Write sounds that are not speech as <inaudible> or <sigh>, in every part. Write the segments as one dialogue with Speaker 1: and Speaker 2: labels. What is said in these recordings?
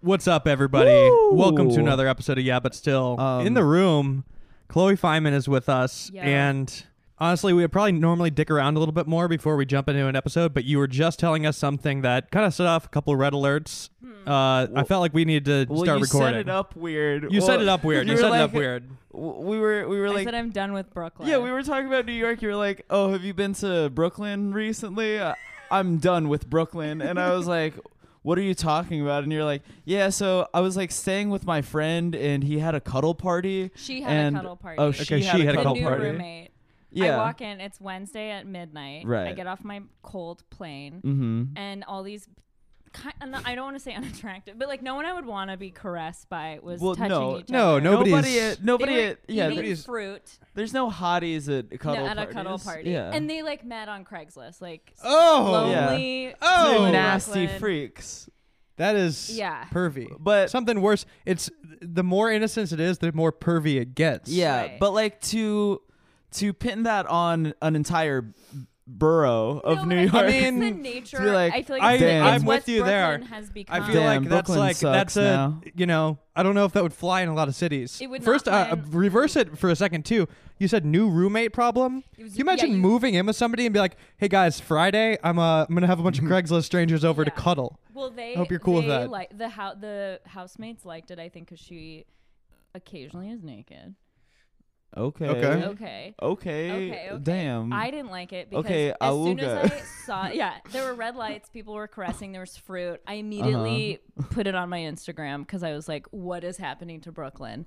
Speaker 1: What's up, everybody?
Speaker 2: Woo!
Speaker 1: Welcome to another episode of Yeah, but still
Speaker 2: Um,
Speaker 1: in the room. Chloe Feynman is with us,
Speaker 3: Yeah.
Speaker 1: and honestly, we would probably normally dick around a little bit more before we jump into an episode. But you were just telling us something that kind of set off a couple red alerts.
Speaker 3: Hmm.
Speaker 1: Uh, I
Speaker 2: Well-
Speaker 1: felt like we needed to
Speaker 2: well,
Speaker 1: start
Speaker 2: you
Speaker 1: recording.
Speaker 2: set it up weird.
Speaker 1: You
Speaker 2: well,
Speaker 1: set it up weird. You,
Speaker 2: were
Speaker 1: set it
Speaker 2: like-
Speaker 1: up weird.
Speaker 2: w- We were we were
Speaker 3: I
Speaker 2: like
Speaker 3: said I'm done with Brooklyn.
Speaker 2: yeah, we were talking about New York. You were like, "Oh, have you been to Brooklyn recently?" I- I'm done with Brooklyn, and I was like, "What are you talking about?" And you're like, "Yeah, so I was like staying with my friend, and he had a cuddle party.
Speaker 3: She had
Speaker 2: and-
Speaker 3: a cuddle party.
Speaker 2: Oh, she
Speaker 1: Okay,
Speaker 2: had
Speaker 1: she
Speaker 2: a
Speaker 1: had
Speaker 3: the
Speaker 1: a
Speaker 2: cuddle
Speaker 3: new
Speaker 2: party.
Speaker 3: roommate.
Speaker 2: Yeah,
Speaker 3: I walk in. It's Wednesday at midnight. I
Speaker 2: Right.
Speaker 3: get off my cold plane,
Speaker 2: Mm-hmm.
Speaker 3: and all these. ki- and I don't want to say <laughs> unattractive, but like no one I would want to be caressed by was
Speaker 2: Well,
Speaker 3: touching
Speaker 2: no.
Speaker 3: each
Speaker 1: No,
Speaker 3: other.
Speaker 1: no, Nobody's-
Speaker 2: Nobody, at, nobody,
Speaker 3: They were
Speaker 2: at, yeah.
Speaker 3: eating
Speaker 2: There's,
Speaker 3: fruit
Speaker 2: there's no hotties at
Speaker 3: no,
Speaker 2: cuddle
Speaker 3: at a cuddle
Speaker 2: parties.
Speaker 3: party,
Speaker 2: Yeah,
Speaker 3: and they like met on Craigslist, like s-
Speaker 1: Oh,
Speaker 2: yeah.
Speaker 3: lonely,
Speaker 1: Oh.
Speaker 3: lonely
Speaker 2: nasty
Speaker 3: Brooklyn.
Speaker 2: freaks.
Speaker 1: that is
Speaker 3: Yeah.
Speaker 1: pervy.
Speaker 2: But
Speaker 1: Something worse. It's the more innocence it is, the more pervy it gets.
Speaker 2: Yeah,
Speaker 3: Right.
Speaker 2: but like to to pin that on an entire borough
Speaker 3: No,
Speaker 2: of
Speaker 3: but
Speaker 2: New York.
Speaker 3: I
Speaker 1: I
Speaker 3: think it's
Speaker 1: mean,
Speaker 3: the
Speaker 2: to
Speaker 3: nature.
Speaker 2: be like,
Speaker 3: I feel like
Speaker 1: I-
Speaker 3: it's- it's
Speaker 2: I'm
Speaker 3: what
Speaker 1: with you there.
Speaker 3: Brooklyn Has become.
Speaker 1: I feel
Speaker 2: Damn,
Speaker 1: like that's
Speaker 2: Brooklyn
Speaker 1: like
Speaker 2: sucks
Speaker 1: that's a
Speaker 2: now.
Speaker 1: you know I don't know if that would fly in a lot of cities.
Speaker 3: It would not
Speaker 1: First, uh,
Speaker 3: fly in-
Speaker 1: reverse it for a second too. You said new roommate problem.
Speaker 3: It was-
Speaker 1: Can you imagine
Speaker 3: yeah, you-
Speaker 1: moving in with somebody and be like, "Hey guys, Friday, I'm uh, I'm gonna have a
Speaker 2: <laughs>
Speaker 1: bunch of Craigslist strangers over to
Speaker 3: Yeah.
Speaker 1: cuddle."
Speaker 3: Well, they
Speaker 1: Hope you're cool
Speaker 3: they
Speaker 1: with that.
Speaker 3: Like the how the housemates liked it, I think, because she occasionally is naked.
Speaker 2: <laughs> okay.
Speaker 1: Okay.
Speaker 2: Okay.
Speaker 3: Okay.
Speaker 2: Okay.
Speaker 3: Okay, okay.
Speaker 2: Damn.
Speaker 3: I didn't like it because
Speaker 2: Mm. Okay,
Speaker 3: as soon as I
Speaker 2: awooga.
Speaker 3: saw, yeah, there were
Speaker 2: <laughs>
Speaker 3: red lights, people were caressing, there was fruit.
Speaker 2: Uh-huh.
Speaker 3: I immediately put it on my Instagram because I was like, "What is happening to Brooklyn?"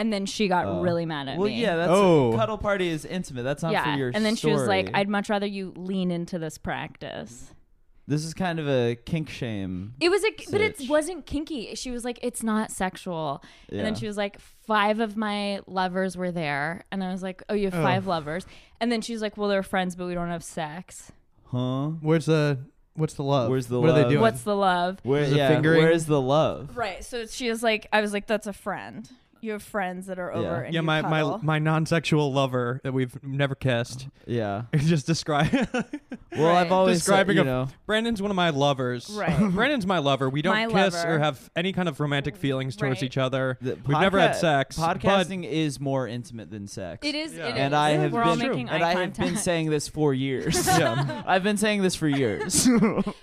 Speaker 3: And then she got really mad at
Speaker 2: Oh. well,
Speaker 3: me.
Speaker 2: yeah, that's
Speaker 1: Oh.
Speaker 2: cuddle party is intimate. That's not
Speaker 3: yeah.
Speaker 2: for your
Speaker 3: and then she was like,
Speaker 2: story.
Speaker 3: "I'd much rather you lean into this practice."
Speaker 2: this is kind of a kink shame.
Speaker 3: It was a, but it
Speaker 2: Sitch.
Speaker 3: wasn't kinky. She was like, "It's not sexual," and
Speaker 2: Yeah.
Speaker 3: then she was like, five of my lovers were there," and I was like, "Oh, you have five lovers?" And then she was like, "Well, they're friends, but we don't have sex.
Speaker 2: Huh?
Speaker 1: Where's the what's the love?
Speaker 2: Where's the
Speaker 1: what are they
Speaker 2: love?
Speaker 1: doing?
Speaker 3: What's the love?"
Speaker 2: Where,
Speaker 1: Is it
Speaker 2: yeah,
Speaker 1: fingering?
Speaker 2: where's the love?
Speaker 3: Right. So she was like, "I was like, that's a friend. You have friends that are over."
Speaker 2: Yeah.
Speaker 3: And
Speaker 1: yeah,
Speaker 3: you
Speaker 1: my, my
Speaker 3: cuddle."
Speaker 1: my non-sexual lover that we've never kissed.
Speaker 2: Yeah.
Speaker 1: <laughs> Just describe
Speaker 2: Well, I've
Speaker 3: Right.
Speaker 2: always said,
Speaker 1: describing
Speaker 2: you
Speaker 1: a-
Speaker 2: know,
Speaker 1: Brandon's one of my lovers.
Speaker 3: Right.
Speaker 1: <laughs> Brandon's my lover. We don't
Speaker 3: My
Speaker 1: kiss
Speaker 3: lover.
Speaker 1: or have any kind of romantic feelings towards
Speaker 3: Right.
Speaker 1: each other.
Speaker 2: the
Speaker 1: We've never had
Speaker 2: podca-
Speaker 1: sex. but-
Speaker 2: Podcasting is more intimate than sex.
Speaker 3: It is.
Speaker 1: Yeah.
Speaker 3: It is.
Speaker 2: And I have
Speaker 3: We're all
Speaker 2: been,
Speaker 3: making
Speaker 2: and
Speaker 3: eye
Speaker 2: I have
Speaker 3: contact.
Speaker 2: been saying this for years.
Speaker 1: <laughs> Yeah.
Speaker 2: <laughs> I've been saying this for years.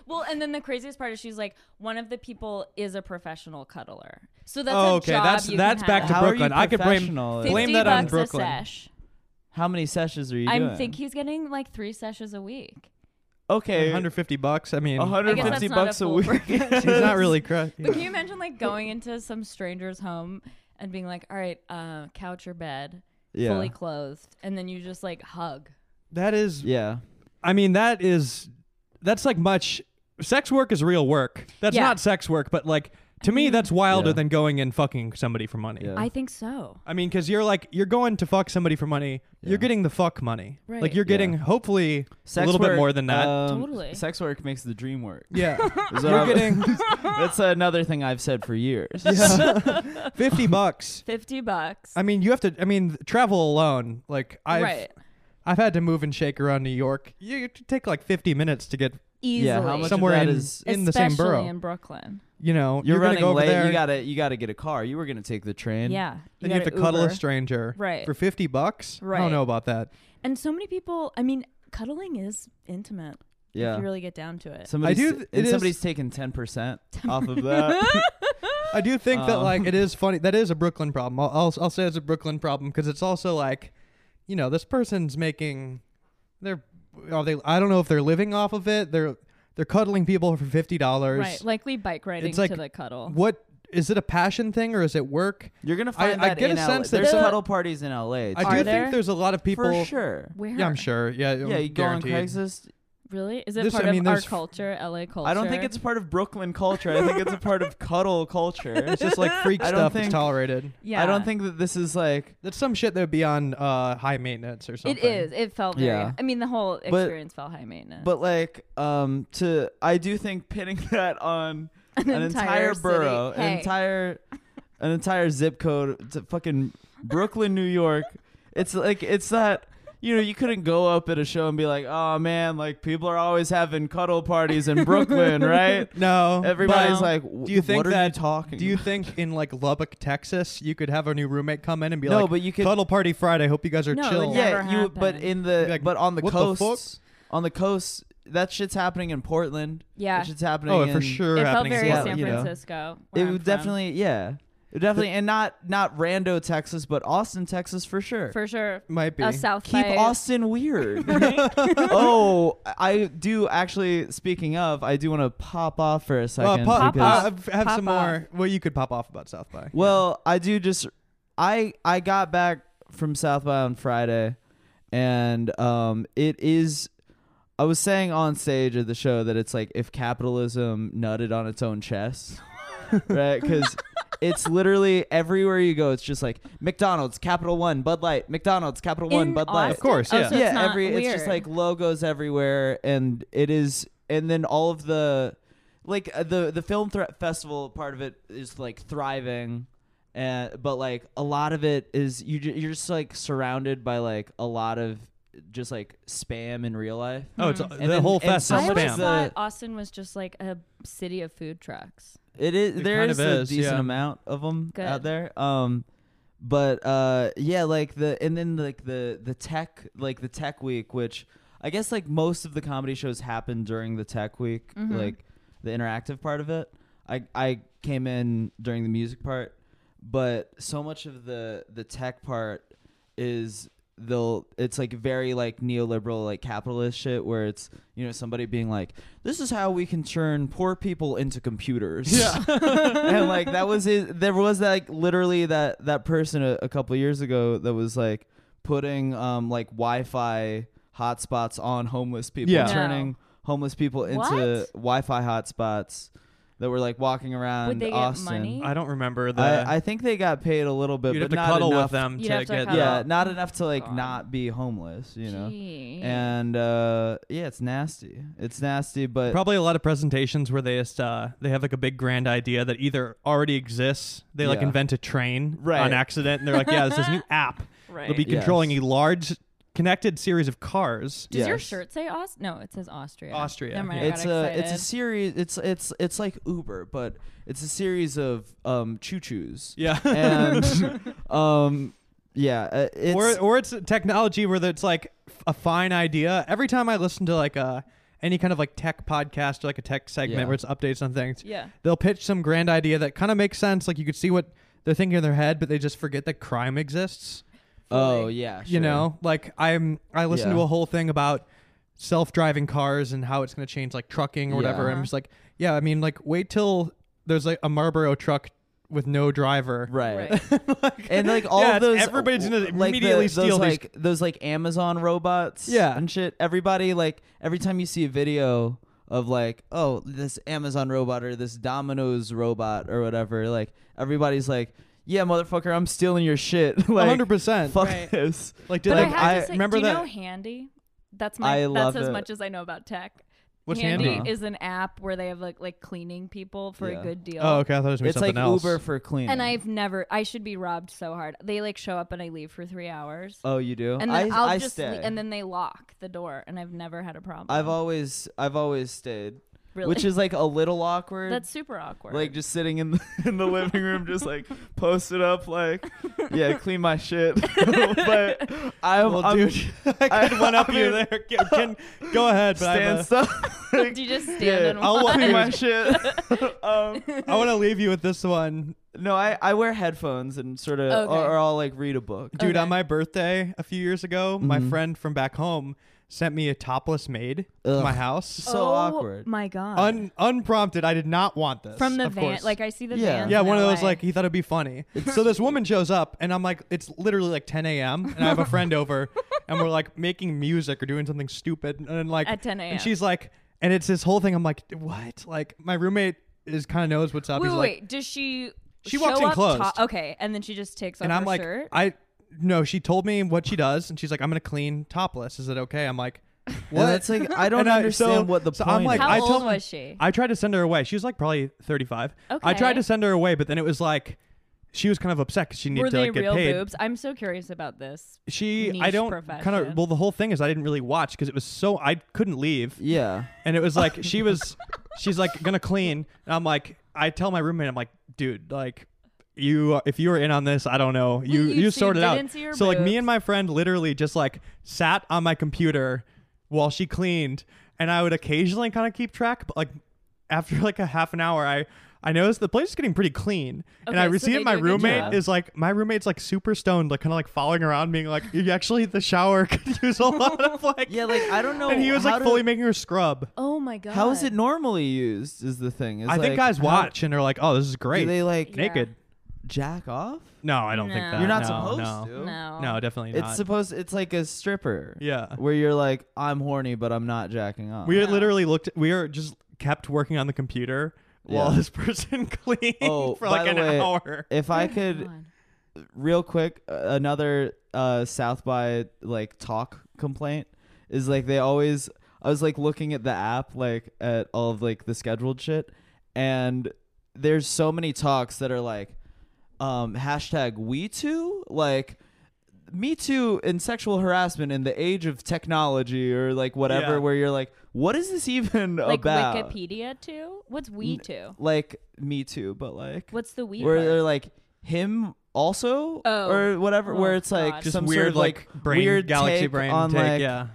Speaker 3: Well, and then the craziest part is she's like, one of the people is a professional cuddler. So that's
Speaker 1: Oh,
Speaker 3: a
Speaker 1: okay.
Speaker 3: job
Speaker 1: That's-
Speaker 3: you
Speaker 1: that's
Speaker 3: can
Speaker 1: back
Speaker 3: have.
Speaker 1: to
Speaker 2: How
Speaker 1: Brooklyn.
Speaker 2: Are you
Speaker 1: I could blame-
Speaker 2: professional at
Speaker 3: 50
Speaker 2: it?
Speaker 1: blame that on
Speaker 3: bucks a
Speaker 1: Brooklyn.
Speaker 3: sesh.
Speaker 2: How many sessions are you
Speaker 3: I
Speaker 2: doing?
Speaker 3: am think he's getting like three sessions a week.
Speaker 2: okay,
Speaker 1: 150 bucks. I mean,
Speaker 3: I guess that's
Speaker 2: 150
Speaker 3: not
Speaker 2: bucks
Speaker 3: a
Speaker 2: a
Speaker 3: full
Speaker 2: week.
Speaker 1: <laughs>
Speaker 3: workout.
Speaker 1: He's not really
Speaker 3: <laughs>
Speaker 1: cra-
Speaker 3: But can you imagine like going into some stranger's home and being like, "All right, uh, couch or bed,
Speaker 2: yeah.
Speaker 3: fully clothed," and then you just like hug.
Speaker 1: That is.
Speaker 2: yeah.
Speaker 1: I mean, that is. That's like much. Sex work is real work. That's
Speaker 3: Yeah.
Speaker 1: not sex work, but like to me, that's wilder
Speaker 2: Yeah.
Speaker 1: than going and fucking somebody for money.
Speaker 2: Yeah.
Speaker 3: I think so.
Speaker 1: I mean, because you're like you're going to fuck somebody for money. You're
Speaker 2: Yeah.
Speaker 1: getting the fuck money. Like
Speaker 3: Right.
Speaker 1: you're getting
Speaker 2: <laughs>
Speaker 1: hopefully a little bit
Speaker 2: work,
Speaker 1: more than that.
Speaker 2: um,
Speaker 3: Totally.
Speaker 2: Sex work makes the
Speaker 1: <laughs>
Speaker 2: dream work.
Speaker 1: yeah,
Speaker 2: Is what
Speaker 1: you're
Speaker 2: I'm-
Speaker 1: getting
Speaker 2: <laughs>
Speaker 3: <laughs>
Speaker 2: that's another thing I've said
Speaker 1: <laughs>
Speaker 2: for years. <laughs>
Speaker 1: fifty bucks.
Speaker 3: Fifty bucks.
Speaker 1: I mean, you have to. I mean, travel alone. Like I've
Speaker 3: right.
Speaker 1: I've had to move and shake around New York. You you take like fifty minutes to get
Speaker 3: Easily.
Speaker 2: Yeah, how much
Speaker 1: somewhere
Speaker 2: of that
Speaker 1: in,
Speaker 2: is-
Speaker 1: in the same
Speaker 3: Especially
Speaker 1: borough.
Speaker 3: in Brooklyn.
Speaker 1: you know,
Speaker 2: You're,
Speaker 1: gonna
Speaker 2: running
Speaker 1: go over
Speaker 2: late.
Speaker 1: There,
Speaker 2: You gotta you gotta get a car. You were gonna take the train.
Speaker 3: Yeah.
Speaker 1: then you have to
Speaker 3: gotta
Speaker 1: cuddle a
Speaker 3: Uber.
Speaker 1: stranger
Speaker 3: Right.
Speaker 1: for 50 bucks i don't
Speaker 3: Right.
Speaker 1: know about that
Speaker 3: And so many people. I mean, cuddling is intimate.
Speaker 2: Yeah.
Speaker 3: If you really get down to it.
Speaker 2: Somebody's,
Speaker 1: I do th-
Speaker 2: and
Speaker 1: it is-
Speaker 2: somebody's taking ten
Speaker 3: <laughs>
Speaker 2: percent off of that. <laughs>
Speaker 1: i do think that
Speaker 2: Um.
Speaker 1: like it is funny that is a brooklyn problem i'll, I'll, I'll say it's a brooklyn problem because it's also like you know this person's making they're are they i don't know if they're living off of it they're they're cuddling people for $50
Speaker 3: Right. Likely bike riding
Speaker 1: It's like-
Speaker 3: to the cuddle.
Speaker 1: what is it a passion thing or is it work
Speaker 2: You're gonna
Speaker 1: I-
Speaker 2: find
Speaker 1: I
Speaker 2: that
Speaker 1: get
Speaker 2: in
Speaker 1: a
Speaker 2: LA.
Speaker 1: sense that
Speaker 2: There's
Speaker 3: the-
Speaker 2: cuddle parties in LA.
Speaker 1: i
Speaker 2: too.
Speaker 1: do
Speaker 3: Are
Speaker 1: think
Speaker 3: there?
Speaker 1: there's a lot of people
Speaker 2: for sure.
Speaker 3: Where?
Speaker 1: yeah i'm sure yeah
Speaker 2: Yeah, you go
Speaker 1: guaranteed.
Speaker 2: on Craigslist.
Speaker 3: Really? Is it
Speaker 1: This-
Speaker 3: part
Speaker 1: I mean,
Speaker 3: of our
Speaker 1: there's-
Speaker 3: culture, LA culture?
Speaker 2: I don't think it's part of Brooklyn culture. I think it's a part of cuddle culture.
Speaker 1: it's just
Speaker 2: <laughs>
Speaker 1: like freak
Speaker 2: I don't
Speaker 1: stuff is
Speaker 2: think-
Speaker 1: tolerated
Speaker 3: Yeah.
Speaker 2: I don't think that this is like
Speaker 1: that's some shit that would be on uh, high maintenance or something
Speaker 3: it is. It felt very.
Speaker 2: Yeah.
Speaker 3: I mean, the whole
Speaker 2: But-
Speaker 3: experience felt high maintenance.
Speaker 4: <laughs>
Speaker 2: but like um to I do think pinning <laughs> that on an, entire,
Speaker 3: city.
Speaker 2: borough, an
Speaker 3: Hey.
Speaker 2: entire an entire zip code to fucking Brooklyn, New York. It's like it's that you know, you couldn't go up at a show and be like, "Oh man, like people are always having cuddle parties in Brooklyn,
Speaker 1: <laughs>
Speaker 2: right?"
Speaker 1: No,
Speaker 2: Everybody's
Speaker 1: but
Speaker 2: like,
Speaker 1: do you think
Speaker 2: what are
Speaker 1: that
Speaker 2: you talking?
Speaker 1: Do you
Speaker 2: about?"
Speaker 1: think in like Lubbock, Texas, you could have a new roommate come in and be
Speaker 2: No,
Speaker 1: like,
Speaker 2: but you could-
Speaker 1: cuddle party Friday. Hope you guys are
Speaker 4: No, it
Speaker 1: chill.
Speaker 4: would
Speaker 2: yeah,
Speaker 4: never
Speaker 2: you. But
Speaker 4: happened.
Speaker 2: in the
Speaker 1: Like,
Speaker 2: but on the
Speaker 1: what the fuck?
Speaker 2: coast, on the coast, that shit's happening in Portland.
Speaker 4: Yeah.
Speaker 2: that shit's happening.
Speaker 1: Oh,
Speaker 2: in,
Speaker 1: for sure.
Speaker 4: it felt
Speaker 1: happening in
Speaker 4: very
Speaker 2: Seattle,
Speaker 4: San
Speaker 2: you know.
Speaker 4: Francisco. where
Speaker 2: It
Speaker 4: I'm
Speaker 2: would
Speaker 4: from.
Speaker 2: definitely, yeah, it definitely, and not not rando Texas, but Austin, Texas, for sure.
Speaker 4: for sure.
Speaker 1: Might be.
Speaker 4: A South
Speaker 2: Keep
Speaker 4: by- <laughs>
Speaker 2: Austin weird. <laughs> oh, I do actually. Speaking of, I do want to pop off for a
Speaker 1: Uh,
Speaker 2: second.
Speaker 1: pop,
Speaker 2: because-
Speaker 1: uh, have
Speaker 4: Pop
Speaker 1: some
Speaker 4: off.
Speaker 1: more. Well, you could pop off about South by.
Speaker 2: Well, I do just I I got back from South by on Friday and um it is I was saying on stage at the show that it's like if capitalism nutted on its own chest. right? Cuz it's literally everywhere you go it's just like McDonald's, Capital 1, Bud Light, McDonald's, Capital 1,
Speaker 4: In
Speaker 2: Bud Light.
Speaker 4: Austin?
Speaker 1: Of course,
Speaker 4: Oh,
Speaker 1: yeah.
Speaker 4: so it's not
Speaker 2: every it's just
Speaker 4: weird.
Speaker 2: like logos everywhere, and it is, and then all of the, like uh, the the film thr festival part of it is like thriving, and but like a lot of it is you ju- you're just like surrounded by like a lot of just like spam in real life.
Speaker 1: Oh, it's the
Speaker 2: And then-
Speaker 1: whole
Speaker 2: and
Speaker 1: fest
Speaker 2: so
Speaker 1: is
Speaker 4: I
Speaker 2: much
Speaker 4: always
Speaker 2: of
Speaker 1: spam.
Speaker 2: the-
Speaker 4: thought Austin was just like a city of food trucks.
Speaker 2: It is.
Speaker 1: It
Speaker 2: there
Speaker 1: kind
Speaker 2: is
Speaker 1: of
Speaker 2: a
Speaker 1: is,
Speaker 2: decent
Speaker 1: yeah.
Speaker 2: amount of them
Speaker 4: Good.
Speaker 2: out there. Um, but uh, yeah, like the and then like the the tech like the tech week, which I guess like most of the comedy shows happen during the tech week,
Speaker 4: Mhm.
Speaker 2: like the interactive part of it. I I came in during the music part, but so much of the the tech part is they'll it's like very like neoliberal like capitalist shit where it's you know somebody being like this is how we can turn poor people into computers yeah <laughs> and like that was his there was like literally that that person a, a couple years ago that was like putting um like wi-fi hotspots on homeless people
Speaker 1: Yeah.
Speaker 2: turning homeless people into
Speaker 4: What?
Speaker 2: wi-fi hotspots that were like walking around
Speaker 4: Would they get
Speaker 2: austin
Speaker 4: money?
Speaker 1: I don't remember the.
Speaker 2: I, I think they got paid a little bit
Speaker 1: you'd have
Speaker 2: but
Speaker 1: to
Speaker 2: not
Speaker 1: cuddle
Speaker 2: enough
Speaker 1: with them
Speaker 4: You'd
Speaker 1: to
Speaker 4: have to
Speaker 1: get.
Speaker 4: cuddle.
Speaker 2: yeah,
Speaker 4: Oh.
Speaker 2: not enough to like
Speaker 4: God.
Speaker 2: not be homeless, you know.
Speaker 4: Gee.
Speaker 2: And uh yeah, it's nasty. It's nasty, but
Speaker 1: Probably a lot of presentations where they just uh, they have like a big grand idea that either already exists. They like
Speaker 2: Yeah.
Speaker 1: invent a train
Speaker 2: Right.
Speaker 1: on accident, and they're like, "Yeah, this
Speaker 2: <laughs>
Speaker 1: is a new app.
Speaker 4: right.
Speaker 1: It'll be
Speaker 2: Yes.
Speaker 1: controlling a large connected series of cars."
Speaker 4: Does your
Speaker 2: Yes.
Speaker 4: shirt say Aust? No, it says Austria.
Speaker 1: Austria.
Speaker 4: Never mind, I
Speaker 2: it's
Speaker 4: got
Speaker 2: a
Speaker 4: excited.
Speaker 2: it's a series. It's it's it's like Uber, but it's a series of um
Speaker 1: <laughs>
Speaker 2: choo choos.
Speaker 1: <laughs> Yeah.
Speaker 2: and um yeah, uh, it's
Speaker 1: or or it's technology where it's like f- a fine idea. Every time I listen to like a any kind of like tech podcast or like a tech segment
Speaker 2: Yeah.
Speaker 1: where it's updates on things,
Speaker 4: yeah.
Speaker 1: they'll pitch some grand idea that kind of makes sense. Like you could see what they're thinking in their head, but they just forget that crime exists.
Speaker 2: oh yeah,
Speaker 1: You
Speaker 2: sure.
Speaker 1: know, like I'm I listened
Speaker 2: Yeah.
Speaker 1: to a whole thing about self-driving cars and how it's going to change like trucking or whatever.
Speaker 2: Yeah.
Speaker 1: And I'm just like, yeah, I mean, like wait till there's like a Marlboro truck with no driver.
Speaker 2: right.
Speaker 4: Right.
Speaker 2: <laughs> And like all
Speaker 1: Yeah, it's-
Speaker 2: those, uh,
Speaker 1: everybody's gonna
Speaker 2: like the-
Speaker 1: immediately
Speaker 2: those,
Speaker 1: steal these-
Speaker 2: like those like Amazon robots,
Speaker 1: Yeah.
Speaker 2: and shit. Everybody like every time you see a video of like, oh, this Amazon robot or this Domino's robot or whatever, like everybody's like, yeah, motherfucker, I'm stealing your shit, <laughs> like
Speaker 1: 100%.
Speaker 2: fuck
Speaker 4: Right.
Speaker 2: this.
Speaker 1: Like did
Speaker 4: But
Speaker 1: like
Speaker 4: I have
Speaker 2: I-
Speaker 4: to say,
Speaker 1: remember
Speaker 4: do you
Speaker 1: that-
Speaker 4: know Handy? That's my.
Speaker 2: I
Speaker 4: that's
Speaker 2: love
Speaker 4: as
Speaker 2: it.
Speaker 4: much as I know about tech.
Speaker 1: What's
Speaker 2: Handy?
Speaker 4: is an app where they have like like cleaning people for
Speaker 2: Yeah.
Speaker 4: a good deal.
Speaker 1: Oh, okay. I thought it was gonna be
Speaker 2: It's
Speaker 1: something
Speaker 2: like
Speaker 1: else. <laughs>
Speaker 2: Uber for cleaning.
Speaker 4: And I've never. I should be robbed so hard. They like show up and I leave for three hours.
Speaker 2: oh, you do.
Speaker 4: and
Speaker 2: I
Speaker 4: then will
Speaker 2: I
Speaker 4: just
Speaker 2: stay.
Speaker 4: lea- and then they lock the door and I've never had a problem.
Speaker 2: I've always I've always stayed,
Speaker 4: really
Speaker 2: which is like a little
Speaker 4: <laughs>
Speaker 2: awkward.
Speaker 4: that's super awkward. <laughs>
Speaker 2: like just sitting in the, <laughs> in the living room, just
Speaker 1: <laughs>
Speaker 2: like posted up, like yeah, clean my shit. <laughs>
Speaker 1: <laughs>
Speaker 2: but I'm,
Speaker 1: Well,
Speaker 2: I'm
Speaker 1: dude, <laughs> I could
Speaker 2: I-
Speaker 1: one up
Speaker 2: <laughs> I
Speaker 1: you
Speaker 2: mean-
Speaker 1: there. Can, can- go ahead, but I have
Speaker 2: stand
Speaker 1: a-
Speaker 2: stuff.
Speaker 1: <laughs>
Speaker 2: <laughs>
Speaker 4: do you just stand
Speaker 2: yeah,
Speaker 4: and
Speaker 1: I'll
Speaker 4: watch?
Speaker 1: walk
Speaker 4: <laughs>
Speaker 2: clean my shit. um,
Speaker 1: I want to leave you with this one,
Speaker 2: no, I, I wear headphones and sort of,
Speaker 4: Okay.
Speaker 2: or, or I'll like read a book.
Speaker 1: dude.
Speaker 4: Okay.
Speaker 1: On my birthday a few years ago, my
Speaker 2: Mhm.
Speaker 1: friend from back home sent me a topless maid to
Speaker 2: Ugh.
Speaker 1: my house.
Speaker 2: so
Speaker 4: oh,
Speaker 2: awkward.
Speaker 4: My God.
Speaker 1: Un- unprompted, I did not want this
Speaker 4: From the
Speaker 1: of
Speaker 4: van,
Speaker 1: course.
Speaker 4: like I see the
Speaker 2: Yeah.
Speaker 4: vans
Speaker 1: yeah,
Speaker 4: in
Speaker 1: one of those
Speaker 4: LA.
Speaker 1: like he thought it'd be funny. so this woman shows up, and I'm like, it's literally like 10 a.m. and I have a friend
Speaker 4: <laughs>
Speaker 1: over, and we're like making music or doing something stupid, and, then like
Speaker 4: At 10 a.m..
Speaker 1: and she's like, and it's this whole thing. I'm like, what? Like my roommate is kind of knows what's up.
Speaker 4: Wait,
Speaker 1: He's
Speaker 4: wait,
Speaker 1: like,
Speaker 4: wait. Does she?
Speaker 1: She walks
Speaker 4: show
Speaker 1: in
Speaker 4: up
Speaker 1: clothes.
Speaker 4: to- okay, and then she just takes off
Speaker 1: and I'm
Speaker 4: her
Speaker 1: like,
Speaker 4: shirt.
Speaker 1: I no. She told me what she does, and she's like, I'm gonna clean topless. Is it okay?
Speaker 4: <laughs>
Speaker 1: I'm like,
Speaker 2: And
Speaker 1: what?
Speaker 2: that's like I
Speaker 1: <laughs>
Speaker 2: don't
Speaker 1: And I-
Speaker 2: understand
Speaker 1: so-
Speaker 2: what the
Speaker 1: so
Speaker 2: point
Speaker 1: I'm like,
Speaker 4: How
Speaker 1: I
Speaker 4: old
Speaker 1: told-
Speaker 4: was she?
Speaker 1: I tried to send her away. She was like probably 35. I
Speaker 4: Okay.
Speaker 1: tried to send her away, but then it was like. she was kind of upset because she needed
Speaker 4: Were
Speaker 1: to
Speaker 4: they
Speaker 1: like get
Speaker 4: real
Speaker 1: paid.
Speaker 4: boobs? I'm so curious about this.
Speaker 1: She, I
Speaker 4: Niche
Speaker 1: don't kind
Speaker 4: profession.
Speaker 1: of. Well, the whole thing is I didn't really watch because it was so I couldn't leave,
Speaker 2: Yeah.
Speaker 1: and it was like she was, she's like gonna clean, and I'm like, I tell my roommate, I'm like, dude, like. You, if you were in on this, I don't know. You,
Speaker 4: you
Speaker 1: you
Speaker 4: see-
Speaker 1: sorted out.
Speaker 4: didn't see her
Speaker 1: so like me
Speaker 4: boobs.
Speaker 1: and my friend literally just like sat on my computer while she cleaned, and I would occasionally kind of keep track. But like after like a half an hour, I I noticed the place is getting pretty clean, and
Speaker 4: Okay,
Speaker 1: I
Speaker 4: so
Speaker 1: received
Speaker 4: they
Speaker 1: my
Speaker 4: do a good
Speaker 1: roommate
Speaker 2: job.
Speaker 1: is like my roommate's like super stoned, like kind of like following around, being like, "You actually the shower <laughs> could use a lot of like."
Speaker 2: Yeah, like
Speaker 1: <laughs>
Speaker 2: I don't know.
Speaker 1: and he was
Speaker 2: how
Speaker 1: like
Speaker 2: do-
Speaker 1: fully making her scrub.
Speaker 4: Oh my god.
Speaker 2: How is it normally used? Is the thing. Is
Speaker 1: I think
Speaker 2: like,
Speaker 1: guys
Speaker 2: how-
Speaker 1: watch and are like, "Oh, this is great."
Speaker 2: Do they like
Speaker 4: Yeah.
Speaker 1: naked?
Speaker 2: jack off?
Speaker 1: No, I don't think
Speaker 4: No.
Speaker 1: that.
Speaker 2: You're not
Speaker 1: No,
Speaker 2: supposed
Speaker 1: no.
Speaker 2: to.
Speaker 4: No.
Speaker 1: No, definitely
Speaker 2: It's
Speaker 1: not.
Speaker 2: supposed. It's like a stripper.
Speaker 1: yeah.
Speaker 2: Where you're like, I'm horny, but I'm not jacking off.
Speaker 1: We
Speaker 4: No.
Speaker 1: literally looked. We were just kept working on the computer while
Speaker 2: Yeah.
Speaker 1: this <laughs> person cleaned
Speaker 2: Oh,
Speaker 1: <laughs> for like
Speaker 2: by
Speaker 1: an
Speaker 2: the way,
Speaker 1: hour.
Speaker 2: if I could, real quick, uh, another uh, South by like talk complaint is like they always. I was like looking at the app, like at all of like the scheduled shit, and there's so many talks that are like, um, hashtag we too, like. Me too and sexual harassment in the age of technology or like whatever
Speaker 1: Yeah.
Speaker 2: where you're like, what is this even
Speaker 4: like
Speaker 2: about?
Speaker 4: Wikipedia too? What's we
Speaker 2: N-
Speaker 4: too?
Speaker 2: Like me too, but like
Speaker 4: What's the we?
Speaker 2: where
Speaker 4: part?
Speaker 2: they're like him also
Speaker 4: Oh.
Speaker 2: or whatever
Speaker 4: Oh,
Speaker 2: where it's like
Speaker 4: God.
Speaker 1: just
Speaker 2: some
Speaker 1: weird
Speaker 2: sort of
Speaker 1: like, brain
Speaker 2: weird
Speaker 1: galaxy
Speaker 2: take
Speaker 1: brain
Speaker 2: on
Speaker 1: take,
Speaker 2: like
Speaker 1: yeah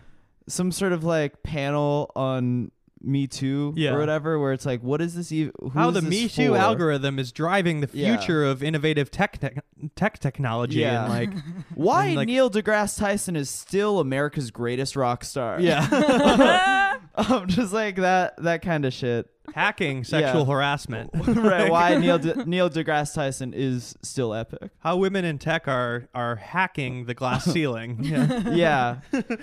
Speaker 2: some sort of like panel on me too
Speaker 1: Yeah.
Speaker 2: or whatever where it's like what is this even
Speaker 1: how the me too algorithm is driving the
Speaker 2: Yeah.
Speaker 1: future of innovative tech tech, tech technology
Speaker 2: Yeah.
Speaker 1: and
Speaker 2: <laughs>
Speaker 1: like
Speaker 2: why
Speaker 1: and, like-
Speaker 2: neil degrasse tyson is still america's greatest rock star
Speaker 1: yeah
Speaker 2: <laughs> i'm just like that that kind of shit
Speaker 1: <laughs> <laughs>
Speaker 2: <laughs>
Speaker 1: hacking sexual harassment
Speaker 2: right why neil De- neil degrasse tyson is still
Speaker 1: <laughs>
Speaker 2: epic
Speaker 1: how women in tech are are hacking the
Speaker 2: <laughs>
Speaker 1: glass ceiling yeah.
Speaker 2: yeah,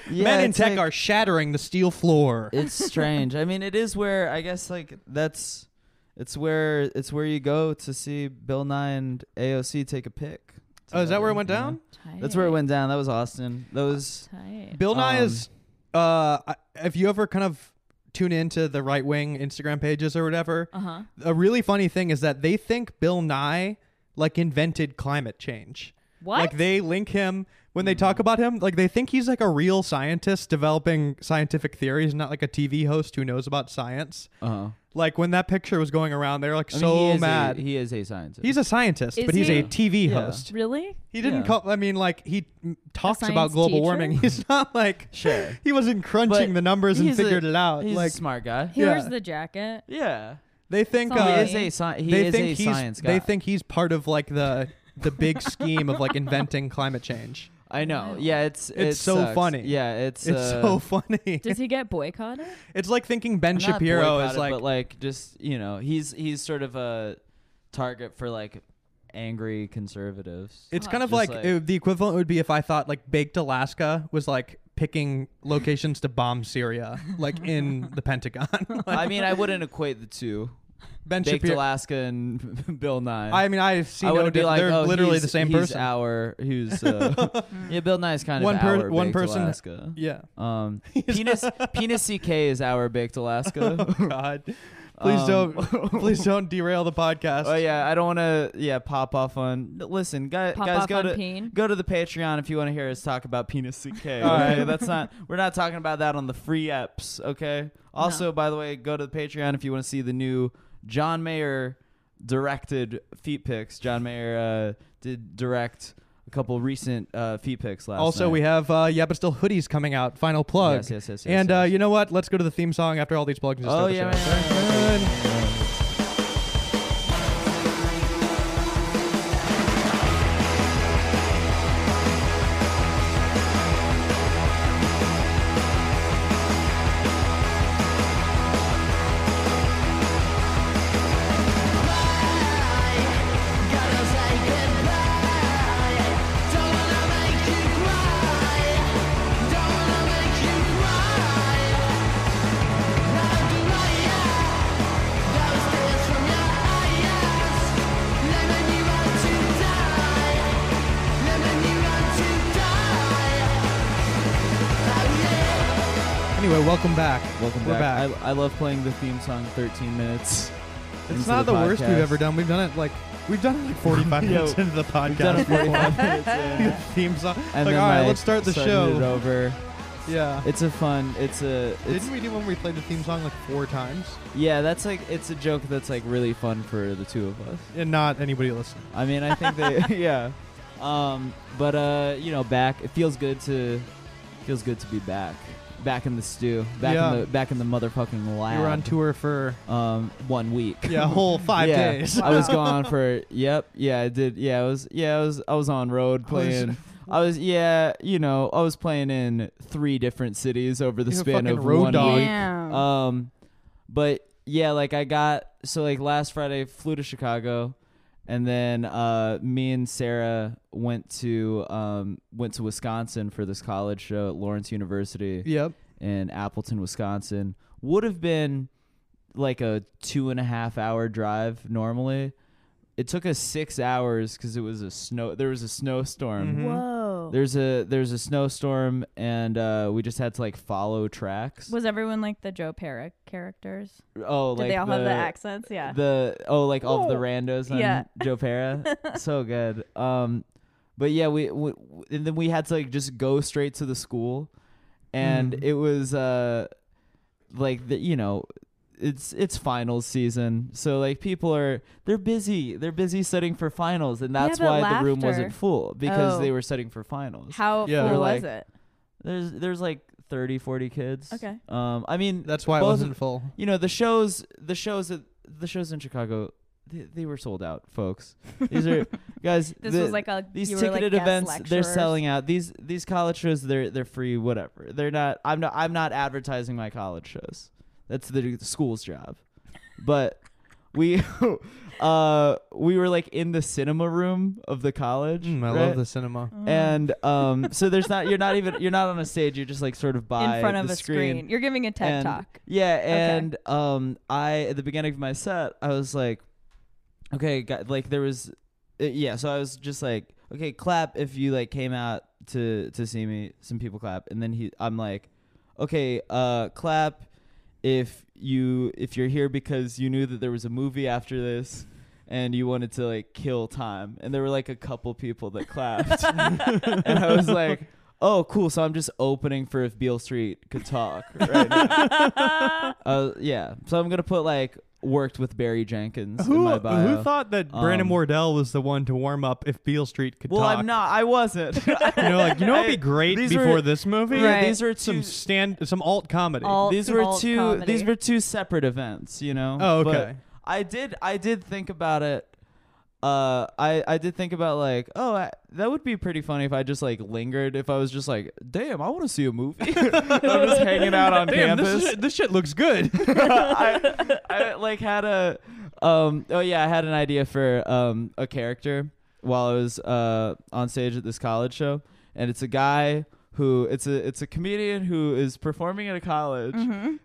Speaker 2: yeah
Speaker 1: men in
Speaker 2: it's
Speaker 1: tech
Speaker 2: like-
Speaker 1: are shattering the steel floor
Speaker 2: it's strange. I mean, it is where I guess like that's it's where it's where you go to see Bill Nye and AOC take a pic.
Speaker 1: oh is that where it went
Speaker 2: Yeah.
Speaker 1: down
Speaker 2: That's where it went down. That was Austin. That was
Speaker 4: Tight.
Speaker 1: bill nye
Speaker 2: Um,
Speaker 1: is uh I- if you ever kind of tune into the right wing instagram pages or whatever
Speaker 4: Uh huh.
Speaker 1: a really funny thing is that they think bill nye like invented climate change
Speaker 4: What?
Speaker 1: Like they link him when they talk about him, like they think he's like a real scientist developing scientific theories, not like a TV host who knows about science.
Speaker 2: uh huh.
Speaker 1: Like when that picture was going around, they were like so mad.
Speaker 2: he is a scientist.
Speaker 1: he's a scientist,
Speaker 4: Is
Speaker 1: but he's
Speaker 4: he?
Speaker 1: a TV
Speaker 2: Yeah.
Speaker 1: host.
Speaker 4: really?
Speaker 1: He didn't
Speaker 2: Yeah.
Speaker 1: call I mean like he mm, talks about
Speaker 4: science
Speaker 1: global
Speaker 4: teacher?
Speaker 1: warming. <laughs> He's not like
Speaker 2: sure.
Speaker 1: he wasn't crunching
Speaker 2: But
Speaker 1: the numbers and
Speaker 2: he's a-
Speaker 1: figured it out.
Speaker 2: He's
Speaker 1: Like
Speaker 2: a smart guy.
Speaker 4: He wears
Speaker 1: Yeah.
Speaker 4: the jacket.
Speaker 2: Yeah.
Speaker 1: they think
Speaker 4: Sorry.
Speaker 1: uh,
Speaker 2: He is a sci- he
Speaker 1: they
Speaker 2: is
Speaker 1: think
Speaker 2: a
Speaker 1: he's
Speaker 2: science guy.
Speaker 1: they think he's part of like the the big scheme of like inventing climate change.
Speaker 2: I know. Yeah, it's
Speaker 1: It's so
Speaker 2: sucks.
Speaker 1: funny.
Speaker 2: Yeah, it's
Speaker 1: It's
Speaker 2: uh,
Speaker 1: so <laughs> funny.
Speaker 4: Does he get boycotted?
Speaker 1: It's like thinking Ben
Speaker 2: Not
Speaker 1: Shapiro is
Speaker 2: boycotted,
Speaker 1: like,
Speaker 2: but like just you know, he's he's sort of a target for like angry conservatives.
Speaker 1: it's
Speaker 4: Huh.
Speaker 1: kind of
Speaker 2: Just
Speaker 1: like,
Speaker 2: like-
Speaker 1: it- the equivalent would be if I thought like Baked Alaska was like picking locations to bomb Syria, like
Speaker 2: <laughs>
Speaker 1: in the Pentagon. <laughs> Like,
Speaker 2: I mean, I wouldn't equate the two.
Speaker 1: Ben
Speaker 2: Baked
Speaker 1: Shapiro.
Speaker 2: Alaska and <laughs> Bill Nye.
Speaker 1: I mean, I see
Speaker 2: I
Speaker 1: no
Speaker 2: would be
Speaker 1: di-
Speaker 2: like,
Speaker 1: they're
Speaker 2: oh,
Speaker 1: literally
Speaker 2: he's-
Speaker 1: the same
Speaker 2: he's
Speaker 1: person.
Speaker 2: Our,
Speaker 1: <laughs>
Speaker 2: who's uh, yeah, Bill Nye's kind
Speaker 1: One
Speaker 2: of
Speaker 1: per-
Speaker 2: our
Speaker 1: one
Speaker 2: Baked
Speaker 1: person- <laughs>
Speaker 2: Alaska.
Speaker 1: Yeah.
Speaker 2: Um, penis, penis CK is our Baked
Speaker 1: <laughs>
Speaker 2: Alaska.
Speaker 1: Oh God. Please
Speaker 2: Um,
Speaker 1: don't. please don't derail the podcast.
Speaker 2: Oh yeah, I don't want to yeah pop off on. Listen, guys,
Speaker 4: Pop
Speaker 2: guys
Speaker 4: off
Speaker 2: go
Speaker 4: on
Speaker 2: to
Speaker 4: peen?
Speaker 2: go to the Patreon if you want to hear us talk about penis CK.
Speaker 1: <laughs> All
Speaker 2: okay?
Speaker 1: right.
Speaker 2: that's not we're not talking about that on the free apps. Okay. Also,
Speaker 4: No.
Speaker 2: by the way, go to the Patreon if you want to see the new John Mayer directed feet pics. John Mayer uh, did direct a couple recent uh, feet pics last.
Speaker 1: Also, we
Speaker 2: night.
Speaker 1: have uh, yeah, but still hoodies coming out. Final plug.
Speaker 2: Yes, yes, yes, yes,
Speaker 1: and Uh,
Speaker 2: yes.
Speaker 1: you know what? Let's go to the theme song after all these plugs. and just
Speaker 2: Oh,
Speaker 1: start the
Speaker 2: yeah,
Speaker 1: show.
Speaker 2: man.
Speaker 1: Dun. Anyway, welcome back.
Speaker 2: Welcome
Speaker 1: We're <laughs>
Speaker 2: back. I, I love playing the theme song 13 minutes.
Speaker 1: It's
Speaker 2: into
Speaker 1: not the, worst we've
Speaker 2: podcast.
Speaker 1: ever done. We've done it like we've done it like 45
Speaker 2: <laughs> Yo,
Speaker 1: minutes into the podcast.
Speaker 2: We've
Speaker 1: <laughs>
Speaker 2: done it
Speaker 1: before.
Speaker 2: 45 minutes in.
Speaker 1: theme song.
Speaker 2: And
Speaker 1: like,
Speaker 2: then,
Speaker 1: all right,
Speaker 2: like,
Speaker 1: let's start the
Speaker 2: suddenly It
Speaker 1: show.
Speaker 2: over.
Speaker 1: Yeah.
Speaker 2: It's a fun. It's a. It's,
Speaker 1: Didn't we do one where we played the theme song like four times
Speaker 2: yeah, that's like it's a joke that's like really fun for the two of us.
Speaker 1: and not anybody listened?
Speaker 2: I mean, I think they
Speaker 1: <laughs>
Speaker 2: <laughs> yeah. Um, but uh, you know, back it feels good to feels good to be back. Back in the stew. Back
Speaker 1: Yeah.
Speaker 2: in the back in the motherfucking lab.
Speaker 1: We were on tour for
Speaker 2: um one week.
Speaker 1: yeah, a whole five
Speaker 2: Yeah, <laughs>
Speaker 1: days.
Speaker 2: I was
Speaker 1: <laughs>
Speaker 2: gone for yep, yeah, I did yeah, I was yeah, I was I was on road
Speaker 1: I was-
Speaker 2: playing I was yeah, you know, I was playing in three different cities over the
Speaker 1: You're a
Speaker 2: span
Speaker 1: fucking
Speaker 2: of
Speaker 1: road
Speaker 2: one
Speaker 1: dog.
Speaker 2: week.
Speaker 3: Mm.
Speaker 4: Damn.
Speaker 2: Um, but yeah, like I got so like last Friday flew to Chicago, and then uh, me and Sarah went to um, went to Wisconsin for this college show at Lawrence University
Speaker 1: Yep.
Speaker 2: in Appleton, Wisconsin. Would have been like a two and a half hour drive normally. It took us six hours because it was a snow. There was a snowstorm.
Speaker 3: Mm-hmm.
Speaker 1: Mhm.
Speaker 4: Whoa.
Speaker 2: There's a there's a snowstorm, and uh, we just had to like follow tracks.
Speaker 4: was everyone like the Joe Parra characters?
Speaker 2: oh,
Speaker 4: Did
Speaker 2: like
Speaker 4: they all have the
Speaker 2: the-
Speaker 4: accents? Yeah.
Speaker 2: the oh like all of the
Speaker 4: Whoa.
Speaker 2: randos on
Speaker 4: Yeah.
Speaker 2: Joe Pera.
Speaker 4: <laughs>
Speaker 2: so good. Um but yeah, we, we and then we had to like just go straight to the school and
Speaker 4: Mm.
Speaker 1: Mhm.
Speaker 2: it was uh like the you know it's it's finals season. So like people are they're busy. They're busy studying for finals and
Speaker 4: Yeah,
Speaker 2: that's
Speaker 4: but
Speaker 2: why the room
Speaker 4: laughter.
Speaker 2: wasn't full because
Speaker 4: Oh.
Speaker 2: they were studying for finals.
Speaker 4: How full
Speaker 1: Yeah.
Speaker 2: They're
Speaker 4: was
Speaker 2: like-
Speaker 4: it?
Speaker 2: There's there's like 30 40 kids.
Speaker 4: Okay.
Speaker 2: Um I mean
Speaker 1: That's why it
Speaker 2: both-
Speaker 1: wasn't full.
Speaker 2: you know the shows the shows that the shows in chicago they, they were sold out folks these
Speaker 4: <laughs>
Speaker 2: are guys
Speaker 4: This
Speaker 2: the-
Speaker 4: was like a
Speaker 2: these
Speaker 4: you were, like,
Speaker 2: ticketed
Speaker 4: guest
Speaker 2: events they're
Speaker 4: lecturers.
Speaker 2: selling out these these college shows they're they're free whatever they're not i'm not i'm not advertising my college shows that's the, the school's job but we <laughs> uh we were like in the cinema room of the college
Speaker 1: Mm, I
Speaker 2: right?
Speaker 1: love the cinema.
Speaker 4: Mm.
Speaker 2: and um so there's not you're not even you're not on a stage you're just like sort of by
Speaker 4: in front of
Speaker 2: the
Speaker 4: a screen. You're giving a TED
Speaker 1: <laughs>
Speaker 2: and-
Speaker 4: talk.
Speaker 2: Yeah,
Speaker 4: Okay.
Speaker 2: and um, I at the beginning of my set, I was like, okay, got, like there was, uh, yeah. So I was just like, okay, clap if you like came out to to see me. Some people clap, and then he, I'm like, okay, uh, clap if you if you're here because you knew that there was a movie after this. And you wanted to like kill time, and there were like a couple people that clapped, and I was like, "Oh, cool!" So I'm just opening for if Beale Street could talk right now. Uh, yeah. So I'm gonna put like worked with Barry Jenkins in
Speaker 1: Who,
Speaker 2: my bio.
Speaker 1: who thought that
Speaker 2: Um,
Speaker 1: Brandon Wardell was the one to warm up if Beale Street could
Speaker 2: well,
Speaker 1: talk?
Speaker 2: I'm not. I wasn't. <laughs>
Speaker 1: You know, like you know, what'd
Speaker 2: I-
Speaker 1: be great
Speaker 2: these
Speaker 1: before
Speaker 2: were-
Speaker 1: this movie.
Speaker 4: Right.
Speaker 2: These were
Speaker 1: Some
Speaker 2: two.
Speaker 1: stand, some alt comedy.
Speaker 4: Alt-
Speaker 2: These were
Speaker 4: alt
Speaker 2: two.
Speaker 4: comedy.
Speaker 2: These were two separate events. You know.
Speaker 1: oh,
Speaker 2: But
Speaker 1: okay.
Speaker 2: I did. I did think about it. Uh, I I did think about like, oh, I, that would be pretty funny if I just like lingered. If I was just like, damn, I want to see a movie. <laughs> I'm just hanging out <laughs> on
Speaker 1: Damn,
Speaker 2: campus.
Speaker 1: this, shit- this shit looks <laughs> good.
Speaker 2: I, I like had a um oh yeah I had an idea for um a character while I was uh on stage at this college show and it's a guy who it's a it's a comedian who is performing at a college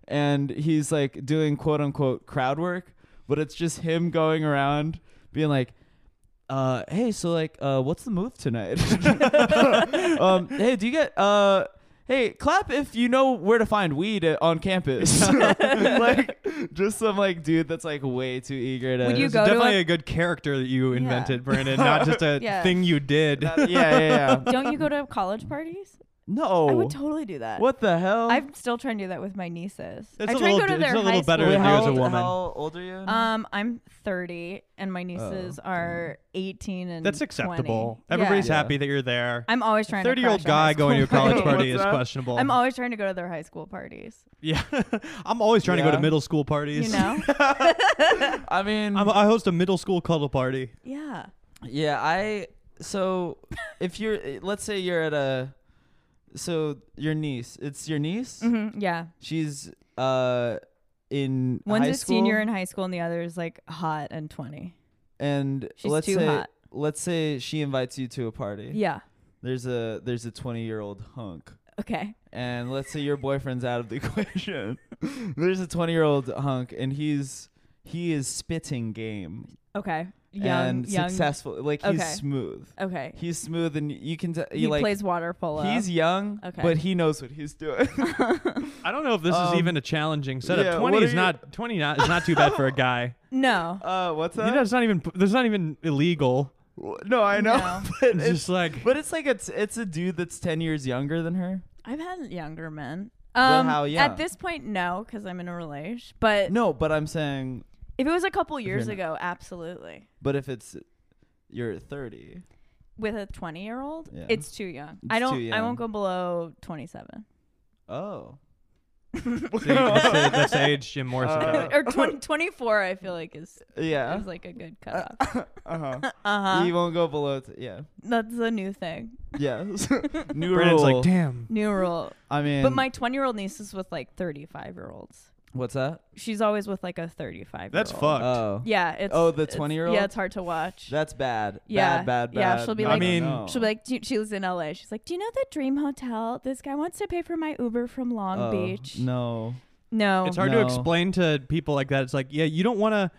Speaker 2: and he's like doing quote unquote crowd work but it's just him going around being like uh hey so like uh what's the move tonight <laughs> um hey do you get uh hey clap if you know where to find weed at, on campus <laughs> like just some like dude that's like way too eager to
Speaker 4: Would you
Speaker 1: It's
Speaker 4: go to
Speaker 1: definitely
Speaker 4: a-
Speaker 1: a good character that you
Speaker 4: Yeah.
Speaker 1: invented, Brandon, not just a
Speaker 4: Yeah.
Speaker 1: thing you did.
Speaker 2: <laughs> yeah yeah <laughs> yeah
Speaker 4: Don't you go to college parties?
Speaker 2: no
Speaker 1: Oh.
Speaker 4: I would totally do that.
Speaker 2: what the hell
Speaker 4: I'm still trying to do that with my nieces.
Speaker 1: It's
Speaker 4: I
Speaker 1: a
Speaker 4: try to
Speaker 1: little
Speaker 4: go to
Speaker 1: di-
Speaker 4: their
Speaker 1: it's a little
Speaker 4: high
Speaker 1: better
Speaker 4: school
Speaker 1: if you as a
Speaker 4: parties.
Speaker 1: woman.
Speaker 2: how old are you
Speaker 4: Um, I'm 30 and my nieces
Speaker 2: Oh,
Speaker 4: are 18 and
Speaker 1: That's
Speaker 4: 20.
Speaker 1: acceptable.
Speaker 4: Yeah.
Speaker 1: Everybody's
Speaker 2: Yeah.
Speaker 1: happy that you're there.
Speaker 4: I'm always trying. to
Speaker 1: Thirty-year-old
Speaker 4: crash on high
Speaker 1: guy going to a
Speaker 4: school
Speaker 1: college
Speaker 2: What's
Speaker 4: parties.
Speaker 1: party is
Speaker 2: that?
Speaker 4: <laughs>
Speaker 1: questionable.
Speaker 4: I'm always trying to go to their high school parties.
Speaker 1: <laughs> yeah, I'm always trying to go
Speaker 2: Yeah.
Speaker 1: to middle school parties.
Speaker 4: You know?
Speaker 2: I
Speaker 1: <laughs>
Speaker 2: mean
Speaker 1: I'm, I host a middle school cuddle party.
Speaker 4: yeah.
Speaker 2: Yeah, I so if you're eh, let's say you're at a so your niece, it's your niece.
Speaker 4: hmm Yeah.
Speaker 2: She's uh in
Speaker 4: One's
Speaker 2: high
Speaker 4: a
Speaker 2: school,
Speaker 4: senior in high school and the other is like hot and 20.
Speaker 2: and
Speaker 4: She's
Speaker 2: let's
Speaker 4: too
Speaker 2: say
Speaker 4: hot.
Speaker 2: let's say she invites you to a party.
Speaker 4: Yeah.
Speaker 2: There's a there's a 20-year-old hunk.
Speaker 4: Okay.
Speaker 2: And let's say your boyfriend's out of the <laughs> equation. there's a 20-year-old hunk and he's he is spitting game.
Speaker 4: Okay.
Speaker 3: Young-
Speaker 2: and
Speaker 3: young-
Speaker 2: successful. Like he's
Speaker 3: Okay.
Speaker 2: smooth.
Speaker 3: Okay.
Speaker 2: He's smooth, and you can t-
Speaker 3: He,
Speaker 2: you, like
Speaker 3: plays water polo.
Speaker 2: he's young,
Speaker 3: Okay.
Speaker 2: but he knows what he's doing. <laughs>
Speaker 1: I don't know if this
Speaker 2: Um,
Speaker 1: is even a challenging setup.
Speaker 2: yeah,
Speaker 1: twenty
Speaker 2: what are
Speaker 1: is
Speaker 2: you-
Speaker 1: not twenty not is not too bad for a
Speaker 2: <laughs>
Speaker 1: guy.
Speaker 3: no.
Speaker 2: uh, what's
Speaker 1: You
Speaker 2: that?
Speaker 1: know, it's not even there's not even illegal.
Speaker 2: W- no, I know,
Speaker 3: No.
Speaker 2: <laughs> but
Speaker 1: It's, just like
Speaker 2: but it's like it's it's a dude that's ten years younger than her.
Speaker 3: I've had younger men.
Speaker 2: Well,
Speaker 3: Um,
Speaker 2: how young?
Speaker 3: At this point, no, because I'm in a relation. But
Speaker 2: No, but I'm saying,
Speaker 3: if it was a couple years
Speaker 2: not-
Speaker 3: ago, absolutely.
Speaker 2: but if it's you're thirty,
Speaker 3: With a 20 year old,
Speaker 2: Yeah.
Speaker 3: it's too young.
Speaker 2: It's
Speaker 3: I
Speaker 2: too
Speaker 3: don't. I
Speaker 2: young.
Speaker 3: won't go below
Speaker 2: <laughs>
Speaker 3: 27
Speaker 2: oh,
Speaker 1: so you consider that's the age Jim Morrison.
Speaker 2: <laughs> Uh,
Speaker 1: got.
Speaker 3: or 20, 24. I feel like is
Speaker 2: yeah,
Speaker 3: is like a good cutoff.
Speaker 2: <laughs> uh
Speaker 3: <laughs>
Speaker 2: huh.
Speaker 3: Uh
Speaker 2: You
Speaker 3: huh.
Speaker 2: won't go below, t- yeah,
Speaker 3: That's a new thing.
Speaker 2: yeah.
Speaker 3: <laughs>
Speaker 2: <laughs> New
Speaker 1: Brandon's
Speaker 2: rule.
Speaker 1: like, damn.
Speaker 3: New rule.
Speaker 2: I mean,
Speaker 3: But my 20 year old niece is with like 35 year olds.
Speaker 2: what's that?
Speaker 3: She's always with like a 35.
Speaker 1: That's fucked.
Speaker 2: Oh,
Speaker 3: Yeah. It's,
Speaker 2: Oh, the
Speaker 3: it's-
Speaker 2: 20-year-old?
Speaker 3: Yeah, it's hard to watch.
Speaker 2: that's bad.
Speaker 3: Yeah,
Speaker 2: bad, bad,
Speaker 3: yeah,
Speaker 2: bad.
Speaker 3: she'll be
Speaker 1: I like- mean-
Speaker 2: no.
Speaker 3: She'll be like, do you, she lives in LA. She's like, do you know the Dream Hotel? This guy wants to pay for my Uber from Long
Speaker 2: Oh,
Speaker 3: Beach.
Speaker 2: No.
Speaker 3: No.
Speaker 1: It's hard
Speaker 2: No.
Speaker 1: to explain to people like that. It's like, yeah, you don't want to.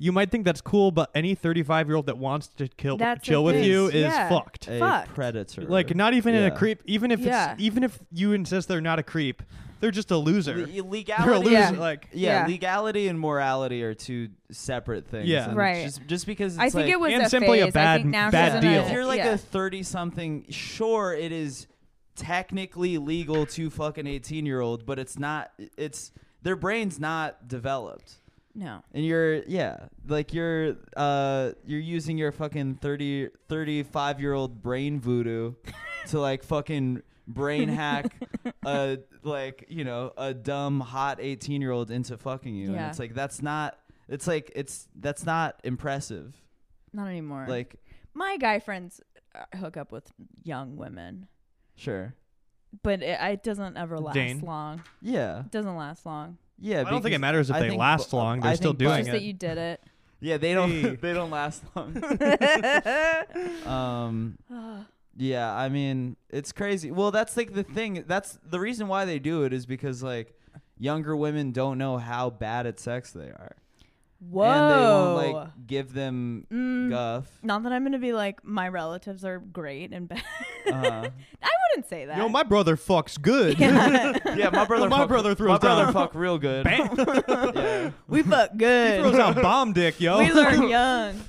Speaker 1: You might think that's cool, but any 35 year old that wants to kill
Speaker 3: That's the
Speaker 1: chill with
Speaker 2: thing.
Speaker 1: you is
Speaker 3: Yeah.
Speaker 1: fucked.
Speaker 2: A
Speaker 3: Fucked.
Speaker 2: predator.
Speaker 1: Like not even in
Speaker 2: Yeah.
Speaker 1: a creep. Even if
Speaker 3: Yeah.
Speaker 1: it's even if you insist they're not a creep, they're just a loser.
Speaker 2: Le-
Speaker 1: they're a
Speaker 2: legality.
Speaker 1: loser.
Speaker 3: Yeah.
Speaker 1: Like
Speaker 2: Yeah,
Speaker 3: Yeah.
Speaker 2: legality and morality are two separate things.
Speaker 1: Yeah.
Speaker 2: and
Speaker 3: Right.
Speaker 2: Just, just because it's
Speaker 3: I think
Speaker 2: like,
Speaker 3: it was
Speaker 1: and
Speaker 3: a
Speaker 1: simply a
Speaker 3: phase. I
Speaker 1: bad-
Speaker 3: think now
Speaker 1: bad
Speaker 3: she's
Speaker 1: deal.
Speaker 3: In a,
Speaker 2: If you're like
Speaker 3: yeah.
Speaker 2: a thirty-something, sure, it is technically legal to fuck an eighteen-year-old, but it's not. It's their brain's not developed,
Speaker 3: no.
Speaker 2: and you're yeah, like you're uh, you're using your fucking 30, 35-year-old brain voodoo to like fucking brain hack a like you know a dumb hot 18 year old into fucking you and
Speaker 3: Yeah.
Speaker 2: it's like that's not it's like it's that's not impressive
Speaker 3: Not anymore.
Speaker 2: like
Speaker 3: my guy friends uh, hook up with young women,
Speaker 2: sure
Speaker 3: but it, it doesn't ever last
Speaker 1: Jane?
Speaker 3: long.
Speaker 2: yeah
Speaker 3: It doesn't last long.
Speaker 2: yeah
Speaker 1: I don't think
Speaker 2: because
Speaker 1: it matters if
Speaker 2: I
Speaker 1: they
Speaker 2: think
Speaker 1: last
Speaker 2: bu-
Speaker 1: long.
Speaker 2: I
Speaker 1: They're
Speaker 2: think
Speaker 1: still
Speaker 2: bu-
Speaker 1: doing
Speaker 3: It's just
Speaker 1: it.
Speaker 3: that you
Speaker 2: <laughs>
Speaker 3: did it.
Speaker 2: yeah they
Speaker 1: Hey.
Speaker 2: don't <laughs> they don't last long
Speaker 1: <sighs>
Speaker 2: um yeah i mean it's crazy well that's like the thing that's the reason why they do it is because like younger women don't know how bad at sex they are
Speaker 3: Whoa.
Speaker 2: and they won't like give them
Speaker 3: Mm.
Speaker 2: guff
Speaker 3: Not that I'm gonna be like my relatives are great and bad.
Speaker 2: Uh-huh.
Speaker 3: <laughs> I wouldn't say that.
Speaker 1: Uh, Yo,
Speaker 3: <laughs>
Speaker 1: my brother fucks good.
Speaker 2: <laughs> Yeah, my
Speaker 1: <laughs>
Speaker 2: brother.
Speaker 1: My
Speaker 2: fuck-
Speaker 1: brother threw
Speaker 2: My
Speaker 1: us down.
Speaker 2: brother fuck real good.
Speaker 1: Bang.
Speaker 2: <laughs> Yeah.
Speaker 3: we
Speaker 1: <laughs>
Speaker 3: fuck good.
Speaker 1: Throws out bomb dick, yo. <laughs>
Speaker 3: we learn young.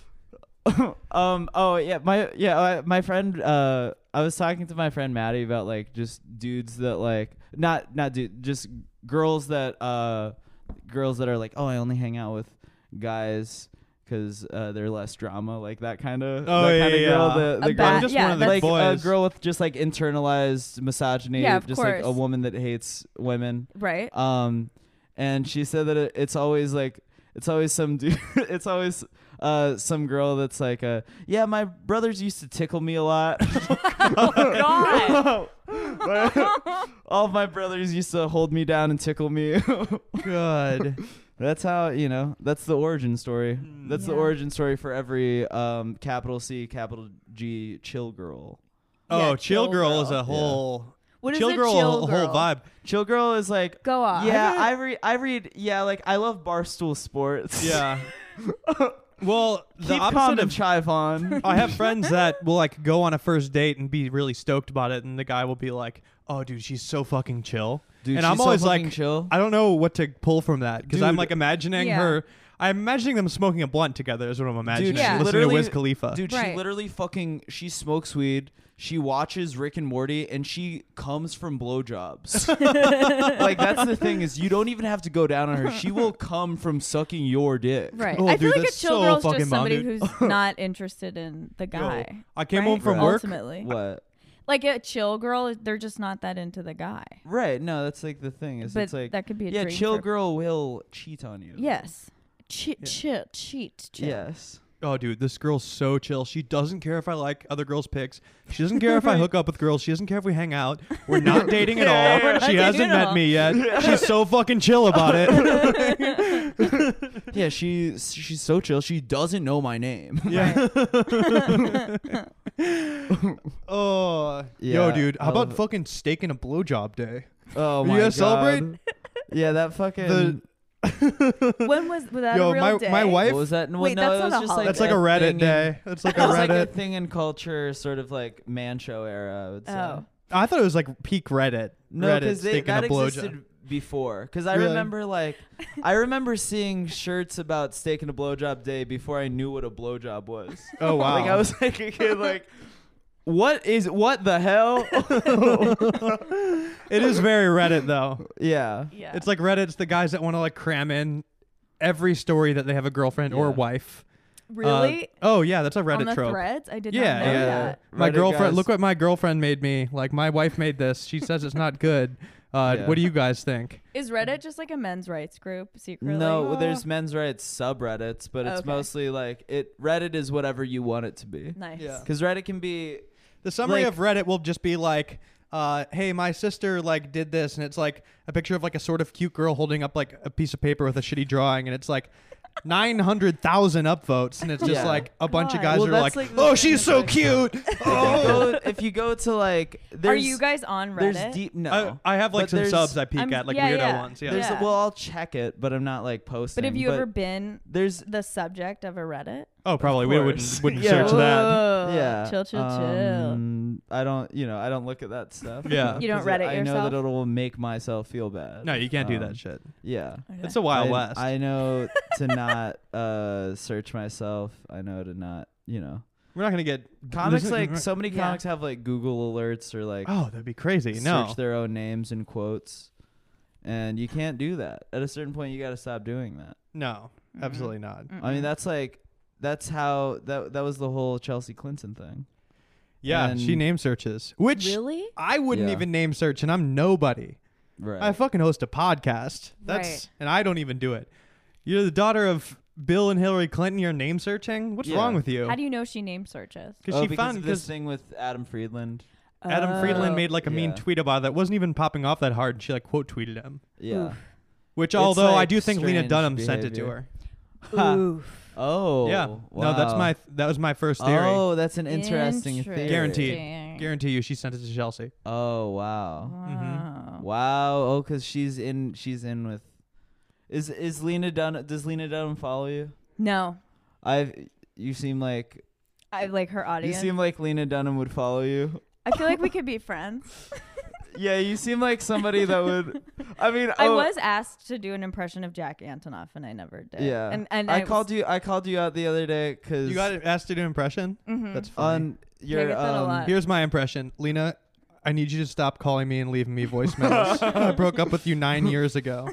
Speaker 2: um. Oh yeah. My yeah. I, my friend. Uh. I was talking to my friend Maddie about like just dudes that like not not dude just girls that uh girls that are like oh I only hang out with guys because uh, they're less drama like that kind of
Speaker 1: Oh,
Speaker 2: that
Speaker 1: yeah,
Speaker 2: kinda
Speaker 1: yeah,
Speaker 2: girl
Speaker 1: yeah.
Speaker 2: the, the
Speaker 3: A
Speaker 2: girl
Speaker 3: bad-
Speaker 1: I'm just
Speaker 3: yeah,
Speaker 1: one of the
Speaker 2: like
Speaker 1: boys.
Speaker 2: a girl with just like internalized misogyny
Speaker 3: Yeah, of
Speaker 2: just like a
Speaker 3: course.
Speaker 2: woman that hates women
Speaker 3: Right.
Speaker 1: Uh,
Speaker 2: Um, and she said that it, it's always like it's always some dude. <laughs> it's always uh some girl that's like uh yeah my brothers used to tickle me a lot. <laughs>
Speaker 3: God.
Speaker 1: <laughs>
Speaker 2: All of my brothers used to hold me down and tickle me. <laughs>
Speaker 1: good.
Speaker 2: that's how you know. That's the origin story.
Speaker 1: Hmm.
Speaker 2: That's the
Speaker 3: Yeah.
Speaker 2: origin story for every um capital C capital G chill girl.
Speaker 1: Oh,
Speaker 3: Yeah,
Speaker 1: chill,
Speaker 3: chill
Speaker 1: girl, is
Speaker 3: girl.
Speaker 1: a whole.
Speaker 3: What is
Speaker 1: chill
Speaker 3: a
Speaker 1: girl,
Speaker 3: chill
Speaker 1: a
Speaker 3: girl?
Speaker 1: whole vibe.
Speaker 2: Chill girl is like
Speaker 3: Go on.
Speaker 2: Yeah, I read. I read. Yeah, like I love barstool sports. <laughs>
Speaker 1: Yeah. well, the
Speaker 2: Keep
Speaker 1: opposite
Speaker 2: calm
Speaker 1: of
Speaker 2: and chive on.
Speaker 1: I have friends that will like go on a first date and be really stoked about it, and the guy will be like, "Oh, dude, she's so fucking chill."
Speaker 2: Dude,
Speaker 1: and
Speaker 2: she's
Speaker 1: I'm
Speaker 2: so
Speaker 1: always
Speaker 2: fucking
Speaker 1: like,
Speaker 2: chill.
Speaker 1: I don't know what to pull from that because I'm
Speaker 2: Dude.
Speaker 1: like imagining
Speaker 3: Yeah.
Speaker 1: her. I'm imagining them smoking a blunt together. Is what I'm imagining.
Speaker 2: Dude,
Speaker 3: Yeah.
Speaker 2: she
Speaker 1: listening to
Speaker 2: literally-
Speaker 1: Wiz Khalifa.
Speaker 2: Dude, she
Speaker 3: Right.
Speaker 2: literally fucking she smokes weed. She watches Rick and Morty, and she comes from
Speaker 3: <laughs>
Speaker 2: blowjobs. like that's the thing is, you don't even have to go down on her. She will come from sucking your dick.
Speaker 3: Right.
Speaker 1: Oh,
Speaker 3: I
Speaker 1: dude,
Speaker 3: feel like a
Speaker 1: that's
Speaker 3: chill
Speaker 1: so
Speaker 3: girl is
Speaker 1: fucking
Speaker 3: just somebody
Speaker 1: bonded. <laughs>
Speaker 3: who's not interested in the
Speaker 1: Yo,
Speaker 3: guy.
Speaker 1: I came
Speaker 3: right?
Speaker 1: home from work.
Speaker 2: <laughs>
Speaker 3: Ultimately,
Speaker 2: What?
Speaker 3: like a chill girl, they're just not that into the guy.
Speaker 2: Right. No, that's like the thing is,
Speaker 3: But
Speaker 2: it's like
Speaker 3: that could be a
Speaker 2: yeah,
Speaker 3: dream
Speaker 2: chill
Speaker 3: for-
Speaker 2: girl will cheat on you.
Speaker 3: Yes. Cheat, chill, cheat, chill.
Speaker 2: Yes.
Speaker 1: Oh, dude, this girl's so chill. She doesn't care if I like other girls' pics. She
Speaker 2: <laughs>
Speaker 1: doesn't care if I hook up with girls. She doesn't care if we hang out. We're not dating at
Speaker 2: Yeah, yeah,
Speaker 1: all.
Speaker 2: yeah. We're
Speaker 3: not
Speaker 1: She
Speaker 3: dating
Speaker 1: hasn't
Speaker 3: at
Speaker 1: met
Speaker 3: all.
Speaker 1: me
Speaker 2: <laughs>
Speaker 1: yet. She's so fucking chill about it.
Speaker 2: Yeah. She she's so chill. She doesn't know my
Speaker 3: <laughs>
Speaker 2: name.
Speaker 1: yeah. oh, yo,
Speaker 2: Yeah,
Speaker 1: dude,
Speaker 2: I
Speaker 1: how about
Speaker 2: love it.
Speaker 1: fucking steak and a blowjob day?
Speaker 2: Oh
Speaker 1: You
Speaker 2: my
Speaker 1: gonna
Speaker 2: god.
Speaker 1: celebrate?
Speaker 2: Yeah, that fucking
Speaker 1: The
Speaker 3: When was, was that
Speaker 1: Yo,
Speaker 3: a real
Speaker 1: my
Speaker 3: day?
Speaker 1: my wife.
Speaker 2: What was that? No,
Speaker 3: Wait,
Speaker 2: no,
Speaker 3: that's
Speaker 2: it was
Speaker 3: not a
Speaker 2: just like
Speaker 3: holiday.
Speaker 1: that's like a
Speaker 2: thing
Speaker 1: Reddit
Speaker 2: in-
Speaker 1: day. That's
Speaker 2: <laughs>
Speaker 1: like a
Speaker 2: It was like uh, a
Speaker 1: Reddit.
Speaker 2: thing in culture, sort of like man show era. I would say.
Speaker 3: Oh.
Speaker 1: I thought it was like peak Reddit.
Speaker 2: No,
Speaker 1: Reddit
Speaker 2: because
Speaker 1: sticking
Speaker 2: that
Speaker 1: a blowjob.
Speaker 2: existed before. Because I
Speaker 1: Really?
Speaker 2: remember like,
Speaker 3: <laughs>
Speaker 2: I remember seeing shirts about steak and a blowjob day before I knew what a blowjob was.
Speaker 1: <laughs> Oh wow!
Speaker 2: <laughs> Like I was like a kid, like, what is what
Speaker 1: <laughs>
Speaker 2: the hell? <laughs>
Speaker 1: it is very Reddit
Speaker 2: <laughs>
Speaker 1: though.
Speaker 2: yeah.
Speaker 3: Yeah.
Speaker 1: It's like Reddit's the guys that want to like cram in every story that they have a girlfriend or
Speaker 2: Yeah.
Speaker 1: wife. Uh,
Speaker 3: really?
Speaker 1: oh yeah, that's a Reddit
Speaker 3: On the
Speaker 1: trope.
Speaker 3: threads? I did
Speaker 1: Yeah,
Speaker 3: not know
Speaker 1: yeah.
Speaker 3: that.
Speaker 1: My
Speaker 2: Reddit
Speaker 1: girlfriend.
Speaker 2: guys-
Speaker 1: Look what my girlfriend made me. Like my wife made this. She says it's not good. Uh,
Speaker 2: <laughs> Yeah.
Speaker 1: What do you guys think?
Speaker 3: Is Reddit just like a men's rights group secretly?
Speaker 2: No, well, there's men's rights subreddits, but it's
Speaker 3: Okay.
Speaker 2: mostly like it. Reddit is whatever you want it to be.
Speaker 3: Oh, Nice.
Speaker 1: Yeah.
Speaker 2: Because Reddit can be
Speaker 1: The summary
Speaker 2: Like-
Speaker 1: of Reddit will just be like, uh, "Hey, my sister like did this," and it's like a picture of like a sort of cute girl holding up like a piece of paper with a shitty drawing, and it's like nine hundred thousand upvotes, and it's just
Speaker 2: Yeah.
Speaker 1: like a bunch of
Speaker 3: God.
Speaker 1: guys
Speaker 2: Well,
Speaker 1: are
Speaker 2: that's
Speaker 1: like,
Speaker 2: like the
Speaker 1: "Oh,
Speaker 2: thing
Speaker 1: she's
Speaker 2: is,
Speaker 1: so
Speaker 2: like-
Speaker 1: cute." <laughs> oh.
Speaker 2: go- if you go to like
Speaker 3: Are
Speaker 2: there's
Speaker 3: you guys on Reddit?
Speaker 2: there's deep
Speaker 1: I,
Speaker 2: no
Speaker 1: I have like
Speaker 2: But
Speaker 1: some
Speaker 2: there's-
Speaker 1: subs I peek
Speaker 3: I'm-
Speaker 1: at, like
Speaker 3: yeah,
Speaker 1: weirdo
Speaker 3: yeah.
Speaker 1: ones. Yeah.
Speaker 2: there's
Speaker 3: Yeah.
Speaker 2: well I'll check it but I'm not like posting
Speaker 3: but have you ever been
Speaker 2: there's
Speaker 3: the subject of a Reddit?
Speaker 1: Oh, probably we wouldn't
Speaker 2: course.
Speaker 1: wouldn't
Speaker 2: Yeah.
Speaker 1: search that.
Speaker 3: Whoa.
Speaker 2: yeah
Speaker 3: Chill, chill,
Speaker 2: um, I don't you know I don't look at that stuff
Speaker 1: Yeah.
Speaker 3: You
Speaker 2: <laughs>
Speaker 3: don't
Speaker 2: 'cause
Speaker 3: Reddit
Speaker 2: I know
Speaker 3: yourself?
Speaker 2: that it'll make myself feel bad
Speaker 1: No, you can't do
Speaker 2: Um,
Speaker 1: that shit.
Speaker 2: yeah
Speaker 3: chill. Okay.
Speaker 1: It's a wild
Speaker 2: I,
Speaker 1: west.
Speaker 2: I know
Speaker 3: <laughs>
Speaker 2: to not uh search myself I know to not you know
Speaker 1: We're not gonna get
Speaker 2: comics
Speaker 1: this-
Speaker 2: like so many
Speaker 3: Yeah.
Speaker 2: comics have like Google alerts or like
Speaker 1: Oh, that'd be crazy. No,
Speaker 2: search their own names and quotes. And you can't do that. At a certain point, you got to stop doing that.
Speaker 1: no,
Speaker 2: Mm-hmm.
Speaker 1: absolutely not.
Speaker 2: I mean, that's like, that's how that that was the whole Chelsea Clinton thing.
Speaker 1: Yeah,
Speaker 2: And-
Speaker 1: she name searches, which
Speaker 3: really?
Speaker 1: I wouldn't
Speaker 2: Yeah.
Speaker 1: even name search, and I'm nobody.
Speaker 2: Right.
Speaker 1: I fucking host a podcast. That's
Speaker 3: Right.
Speaker 1: and I don't even do it. You're the daughter of Bill and Hillary Clinton. You're name searching. What's
Speaker 2: Yeah.
Speaker 1: wrong with you?
Speaker 3: How do you know she name searches?
Speaker 1: Because
Speaker 2: oh,
Speaker 1: she
Speaker 2: because
Speaker 1: found
Speaker 2: of this
Speaker 1: this.
Speaker 2: thing with Adam Friedland.
Speaker 1: Adam Friedland made like a mean
Speaker 2: Yeah.
Speaker 1: tweet about that. wasn't even popping off that hard. And she like quote tweeted him.
Speaker 2: Yeah.
Speaker 1: Which,
Speaker 2: It's,
Speaker 1: although I
Speaker 2: like,
Speaker 1: do think Lena
Speaker 2: strange
Speaker 1: Dunham sent it to
Speaker 2: behavior.
Speaker 1: her.
Speaker 2: Ha.
Speaker 3: Oof.
Speaker 2: Oh.
Speaker 1: yeah. No, that's
Speaker 2: wow.
Speaker 1: my that was my first theory.
Speaker 2: Oh, that's an interesting theory.
Speaker 1: Guaranteed.
Speaker 3: Interesting.
Speaker 1: Guarantee you, she sent it to Chelsea.
Speaker 2: Oh wow.
Speaker 1: mm-hmm.
Speaker 3: Wow.
Speaker 2: Wow. Oh, because she's in. She's in with. Is is Lena Dunham? Does Lena Dunham follow you?
Speaker 3: No,
Speaker 2: I've. You seem like.
Speaker 3: I like her
Speaker 2: You
Speaker 3: audience.
Speaker 2: seem like Lena Dunham would follow you.
Speaker 3: I feel like we could
Speaker 2: <laughs>
Speaker 3: be friends.
Speaker 2: Yeah, you seem like somebody that would. <laughs> I mean,
Speaker 3: I
Speaker 2: oh,
Speaker 3: was asked to do an impression of Jack Antonoff, and I never did.
Speaker 2: Yeah,
Speaker 3: and and
Speaker 2: I, called you. I called you out the other day because
Speaker 1: You got asked to do an impression.
Speaker 3: hmm
Speaker 1: That's funny.
Speaker 2: on your
Speaker 3: I get that a
Speaker 2: um,
Speaker 3: lot.
Speaker 1: Here's my impression, Lena. I need you to stop calling me and leaving me
Speaker 2: <laughs>
Speaker 1: voicemails. I broke up with you nine years <laughs> ago.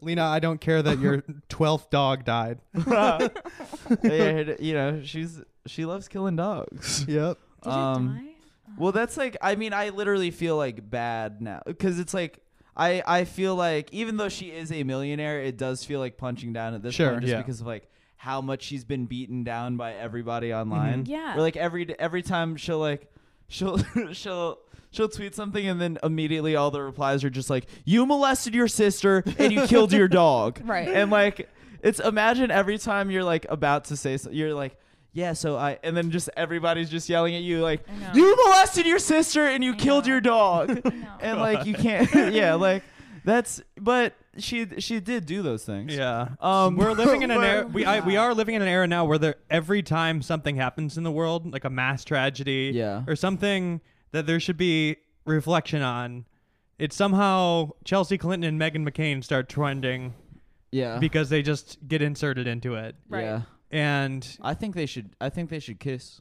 Speaker 1: Lena, I don't care that your
Speaker 2: <laughs>
Speaker 1: twelfth dog died.
Speaker 2: <laughs>
Speaker 3: <laughs>
Speaker 2: yeah, you know, she's she loves killing dogs.
Speaker 1: Yep.
Speaker 3: Did
Speaker 2: um,
Speaker 3: it die?
Speaker 2: Well, that's like. I mean, I literally feel like bad now because it's like. I, I feel like even though she is a millionaire, it does feel like punching down at this
Speaker 1: Sure,
Speaker 2: point just
Speaker 1: yeah.
Speaker 2: because of like how much she's been beaten down by everybody
Speaker 1: Mm-hmm.
Speaker 2: online.
Speaker 3: Yeah.
Speaker 2: Or like every d- every time she'll like she'll <laughs> she'll she'll tweet something and then immediately all the replies are just like you molested your sister and you killed your dog.
Speaker 3: <laughs> Right.
Speaker 2: And like it's imagine every time you're like about to say so, you're like yeah, so I and then just everybody's just yelling at you like
Speaker 3: I know.
Speaker 2: you molested your sister and you
Speaker 3: <laughs> I
Speaker 2: killed
Speaker 3: know.
Speaker 2: your dog.
Speaker 3: know.
Speaker 2: <laughs> and like you can't <laughs> yeah, like that's but she she did do those things.
Speaker 1: Yeah.
Speaker 2: Um, <laughs>
Speaker 1: we're living in an
Speaker 2: but-
Speaker 1: era. We I, we are living in an era now where there every time something happens in the world, like a mass tragedy,
Speaker 2: Yeah.
Speaker 1: or something that there should be reflection on, it's somehow Chelsea Clinton and Megan McCain start trending
Speaker 2: Yeah.
Speaker 1: because they just get inserted into it.
Speaker 3: Right.
Speaker 2: Yeah.
Speaker 1: And
Speaker 2: I think they should I think they should <laughs> kiss.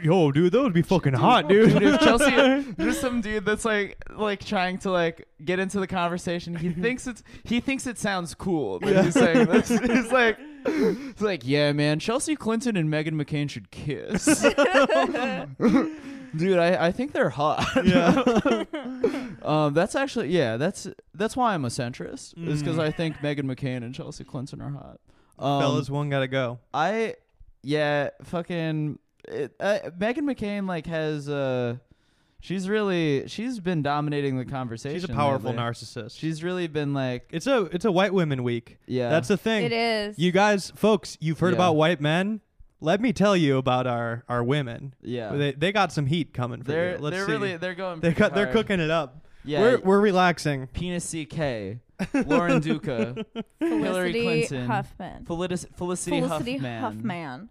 Speaker 1: yo, dude, that would be fucking hot, dude.
Speaker 2: Dude, <laughs> if Chelsea, there's some dude that's like, like trying to like get into the conversation. <laughs> He thinks it's, he thinks it sounds cool. That He's saying <laughs> this. He's like, he's like, yeah, man, Chelsea Clinton and Megan McCain should <laughs> kiss. dude, I, I think they're hot.
Speaker 1: <laughs> yeah.
Speaker 2: Um, that's actually, yeah, that's that's why I'm a centrist.
Speaker 1: Mm.
Speaker 2: Is because I think Megan McCain and Chelsea Clinton are hot. Um,
Speaker 1: Fellas, one gotta go.
Speaker 2: I yeah, fucking it, uh, Megan McCain like has uh she's really she's been dominating the conversation.
Speaker 1: She's a powerful
Speaker 2: lately.
Speaker 1: narcissist.
Speaker 2: She's really been like
Speaker 1: it's a it's a white women week.
Speaker 2: yeah.
Speaker 1: That's the thing.
Speaker 3: It is.
Speaker 1: You guys, folks, you've heard
Speaker 2: Yeah.
Speaker 1: about white men. Let me tell you about our our women.
Speaker 2: yeah.
Speaker 1: They they got some heat coming for
Speaker 2: They, are
Speaker 1: you. Let's
Speaker 2: they're
Speaker 1: see.
Speaker 2: really they're going
Speaker 1: they
Speaker 2: pretty
Speaker 1: cut. They're
Speaker 2: hard.
Speaker 1: cooking it up.
Speaker 2: Yeah.
Speaker 1: We're we're relaxing.
Speaker 2: Penis
Speaker 1: <laughs>
Speaker 2: CK, Lauren Duca, Hillary
Speaker 3: Felicity
Speaker 2: Clinton,
Speaker 3: Huffman.
Speaker 2: Felici- Felicity,
Speaker 3: Felicity
Speaker 2: Huffman,
Speaker 3: Huffman.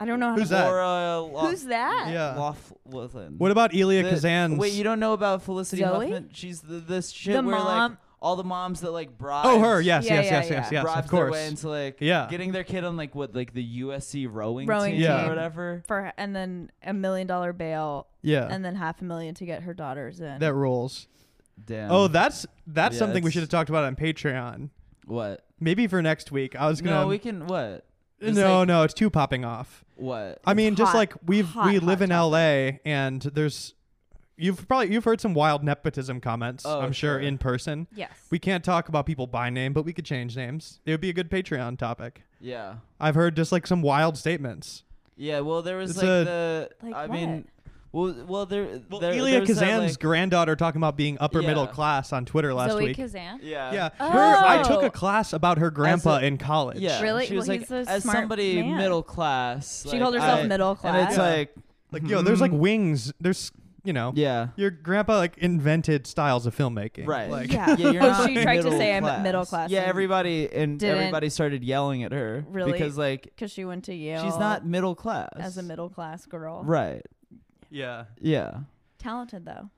Speaker 3: I don't know how
Speaker 1: Who's
Speaker 3: to.
Speaker 1: that?
Speaker 2: Laura Lough-
Speaker 3: Who's that?
Speaker 1: Yeah.
Speaker 2: Loughlin.
Speaker 1: What about Elia
Speaker 2: The-
Speaker 1: Kazan's?
Speaker 2: Wait, you don't know about Felicity
Speaker 3: Zoe?
Speaker 2: Huffman? She's the, this shit
Speaker 3: The
Speaker 2: where like
Speaker 3: mom-
Speaker 2: all the moms that like bribe.
Speaker 1: oh, her. Yes,
Speaker 3: Yeah,
Speaker 1: yes,
Speaker 3: yeah,
Speaker 1: yes,
Speaker 3: yeah.
Speaker 1: yes, yes.
Speaker 2: bribes
Speaker 1: Of
Speaker 2: their way
Speaker 1: course.
Speaker 2: into like
Speaker 1: Yeah.
Speaker 2: getting their kid on like what like the USC rowing,
Speaker 3: Rowing
Speaker 2: team,
Speaker 1: team.
Speaker 2: or whatever.
Speaker 3: For and then a million dollar bail
Speaker 1: Yeah.
Speaker 3: and then half a million to get her daughters in.
Speaker 1: That rules.
Speaker 2: Damn.
Speaker 1: Oh, that's that's
Speaker 2: yeah,
Speaker 1: something we
Speaker 2: it's-
Speaker 1: should have talked about on Patreon.
Speaker 2: what?
Speaker 1: Maybe for next week. I was gonna.
Speaker 2: No, we can what? Just,
Speaker 1: no,
Speaker 2: like,
Speaker 1: no, it's too popping off.
Speaker 2: What?
Speaker 1: I mean, just
Speaker 3: hot-
Speaker 1: like we've
Speaker 3: hot,
Speaker 1: we
Speaker 3: hot
Speaker 1: live in
Speaker 3: topic.
Speaker 1: LA, and there's you've probably you've heard some wild nepotism comments.
Speaker 2: Oh,
Speaker 1: I'm sure
Speaker 2: sure.
Speaker 1: in person.
Speaker 3: yes.
Speaker 1: We can't talk about people by name, but we could change names. It would be a good Patreon topic.
Speaker 2: Yeah.
Speaker 1: I've heard just like some wild statements.
Speaker 2: Yeah. Well, there was
Speaker 1: It's
Speaker 2: like
Speaker 1: a-
Speaker 2: the.
Speaker 3: Like
Speaker 2: I
Speaker 3: what?
Speaker 2: mean, well, well, there.
Speaker 1: Well,
Speaker 2: there,
Speaker 1: Elia
Speaker 2: there was that,
Speaker 1: Kazan's
Speaker 2: like-
Speaker 1: granddaughter talking about being upper middle
Speaker 2: Yeah.
Speaker 1: class on Twitter last
Speaker 4: Zoe
Speaker 1: week.
Speaker 4: Kazan.
Speaker 2: yeah.
Speaker 1: yeah,
Speaker 3: Oh.
Speaker 1: her, I took a class about her grandpa
Speaker 2: a-
Speaker 1: in college.
Speaker 2: Yeah.
Speaker 3: Really?
Speaker 2: She was
Speaker 3: Well,
Speaker 2: like,
Speaker 3: he's a
Speaker 2: as
Speaker 3: smart
Speaker 2: somebody
Speaker 3: man.
Speaker 2: middle class.
Speaker 3: She
Speaker 2: like,
Speaker 3: called herself
Speaker 2: I-
Speaker 3: middle
Speaker 2: And it's
Speaker 3: class.
Speaker 2: like,
Speaker 1: like yo, there's like
Speaker 2: Mhm.
Speaker 1: wings. There's you know,
Speaker 2: yeah.
Speaker 1: your grandpa like invented styles of filmmaking.
Speaker 2: Right.
Speaker 1: Like,
Speaker 3: Yeah.
Speaker 2: yeah, you're
Speaker 3: Oh,
Speaker 2: not
Speaker 3: she tried to
Speaker 2: middle
Speaker 3: say I'm
Speaker 2: class.
Speaker 3: middle class
Speaker 2: Yeah,
Speaker 3: and
Speaker 2: everybody and
Speaker 3: didn't-
Speaker 2: everybody started yelling at her
Speaker 3: Really?
Speaker 2: because like
Speaker 3: because she went to Yale.
Speaker 2: she's not middle class
Speaker 3: as a middle class girl.
Speaker 2: Right.
Speaker 1: yeah.
Speaker 2: Yeah.
Speaker 3: Talented though.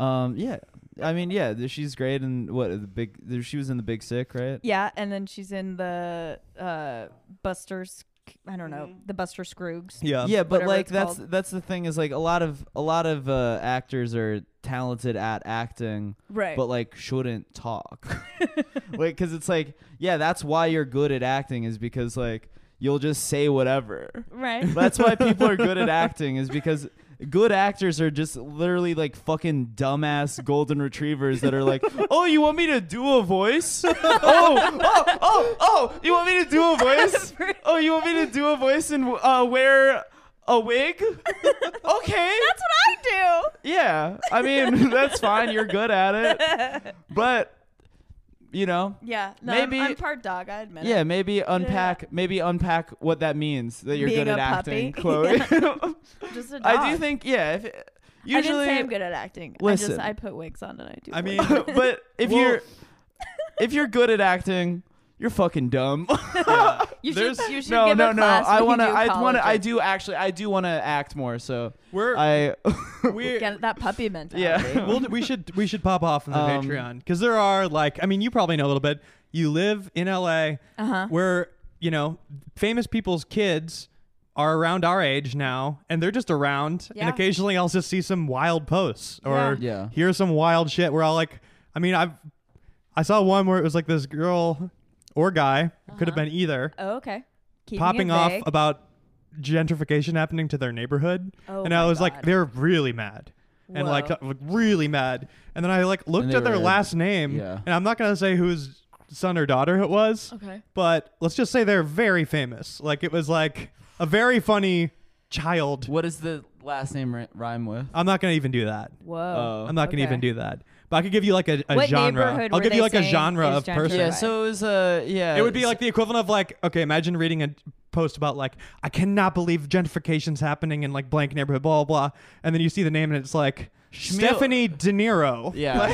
Speaker 2: Um. Yeah. I mean, yeah. th- She's great and what the big. th- She was in the Big Sick, right?
Speaker 3: Yeah, and then she's in the uh Buster's. I don't know the Buster Scroogs.
Speaker 1: Yeah.
Speaker 2: Um, yeah, but
Speaker 3: whatever
Speaker 2: like
Speaker 3: it's
Speaker 2: that's
Speaker 3: called.
Speaker 2: that's the thing is like a lot of a lot of uh, actors are talented at acting,
Speaker 3: Right.
Speaker 2: but like shouldn't talk. <laughs> like, because it's like, yeah, that's why you're good at acting is because like you'll just say whatever.
Speaker 3: <laughs> right.
Speaker 2: That's why people are good at acting is because good actors are just literally like fucking dumbass golden retrievers that are like, "Oh, you want me to do a voice? Oh, oh, oh, oh, you want me to do a voice? Oh, you want me to do a voice and uh, wear a wig? <laughs> Okay."
Speaker 3: That's what I do.
Speaker 2: yeah. I mean, <laughs> that's fine. You're good at
Speaker 3: <laughs>
Speaker 2: it. But you know,
Speaker 3: Yeah. No,
Speaker 2: Maybe-
Speaker 3: I'm, I'm part dog. I admit.
Speaker 2: yeah,
Speaker 3: It.
Speaker 2: maybe unpack maybe unpack what that means that you're
Speaker 3: Being
Speaker 2: good at
Speaker 3: a <laughs>
Speaker 2: acting,
Speaker 3: puppy.
Speaker 2: Chloe.
Speaker 3: Just a
Speaker 2: <laughs>
Speaker 3: dog.
Speaker 2: I do think yeah. If, usually,
Speaker 3: I didn't say I'm good at acting. I
Speaker 2: Listen.
Speaker 3: just I put wigs <laughs> on and I do.
Speaker 1: I mean,
Speaker 3: voices.
Speaker 2: <laughs> but if
Speaker 1: Well-
Speaker 2: you're if you're good at acting, you're fucking dumb. <laughs>
Speaker 3: you should. You should
Speaker 2: no,
Speaker 3: give
Speaker 2: no,
Speaker 3: a
Speaker 2: no.
Speaker 3: class
Speaker 2: I
Speaker 3: want to.
Speaker 2: I want to. I do actually. I do want to act more. So
Speaker 1: We're
Speaker 2: <laughs> I.
Speaker 1: we
Speaker 3: Get that puppy mentality.
Speaker 2: Yeah. <laughs>
Speaker 1: we'll, we should we should pop off on the
Speaker 2: Um,
Speaker 1: Patreon because there are like I mean you probably know a little bit. You live in LA
Speaker 3: Uh huh.
Speaker 1: where you know famous people's kids are around our age now and they're just around
Speaker 3: Yeah.
Speaker 1: and occasionally I'll just see some wild posts or
Speaker 2: Yeah. Yeah.
Speaker 1: hear some wild shit where I'll like I mean I've I saw one where it was like this girl or guy could have been either
Speaker 3: Oh, okay. Keeping
Speaker 1: popping
Speaker 3: it
Speaker 1: off
Speaker 3: vague.
Speaker 1: about gentrification happening to their neighborhood
Speaker 3: Oh
Speaker 1: and
Speaker 3: my
Speaker 1: i was like
Speaker 3: God.
Speaker 1: they're really mad and like
Speaker 3: Whoa.
Speaker 1: t- like, really mad and then i like looked
Speaker 2: they
Speaker 1: at their
Speaker 2: were-
Speaker 1: last name
Speaker 2: yeah.
Speaker 1: and i'm not gonna say whose son or daughter it was
Speaker 4: Okay.
Speaker 1: but let's just say they're very famous like it was like a very funny child
Speaker 2: what is the last name ri- rhyme with?
Speaker 1: i'm not gonna even do that
Speaker 3: Whoa.
Speaker 2: Oh,
Speaker 1: i'm not gonna
Speaker 3: okay.
Speaker 1: even do that but i could give you like a, a
Speaker 3: What
Speaker 1: genre
Speaker 3: neighborhood
Speaker 1: i'll
Speaker 3: were
Speaker 1: give you
Speaker 3: they
Speaker 1: like a
Speaker 3: saying
Speaker 1: genre
Speaker 3: is
Speaker 1: of person
Speaker 3: gentrified?
Speaker 2: Yeah. So it was uh, yeah.
Speaker 1: it would be
Speaker 2: s-
Speaker 1: like the equivalent of like, okay, imagine reading a post about like, I cannot believe gentrification's happening in like blank neighborhood, blah blah, blah. and then you see the name and it's like Stephanie De Niro. <laughs>
Speaker 2: yeah.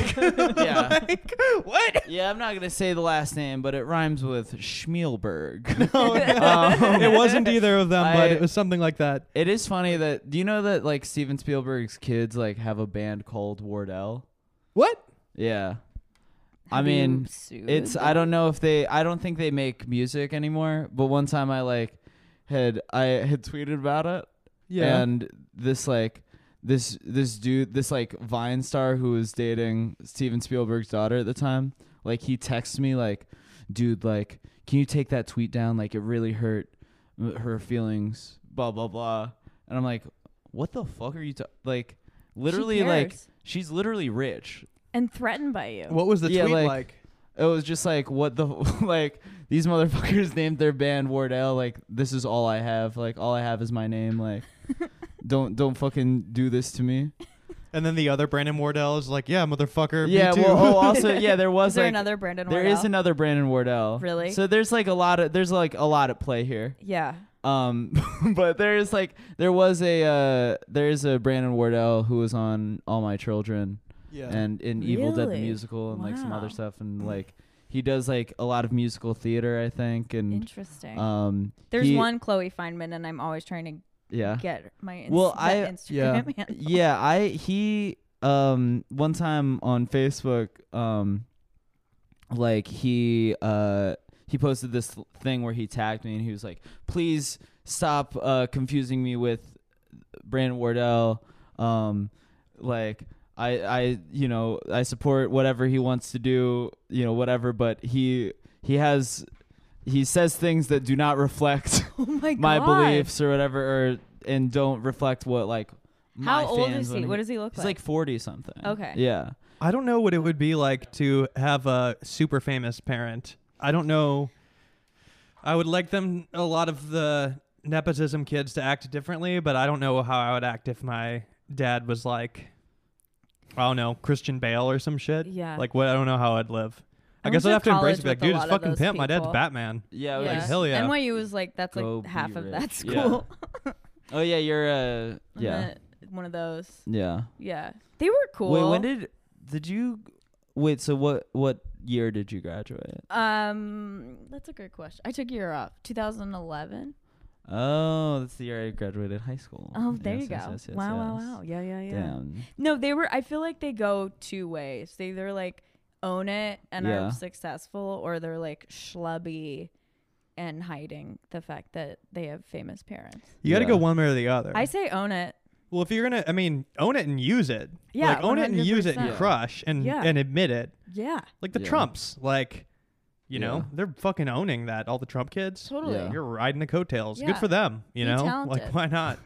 Speaker 2: <laughs> yeah.
Speaker 1: Like,
Speaker 2: <laughs>
Speaker 1: what?
Speaker 2: Yeah, I'm not gonna say the last name, but it rhymes with Schmielberg.
Speaker 1: <laughs>
Speaker 2: <laughs> Um,
Speaker 1: it wasn't either of them, but
Speaker 2: I-
Speaker 1: it was something like that.
Speaker 2: It is funny that do you know that like Steven Spielberg's kids like have a band called Wardell?
Speaker 1: What?
Speaker 2: Yeah. I
Speaker 3: Have you
Speaker 2: mean,
Speaker 3: sued
Speaker 2: it's uh, I don't know if they I don't think they make music anymore, but one time I like had I had tweeted about it
Speaker 1: Yeah.
Speaker 2: and this like this this dude this like Vine star who was dating Steven Spielberg's daughter at the time, like he texts me like, dude, like, can you take that tweet down? Like it really hurt m- her feelings, blah blah blah. And I'm like, what the fuck are you ta- like? Literally, like
Speaker 3: cares.
Speaker 2: she's literally rich.
Speaker 3: and threatened by you.
Speaker 1: What was the
Speaker 2: yeah,
Speaker 1: tweet like?
Speaker 2: like- It was just like what the <laughs> like these motherfuckers <laughs> named their band Wardell like this is all I have like all I have is my name like don't don't fucking do this to me.
Speaker 1: And then the other Brandon Wardell is like, yeah, motherfucker. me
Speaker 2: Yeah,
Speaker 1: too.
Speaker 2: well, oh, also, yeah,
Speaker 3: <laughs>
Speaker 2: there was
Speaker 3: Is there
Speaker 2: like,
Speaker 3: another Brandon?
Speaker 2: there
Speaker 3: Wardell?
Speaker 2: is another Brandon Wardell.
Speaker 3: Really?
Speaker 2: So there's like a lot of there's like a lot at play here.
Speaker 3: Yeah.
Speaker 2: Um, <laughs> but there is like there was a uh there is a Brandon Wardell who was on All My Children.
Speaker 1: <laughs> Yeah.
Speaker 2: and in Evil Dead the
Speaker 3: Really?
Speaker 2: musical and like some
Speaker 4: Wow.
Speaker 2: other stuff and like he does like a lot of musical theater I think and
Speaker 4: Interesting.
Speaker 2: um
Speaker 3: There's
Speaker 2: he-
Speaker 3: one Chloe Feynman, and I'm always trying to
Speaker 2: yeah
Speaker 3: get my ins-
Speaker 2: Well,
Speaker 3: that
Speaker 2: I-
Speaker 3: Instagram <laughs>
Speaker 1: yeah.
Speaker 3: handle.
Speaker 2: yeah I he um one time on Facebook um like he uh he posted this thing where he tagged me and he was like please stop uh confusing me with Brandon Wardell um like I I you know I support whatever he wants to do, you know whatever, but he he has he says things that do not reflect
Speaker 3: Oh my,
Speaker 2: my
Speaker 3: God.
Speaker 2: beliefs or whatever or and don't reflect what like my
Speaker 3: How old
Speaker 2: fans
Speaker 3: is he?
Speaker 2: wanna
Speaker 3: What
Speaker 2: hear.
Speaker 3: does he look
Speaker 2: He's like 40 something.
Speaker 3: Okay.
Speaker 2: Yeah.
Speaker 1: I don't know what it would be like to have a super famous parent. I don't know. I would like them a lot of the nepotism kids to act differently, but I don't know how I would act if my dad was like, I don't know, Christian Bale or some shit.
Speaker 4: Yeah.
Speaker 1: Like what? I don't know how I'd live. I,
Speaker 3: I
Speaker 1: guess I'd
Speaker 3: went to
Speaker 1: have to embrace
Speaker 3: college
Speaker 1: it. Be like,
Speaker 3: with a
Speaker 1: dude, it's
Speaker 3: lot of
Speaker 1: fucking
Speaker 3: those
Speaker 1: pimp. My dad's
Speaker 3: people.
Speaker 1: Batman.
Speaker 2: Yeah.
Speaker 1: Like,
Speaker 2: Like,
Speaker 3: Yeah.
Speaker 1: hell yeah.
Speaker 3: NYU was like that's
Speaker 2: Go
Speaker 3: like
Speaker 2: be
Speaker 3: half of
Speaker 2: rich.
Speaker 3: that
Speaker 2: Yeah.
Speaker 3: <laughs> school.
Speaker 2: <laughs> oh yeah, you're uh
Speaker 3: I'm
Speaker 2: yeah.
Speaker 3: not <laughs> one of those.
Speaker 2: Yeah.
Speaker 3: Yeah, they were cool.
Speaker 2: Wait, when did did you Wait, so what what year did you graduate?
Speaker 3: um? That's a good question. I took a year off, 2011.
Speaker 2: Oh, that's the year I graduated high school.
Speaker 3: Oh, there
Speaker 2: Yes,
Speaker 3: you go.
Speaker 2: yes, yes, yes,
Speaker 3: wow, wow,
Speaker 2: yes.
Speaker 3: wow. Yeah, yeah, yeah.
Speaker 2: Damn.
Speaker 3: No, they were. I feel like they go two ways. They either like own it and
Speaker 2: Yeah.
Speaker 3: are successful, or they're like schlubby and hiding the fact that they have famous parents.
Speaker 1: You got to
Speaker 2: Yeah.
Speaker 1: go one way or the other.
Speaker 3: I say own it.
Speaker 1: well, if you're going to, I mean, own it and use it.
Speaker 3: Yeah,
Speaker 1: Like, own it and use it and
Speaker 2: 100%.
Speaker 1: crush and,
Speaker 3: Yeah.
Speaker 1: and admit it.
Speaker 3: Yeah,
Speaker 1: Like the
Speaker 2: Yeah.
Speaker 1: Trumps, like you
Speaker 2: Yeah.
Speaker 1: know, they're fucking owning that. All the Trump kids,
Speaker 3: totally.
Speaker 2: Yeah.
Speaker 1: you're riding the coattails.
Speaker 3: Yeah.
Speaker 1: Good for them, you
Speaker 3: Be
Speaker 1: know. Like
Speaker 3: talented.
Speaker 1: why
Speaker 3: <laughs>
Speaker 1: not?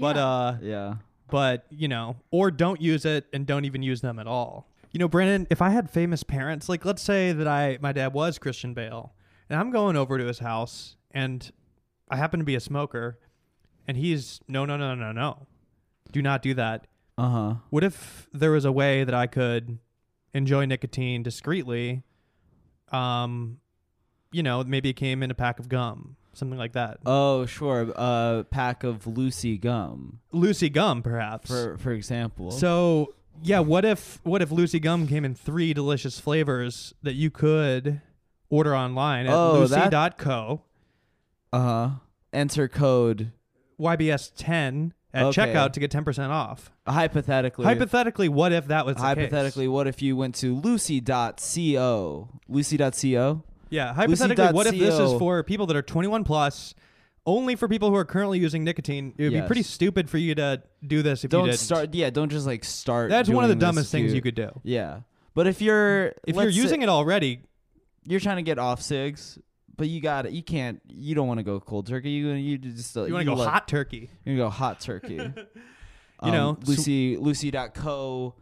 Speaker 1: But
Speaker 3: Yeah.
Speaker 1: uh,
Speaker 2: Yeah.
Speaker 1: but you know, or don't use it and don't even use them at all. You know, Brandon, if I had famous parents, like let's say that I my dad was Christian Bale, and I'm going over to his house, and I happen to be a smoker, and he's no no no no no, do not do that.
Speaker 2: Uh-huh.
Speaker 1: What if there was a way that I could enjoy nicotine discreetly? Um, you know, maybe it came in a pack of gum, something like that.
Speaker 2: Oh, sure. A pack of Lucy gum,
Speaker 1: Lucy gum, perhaps.
Speaker 2: for for example.
Speaker 1: so yeah, what if what if Lucy gum came in three delicious flavors that you could order online at
Speaker 2: Oh, that-
Speaker 1: lucy.co
Speaker 2: uh-huh. Enter code
Speaker 1: YBS ten at
Speaker 2: Okay.
Speaker 1: checkout to get ten percent off.
Speaker 2: hypothetically.
Speaker 1: Hypothetically, what if that was the case?
Speaker 2: hypothetically, what if you went to lucy.co? Lucy.co?
Speaker 1: Yeah, hypothetically, what if this is
Speaker 2: Lucy.co.
Speaker 1: for people that are 21 plus? Only for people who are currently using nicotine. It would be pretty
Speaker 2: Yes.
Speaker 1: stupid for you to do this if you
Speaker 2: Don't
Speaker 1: didn't.
Speaker 2: start yeah, don't just like start
Speaker 1: That's one of the
Speaker 2: doing this
Speaker 1: dumbest
Speaker 2: if
Speaker 1: things you could do.
Speaker 2: Yeah. But if you're
Speaker 1: If you're using it already,
Speaker 2: you're trying to get off cigs, but you got you can't you don't want to go cold turkey. You you just uh,
Speaker 1: you want to go
Speaker 2: like-
Speaker 1: hot turkey.
Speaker 2: You go
Speaker 1: <laughs>
Speaker 2: hot turkey. you
Speaker 1: know, so-
Speaker 2: Lucy Lucy.co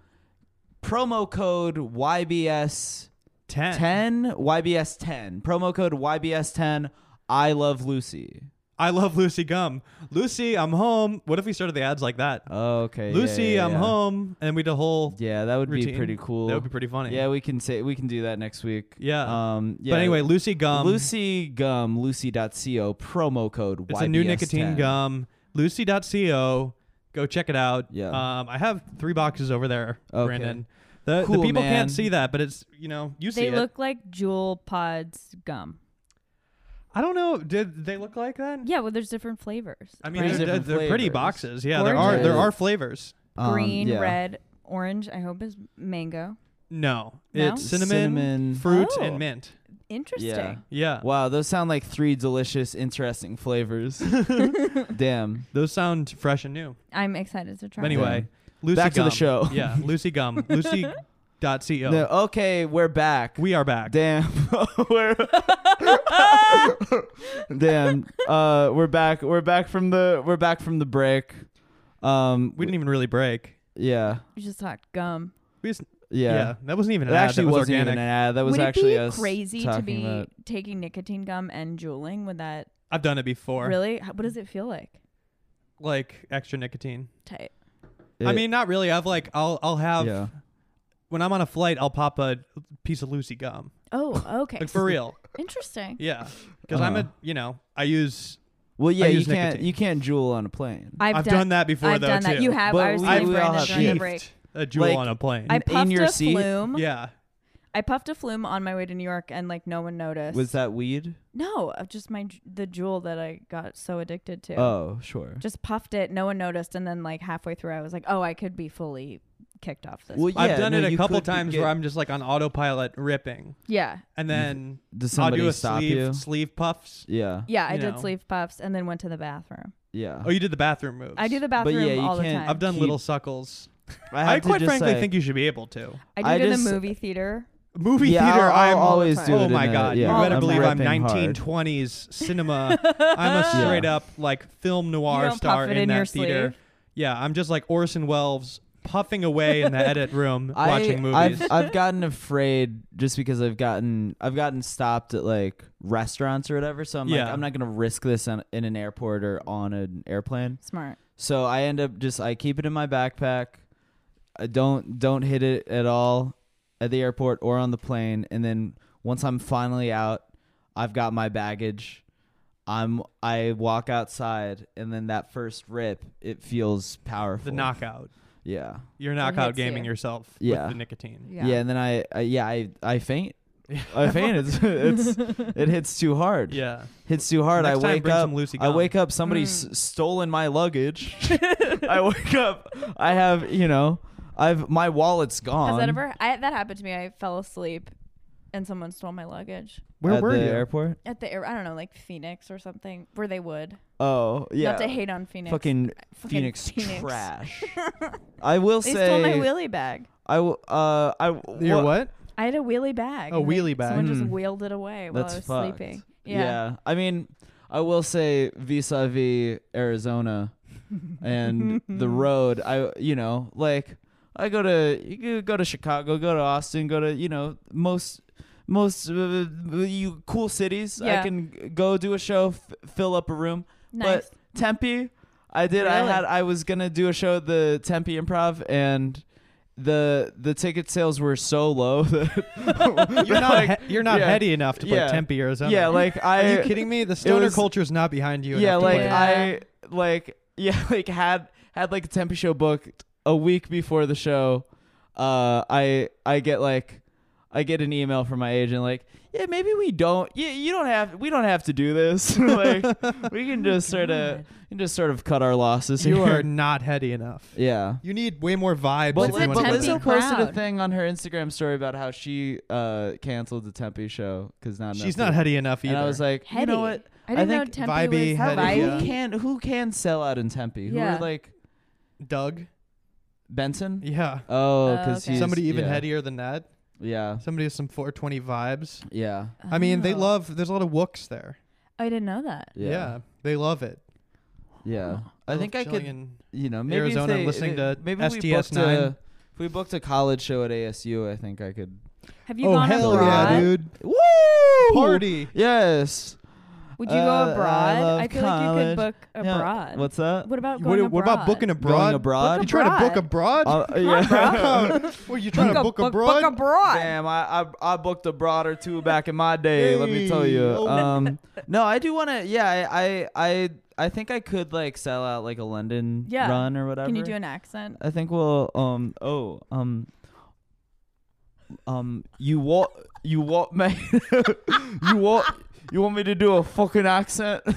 Speaker 2: promo code YBS
Speaker 1: 10.
Speaker 2: 10 YBS 10 promo code YBS 10 I love Lucy.
Speaker 1: I love Lucy Gum. Lucy, I'm home. What if we started the ads like that?
Speaker 2: Oh, okay. yeah,
Speaker 1: Lucy,
Speaker 2: yeah,
Speaker 1: I'm
Speaker 2: yeah.
Speaker 1: home. And we did a whole
Speaker 2: Yeah, that would
Speaker 1: routine.
Speaker 2: be pretty cool.
Speaker 1: That would be pretty funny.
Speaker 2: Yeah, we can say we can do that next week.
Speaker 1: Yeah.
Speaker 2: Um yeah.
Speaker 1: But anyway, um, Lucy Gum.
Speaker 2: Lucy gum lucy.co promo code
Speaker 1: It's a new nicotine
Speaker 2: YBS10.
Speaker 1: gum. Lucy.co. Go check it out.
Speaker 2: Yeah.
Speaker 1: Um, I have three boxes over there,
Speaker 2: Okay.
Speaker 1: Brandon. The, the
Speaker 2: Cool,
Speaker 1: people
Speaker 2: man.
Speaker 1: can't see that, but it's you know you see
Speaker 3: they
Speaker 1: it.
Speaker 3: look like jewel pods gum.
Speaker 1: I don't know. Did they look like that?
Speaker 3: Yeah, well, there's different flavors.
Speaker 1: I mean,
Speaker 2: Right.
Speaker 1: they're, they're,
Speaker 2: Different
Speaker 1: they're pretty
Speaker 2: flavors.
Speaker 1: boxes. Yeah, there are there
Speaker 2: Gorgeous.
Speaker 1: are flavors.
Speaker 2: Um,
Speaker 3: green,
Speaker 2: yeah.
Speaker 3: red, orange. I hope is mango.
Speaker 1: No,
Speaker 3: No?
Speaker 1: it's cinnamon,
Speaker 2: Cinnamon.
Speaker 1: fruit,
Speaker 3: Oh.
Speaker 1: and mint.
Speaker 3: Interesting.
Speaker 2: Yeah.
Speaker 1: Yeah,
Speaker 2: Wow, those sound like three delicious,
Speaker 1: <laughs>
Speaker 2: interesting flavors. Damn.
Speaker 1: those sound fresh and new.
Speaker 3: I'm excited to try.
Speaker 1: But anyway, Lucy
Speaker 2: Back to
Speaker 1: Gum.
Speaker 2: the show.
Speaker 1: <laughs> yeah, Lucy
Speaker 2: <laughs>
Speaker 1: Gum. Lucy. dot co.
Speaker 2: No, okay, we're back.
Speaker 1: We are back.
Speaker 2: Damn. <laughs> we're Damn. Uh we're back. We're back from the we're back from the break. Um
Speaker 1: we didn't even really break.
Speaker 2: yeah.
Speaker 3: it. <laughs> You just talked gum.
Speaker 1: We just,
Speaker 2: Yeah.
Speaker 1: yeah. that wasn't even
Speaker 2: It
Speaker 1: an ad.
Speaker 2: actually
Speaker 1: that was
Speaker 2: wasn't
Speaker 1: organic.
Speaker 2: even an ad. That was
Speaker 3: Would
Speaker 2: actually
Speaker 3: it
Speaker 2: us
Speaker 3: be crazy to
Speaker 2: talking
Speaker 3: be
Speaker 2: about-
Speaker 3: taking nicotine gum and juuling? Would that
Speaker 1: I've done it before.
Speaker 3: really? How, what does it feel like?
Speaker 1: Like extra nicotine.
Speaker 3: Tight.
Speaker 1: I
Speaker 2: it-
Speaker 1: mean, not really. I've like I'll I'll have
Speaker 2: yeah.
Speaker 1: when I'm on a flight, I'll pop a piece of Lucy Gum.
Speaker 3: Oh, okay.
Speaker 1: <laughs> Like for
Speaker 3: <laughs>
Speaker 1: real.
Speaker 3: Interesting.
Speaker 1: Yeah, because I'm
Speaker 2: Uh-huh.
Speaker 1: a you know I use
Speaker 2: Well, yeah, you
Speaker 1: use
Speaker 2: can't
Speaker 1: nicotine.
Speaker 2: you can't jewel on a plane.
Speaker 1: I've, done, that before
Speaker 3: I've
Speaker 1: though
Speaker 3: done
Speaker 1: too.
Speaker 3: that. You have.
Speaker 2: But
Speaker 3: I was
Speaker 2: we-
Speaker 3: telling
Speaker 2: we all
Speaker 3: Brandon
Speaker 2: have
Speaker 3: during the
Speaker 1: Sheathed.
Speaker 3: break.
Speaker 1: a jewel
Speaker 2: Like-
Speaker 1: on a plane.
Speaker 3: I
Speaker 2: in
Speaker 3: puffed
Speaker 2: your
Speaker 3: a
Speaker 2: seat?
Speaker 3: flume.
Speaker 1: yeah.
Speaker 3: I puffed a flume on my way to New York, and like no one noticed.
Speaker 2: Was that weed?
Speaker 3: no? uh, Just my j- the jewel that I got so addicted to.
Speaker 2: Oh, sure.
Speaker 3: Just puffed it. No one noticed, and then like halfway through, I was like, oh, I could be fully kicked off this.
Speaker 2: Well, yeah,
Speaker 1: I've done
Speaker 2: no,
Speaker 1: it a
Speaker 2: you
Speaker 1: couple
Speaker 2: could be
Speaker 1: times
Speaker 2: get-
Speaker 1: where I'm just like on autopilot ripping,
Speaker 3: yeah,
Speaker 1: and then
Speaker 2: Does
Speaker 1: I'll
Speaker 2: somebody
Speaker 1: do a
Speaker 2: stop
Speaker 1: sleeve
Speaker 2: you?
Speaker 1: sleeve puffs.
Speaker 2: Yeah,
Speaker 3: yeah. I
Speaker 1: You
Speaker 3: did
Speaker 1: know.
Speaker 3: sleeve puffs, and then went to the bathroom.
Speaker 2: yeah.
Speaker 1: Oh, you did the bathroom moves.
Speaker 3: I do the
Speaker 2: But
Speaker 3: bathroom
Speaker 2: yeah, you
Speaker 3: all the
Speaker 2: can't-
Speaker 3: time.
Speaker 1: I've done
Speaker 2: Keep-
Speaker 1: little suckles.
Speaker 2: have
Speaker 1: I
Speaker 2: to
Speaker 1: quite
Speaker 2: just
Speaker 1: frankly
Speaker 2: say-
Speaker 1: think you should be able to.
Speaker 3: I do
Speaker 2: I
Speaker 3: it in
Speaker 2: just-
Speaker 3: the movie theater.
Speaker 1: Movie
Speaker 2: yeah,
Speaker 1: theater.
Speaker 2: I'll, I'll
Speaker 1: am
Speaker 2: always
Speaker 3: time.
Speaker 2: do it.
Speaker 1: Oh
Speaker 2: in
Speaker 1: my
Speaker 2: a-
Speaker 1: god!
Speaker 2: yeah,
Speaker 1: you better
Speaker 3: I'm
Speaker 1: believe I'm
Speaker 2: ripping hard.
Speaker 1: 1920s
Speaker 2: <laughs>
Speaker 1: cinema. I'm a
Speaker 2: Yeah.
Speaker 1: straight up like film noir
Speaker 3: You don't
Speaker 1: star
Speaker 3: puff it
Speaker 1: in,
Speaker 3: in
Speaker 1: that
Speaker 3: your
Speaker 1: theater.
Speaker 3: sleeve.
Speaker 1: Yeah, I'm just like Orson Welles puffing away
Speaker 2: <laughs>
Speaker 1: in the edit room
Speaker 2: I,
Speaker 1: watching movies.
Speaker 2: <laughs> I've, I've gotten afraid just because I've gotten I've gotten stopped at like restaurants or whatever. So I'm like
Speaker 1: Yeah.
Speaker 2: I'm not gonna risk this on, in an airport or on an airplane.
Speaker 3: Smart.
Speaker 2: So I end up just I keep it in my backpack. I don't don't hit it at all at the airport or on the plane. And then once I'm finally out, I've got my baggage. I'm I walk outside and then that first rip, it feels powerful.
Speaker 1: the knockout.
Speaker 2: Yeah.
Speaker 1: You're knockout
Speaker 3: hits you.
Speaker 1: gaming yourself
Speaker 2: Yeah.
Speaker 1: with the nicotine.
Speaker 2: Yeah. and then I, I yeah, I
Speaker 1: <laughs>
Speaker 2: I faint. I faint. It's, it's it hits too hard.
Speaker 1: Yeah.
Speaker 2: Hits too hard.
Speaker 1: Next
Speaker 2: I
Speaker 1: time,
Speaker 2: wake
Speaker 1: bring
Speaker 2: up.
Speaker 1: some loosey
Speaker 2: I
Speaker 1: gum.
Speaker 2: wake up.
Speaker 3: Mm.
Speaker 2: Somebody's stolen my luggage. <laughs>
Speaker 3: <laughs>
Speaker 2: I wake up. I have you know. I've my wallet's gone.
Speaker 3: Has that ever? I, that happened to me. I fell asleep, and someone stole my luggage
Speaker 1: Where
Speaker 2: at
Speaker 1: were
Speaker 2: the
Speaker 1: you?
Speaker 2: airport?
Speaker 3: at the air. I don't know, like Phoenix or something, where they would.
Speaker 2: Oh yeah.
Speaker 3: Not to hate on Phoenix.
Speaker 2: Fucking,
Speaker 3: Fucking
Speaker 2: Phoenix,
Speaker 3: Phoenix. <laughs>
Speaker 2: trash. I will
Speaker 3: They
Speaker 2: say.
Speaker 3: stole my wheelie bag.
Speaker 2: I w- uh I w-
Speaker 1: Your
Speaker 2: wha- <laughs>
Speaker 1: what?
Speaker 3: I had a wheelie bag.
Speaker 1: A
Speaker 3: and
Speaker 1: wheelie
Speaker 3: they-
Speaker 1: bag.
Speaker 3: Someone just
Speaker 2: Mm.
Speaker 3: wheeled it away while
Speaker 2: That's
Speaker 3: I was
Speaker 2: fucked.
Speaker 3: sleeping.
Speaker 2: Yeah.
Speaker 3: Yeah.
Speaker 2: I mean, I will say vis-a-vis Arizona and the road, I you know, like I go to you could go to Chicago, go to Austin, go to, you know, most most uh, you cool cities. I
Speaker 3: Yeah.
Speaker 2: can go do a show, f- fill up a room.
Speaker 3: Nice.
Speaker 2: But Tempe, I did I
Speaker 3: Really?
Speaker 2: had I was going to do a show at the Tempe Improv and the the ticket sales were so low <laughs> that
Speaker 1: <laughs> You're not
Speaker 2: Like,
Speaker 1: he- you're not
Speaker 2: yeah.
Speaker 1: heady enough to play
Speaker 2: Yeah.
Speaker 1: Tempe, Arizona.
Speaker 2: yeah, like I
Speaker 1: Are you kidding me? The stoner
Speaker 2: was-
Speaker 1: culture is not behind you.
Speaker 2: yeah
Speaker 1: enough to
Speaker 2: like
Speaker 1: play it.
Speaker 3: Yeah.
Speaker 2: i like <laughs> yeah like had had like a tempe show booked a week before the show uh i i get like i get an email from my agent like yeah maybe we don't yeah you don't have we don't have to do this <laughs> like we can
Speaker 3: <laughs>
Speaker 2: just sort of
Speaker 3: God.
Speaker 2: we can just sort of cut our losses <laughs>
Speaker 1: you
Speaker 2: here.
Speaker 1: are not heady enough.
Speaker 2: yeah
Speaker 1: You need way more vibes.
Speaker 2: but,
Speaker 1: if you
Speaker 2: Liz,
Speaker 1: want
Speaker 2: but
Speaker 1: to
Speaker 3: Tempe
Speaker 1: live
Speaker 2: Lizzo
Speaker 1: there.
Speaker 3: crowd.
Speaker 2: posted a thing on her Instagram story about how she uh, canceled the Tempe show because not enough
Speaker 1: she's not
Speaker 2: people-
Speaker 1: heady enough either.
Speaker 2: And I was like, you
Speaker 3: Heady.
Speaker 2: know what?
Speaker 3: I didn't
Speaker 2: think
Speaker 3: know Tempe
Speaker 1: vibey,
Speaker 3: was
Speaker 1: heady,
Speaker 2: How,
Speaker 1: Heidi,
Speaker 2: who
Speaker 1: yeah.
Speaker 3: vibey.
Speaker 2: can who can sell out in Tempe? Who
Speaker 3: Yeah.
Speaker 2: are like
Speaker 1: Doug.
Speaker 2: Benson?
Speaker 1: Yeah.
Speaker 2: Oh,
Speaker 3: Oh,
Speaker 2: because
Speaker 3: okay.
Speaker 2: he's
Speaker 1: Somebody even
Speaker 2: yeah.
Speaker 1: headier than that.
Speaker 2: Yeah,
Speaker 1: Somebody with some 420 vibes.
Speaker 2: yeah,
Speaker 1: I mean, they
Speaker 3: Oh.
Speaker 1: love. There's a lot of wooks there.
Speaker 3: I didn't know that.
Speaker 1: Yeah,
Speaker 2: yeah, yeah.
Speaker 1: they love it.
Speaker 2: I think I could,
Speaker 1: Jillian-
Speaker 2: you know, maybe
Speaker 1: Arizona
Speaker 2: if they,
Speaker 1: listening
Speaker 2: if-
Speaker 1: to
Speaker 2: maybe if we booked
Speaker 1: STS9.
Speaker 2: a- If we booked a college show at ASU, I think I could.
Speaker 3: Have you
Speaker 1: oh
Speaker 3: gone
Speaker 1: hell
Speaker 3: abroad?
Speaker 1: yeah, dude!
Speaker 2: Woo!
Speaker 1: Party.
Speaker 2: Yes.
Speaker 3: Would you
Speaker 2: Uh, I
Speaker 3: go abroad?
Speaker 2: love
Speaker 3: I, feel like you
Speaker 2: college.
Speaker 3: could book
Speaker 2: Yeah.
Speaker 3: abroad.
Speaker 2: What's that?
Speaker 3: What about
Speaker 1: What,
Speaker 3: going
Speaker 1: what about booking abroad?
Speaker 2: Going
Speaker 1: You
Speaker 2: abroad? Um,
Speaker 1: trying to book abroad?
Speaker 2: Uh, yeah. <laughs>
Speaker 1: <laughs> what you trying to book abroad?
Speaker 3: Book abroad.
Speaker 2: Damn, I, I I booked a broad or two back in my day. let me tell
Speaker 1: Hey.
Speaker 2: you.
Speaker 1: Oh.
Speaker 3: <laughs>
Speaker 2: Um, no, I do want to. Yeah, I, I I I think I could like sell out like a London
Speaker 3: Yeah.
Speaker 2: run or whatever.
Speaker 3: Can you do an accent?
Speaker 2: <laughs> I think we'll. Um. Oh. Um. Um. You what? You what, mate? <laughs> you what? You want me to do a fucking accent?
Speaker 1: <laughs> um,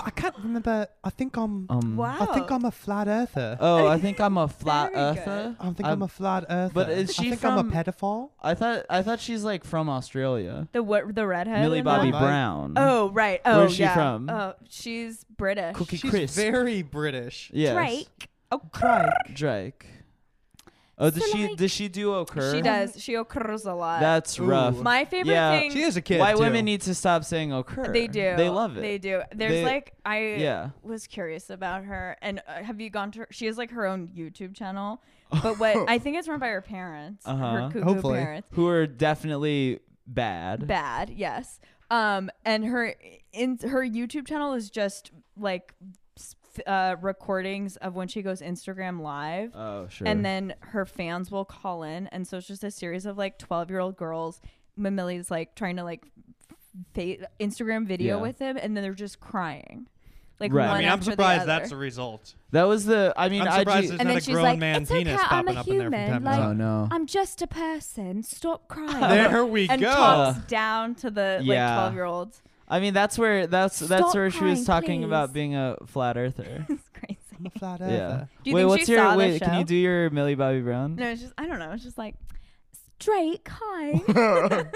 Speaker 1: I can't remember. I think I'm.
Speaker 2: Um.
Speaker 3: Wow.
Speaker 1: I think I'm a flat earther.
Speaker 2: Oh,
Speaker 3: <laughs>
Speaker 2: I think I'm a flat
Speaker 3: Very good.
Speaker 2: earther.
Speaker 1: I think I'm, a flat earther.
Speaker 2: Um, but is she
Speaker 1: I think I'm
Speaker 2: from-
Speaker 1: a pedophile.
Speaker 2: I thought I thought she's like from Australia.
Speaker 3: The what? The redhead.
Speaker 2: Millie
Speaker 3: in
Speaker 2: Bobby
Speaker 3: that?
Speaker 1: Mike.
Speaker 2: Brown.
Speaker 3: Oh right. Oh
Speaker 2: Where's she
Speaker 3: yeah.
Speaker 2: from?
Speaker 3: Oh, she's British.
Speaker 2: Cookie
Speaker 1: She's
Speaker 2: Crisp.
Speaker 1: very British.
Speaker 2: yes.
Speaker 3: Drake. Oh,
Speaker 2: Drake. Oh, does
Speaker 3: So,
Speaker 2: she
Speaker 3: like-
Speaker 2: does she do occur?
Speaker 3: She does. She occurs a lot.
Speaker 2: That's
Speaker 1: Ooh.
Speaker 2: rough.
Speaker 3: My favorite
Speaker 2: Yeah.
Speaker 3: thing.
Speaker 1: She is a kid.
Speaker 2: White
Speaker 1: too.
Speaker 2: women need to stop saying occur.
Speaker 3: They do.
Speaker 2: They love it.
Speaker 3: They do. There's
Speaker 2: They-
Speaker 3: like I
Speaker 2: Yeah.
Speaker 3: was curious about her, and uh, have you gone to? Her, she has like her own YouTube
Speaker 2: <laughs>
Speaker 3: channel, but what I think it's run by her parents,
Speaker 2: Uh-huh.
Speaker 3: her cuckoo
Speaker 1: Hopefully.
Speaker 3: parents.
Speaker 2: Who are definitely bad.
Speaker 3: Bad, yes. Um, and her in her YouTube channel is just like s- uh, recordings of when she goes Instagram live.
Speaker 2: Oh sure.
Speaker 3: And then her fans will call in, and so it's just a series of like twelve-year-old girls. Millie's like trying to like fa- Instagram video
Speaker 2: Yeah.
Speaker 3: with them, and then they're just crying. Like
Speaker 2: Right. I mean,
Speaker 3: one
Speaker 1: I mean, I'm
Speaker 3: after the
Speaker 1: surprised
Speaker 3: other.
Speaker 1: that's a result.
Speaker 2: That was the. I mean,
Speaker 1: I'm
Speaker 2: I.
Speaker 1: surprised there's
Speaker 3: And
Speaker 1: not
Speaker 3: then
Speaker 1: a
Speaker 3: she's
Speaker 1: grown
Speaker 3: like,
Speaker 1: man's
Speaker 5: "It's okay,
Speaker 1: penis
Speaker 5: I'm
Speaker 1: popping
Speaker 5: a
Speaker 1: up in there from time
Speaker 5: human,
Speaker 1: to
Speaker 5: like-
Speaker 2: oh
Speaker 1: time.
Speaker 2: no.
Speaker 5: I'm just a person. Stop crying.
Speaker 1: <laughs> There we
Speaker 3: and
Speaker 1: go.
Speaker 3: talks down to the
Speaker 2: Yeah.
Speaker 3: like twelve year olds.
Speaker 2: I mean, that's where that's that's
Speaker 5: Stop
Speaker 2: where she
Speaker 5: crying,
Speaker 2: was talking about
Speaker 5: please.
Speaker 2: being a flat
Speaker 3: <laughs>
Speaker 2: earther.
Speaker 3: <laughs> It's crazy.
Speaker 1: Flat
Speaker 2: yeah.
Speaker 1: earther.
Speaker 3: Do you
Speaker 2: wait,
Speaker 3: think
Speaker 2: what's
Speaker 3: she
Speaker 2: your
Speaker 3: saw the
Speaker 2: wait? Can
Speaker 3: show?
Speaker 2: you do your Millie Bobby Brown?
Speaker 3: No, it's just I don't know. It's just like
Speaker 5: Drake,
Speaker 2: <laughs>
Speaker 3: <laughs>
Speaker 5: hi.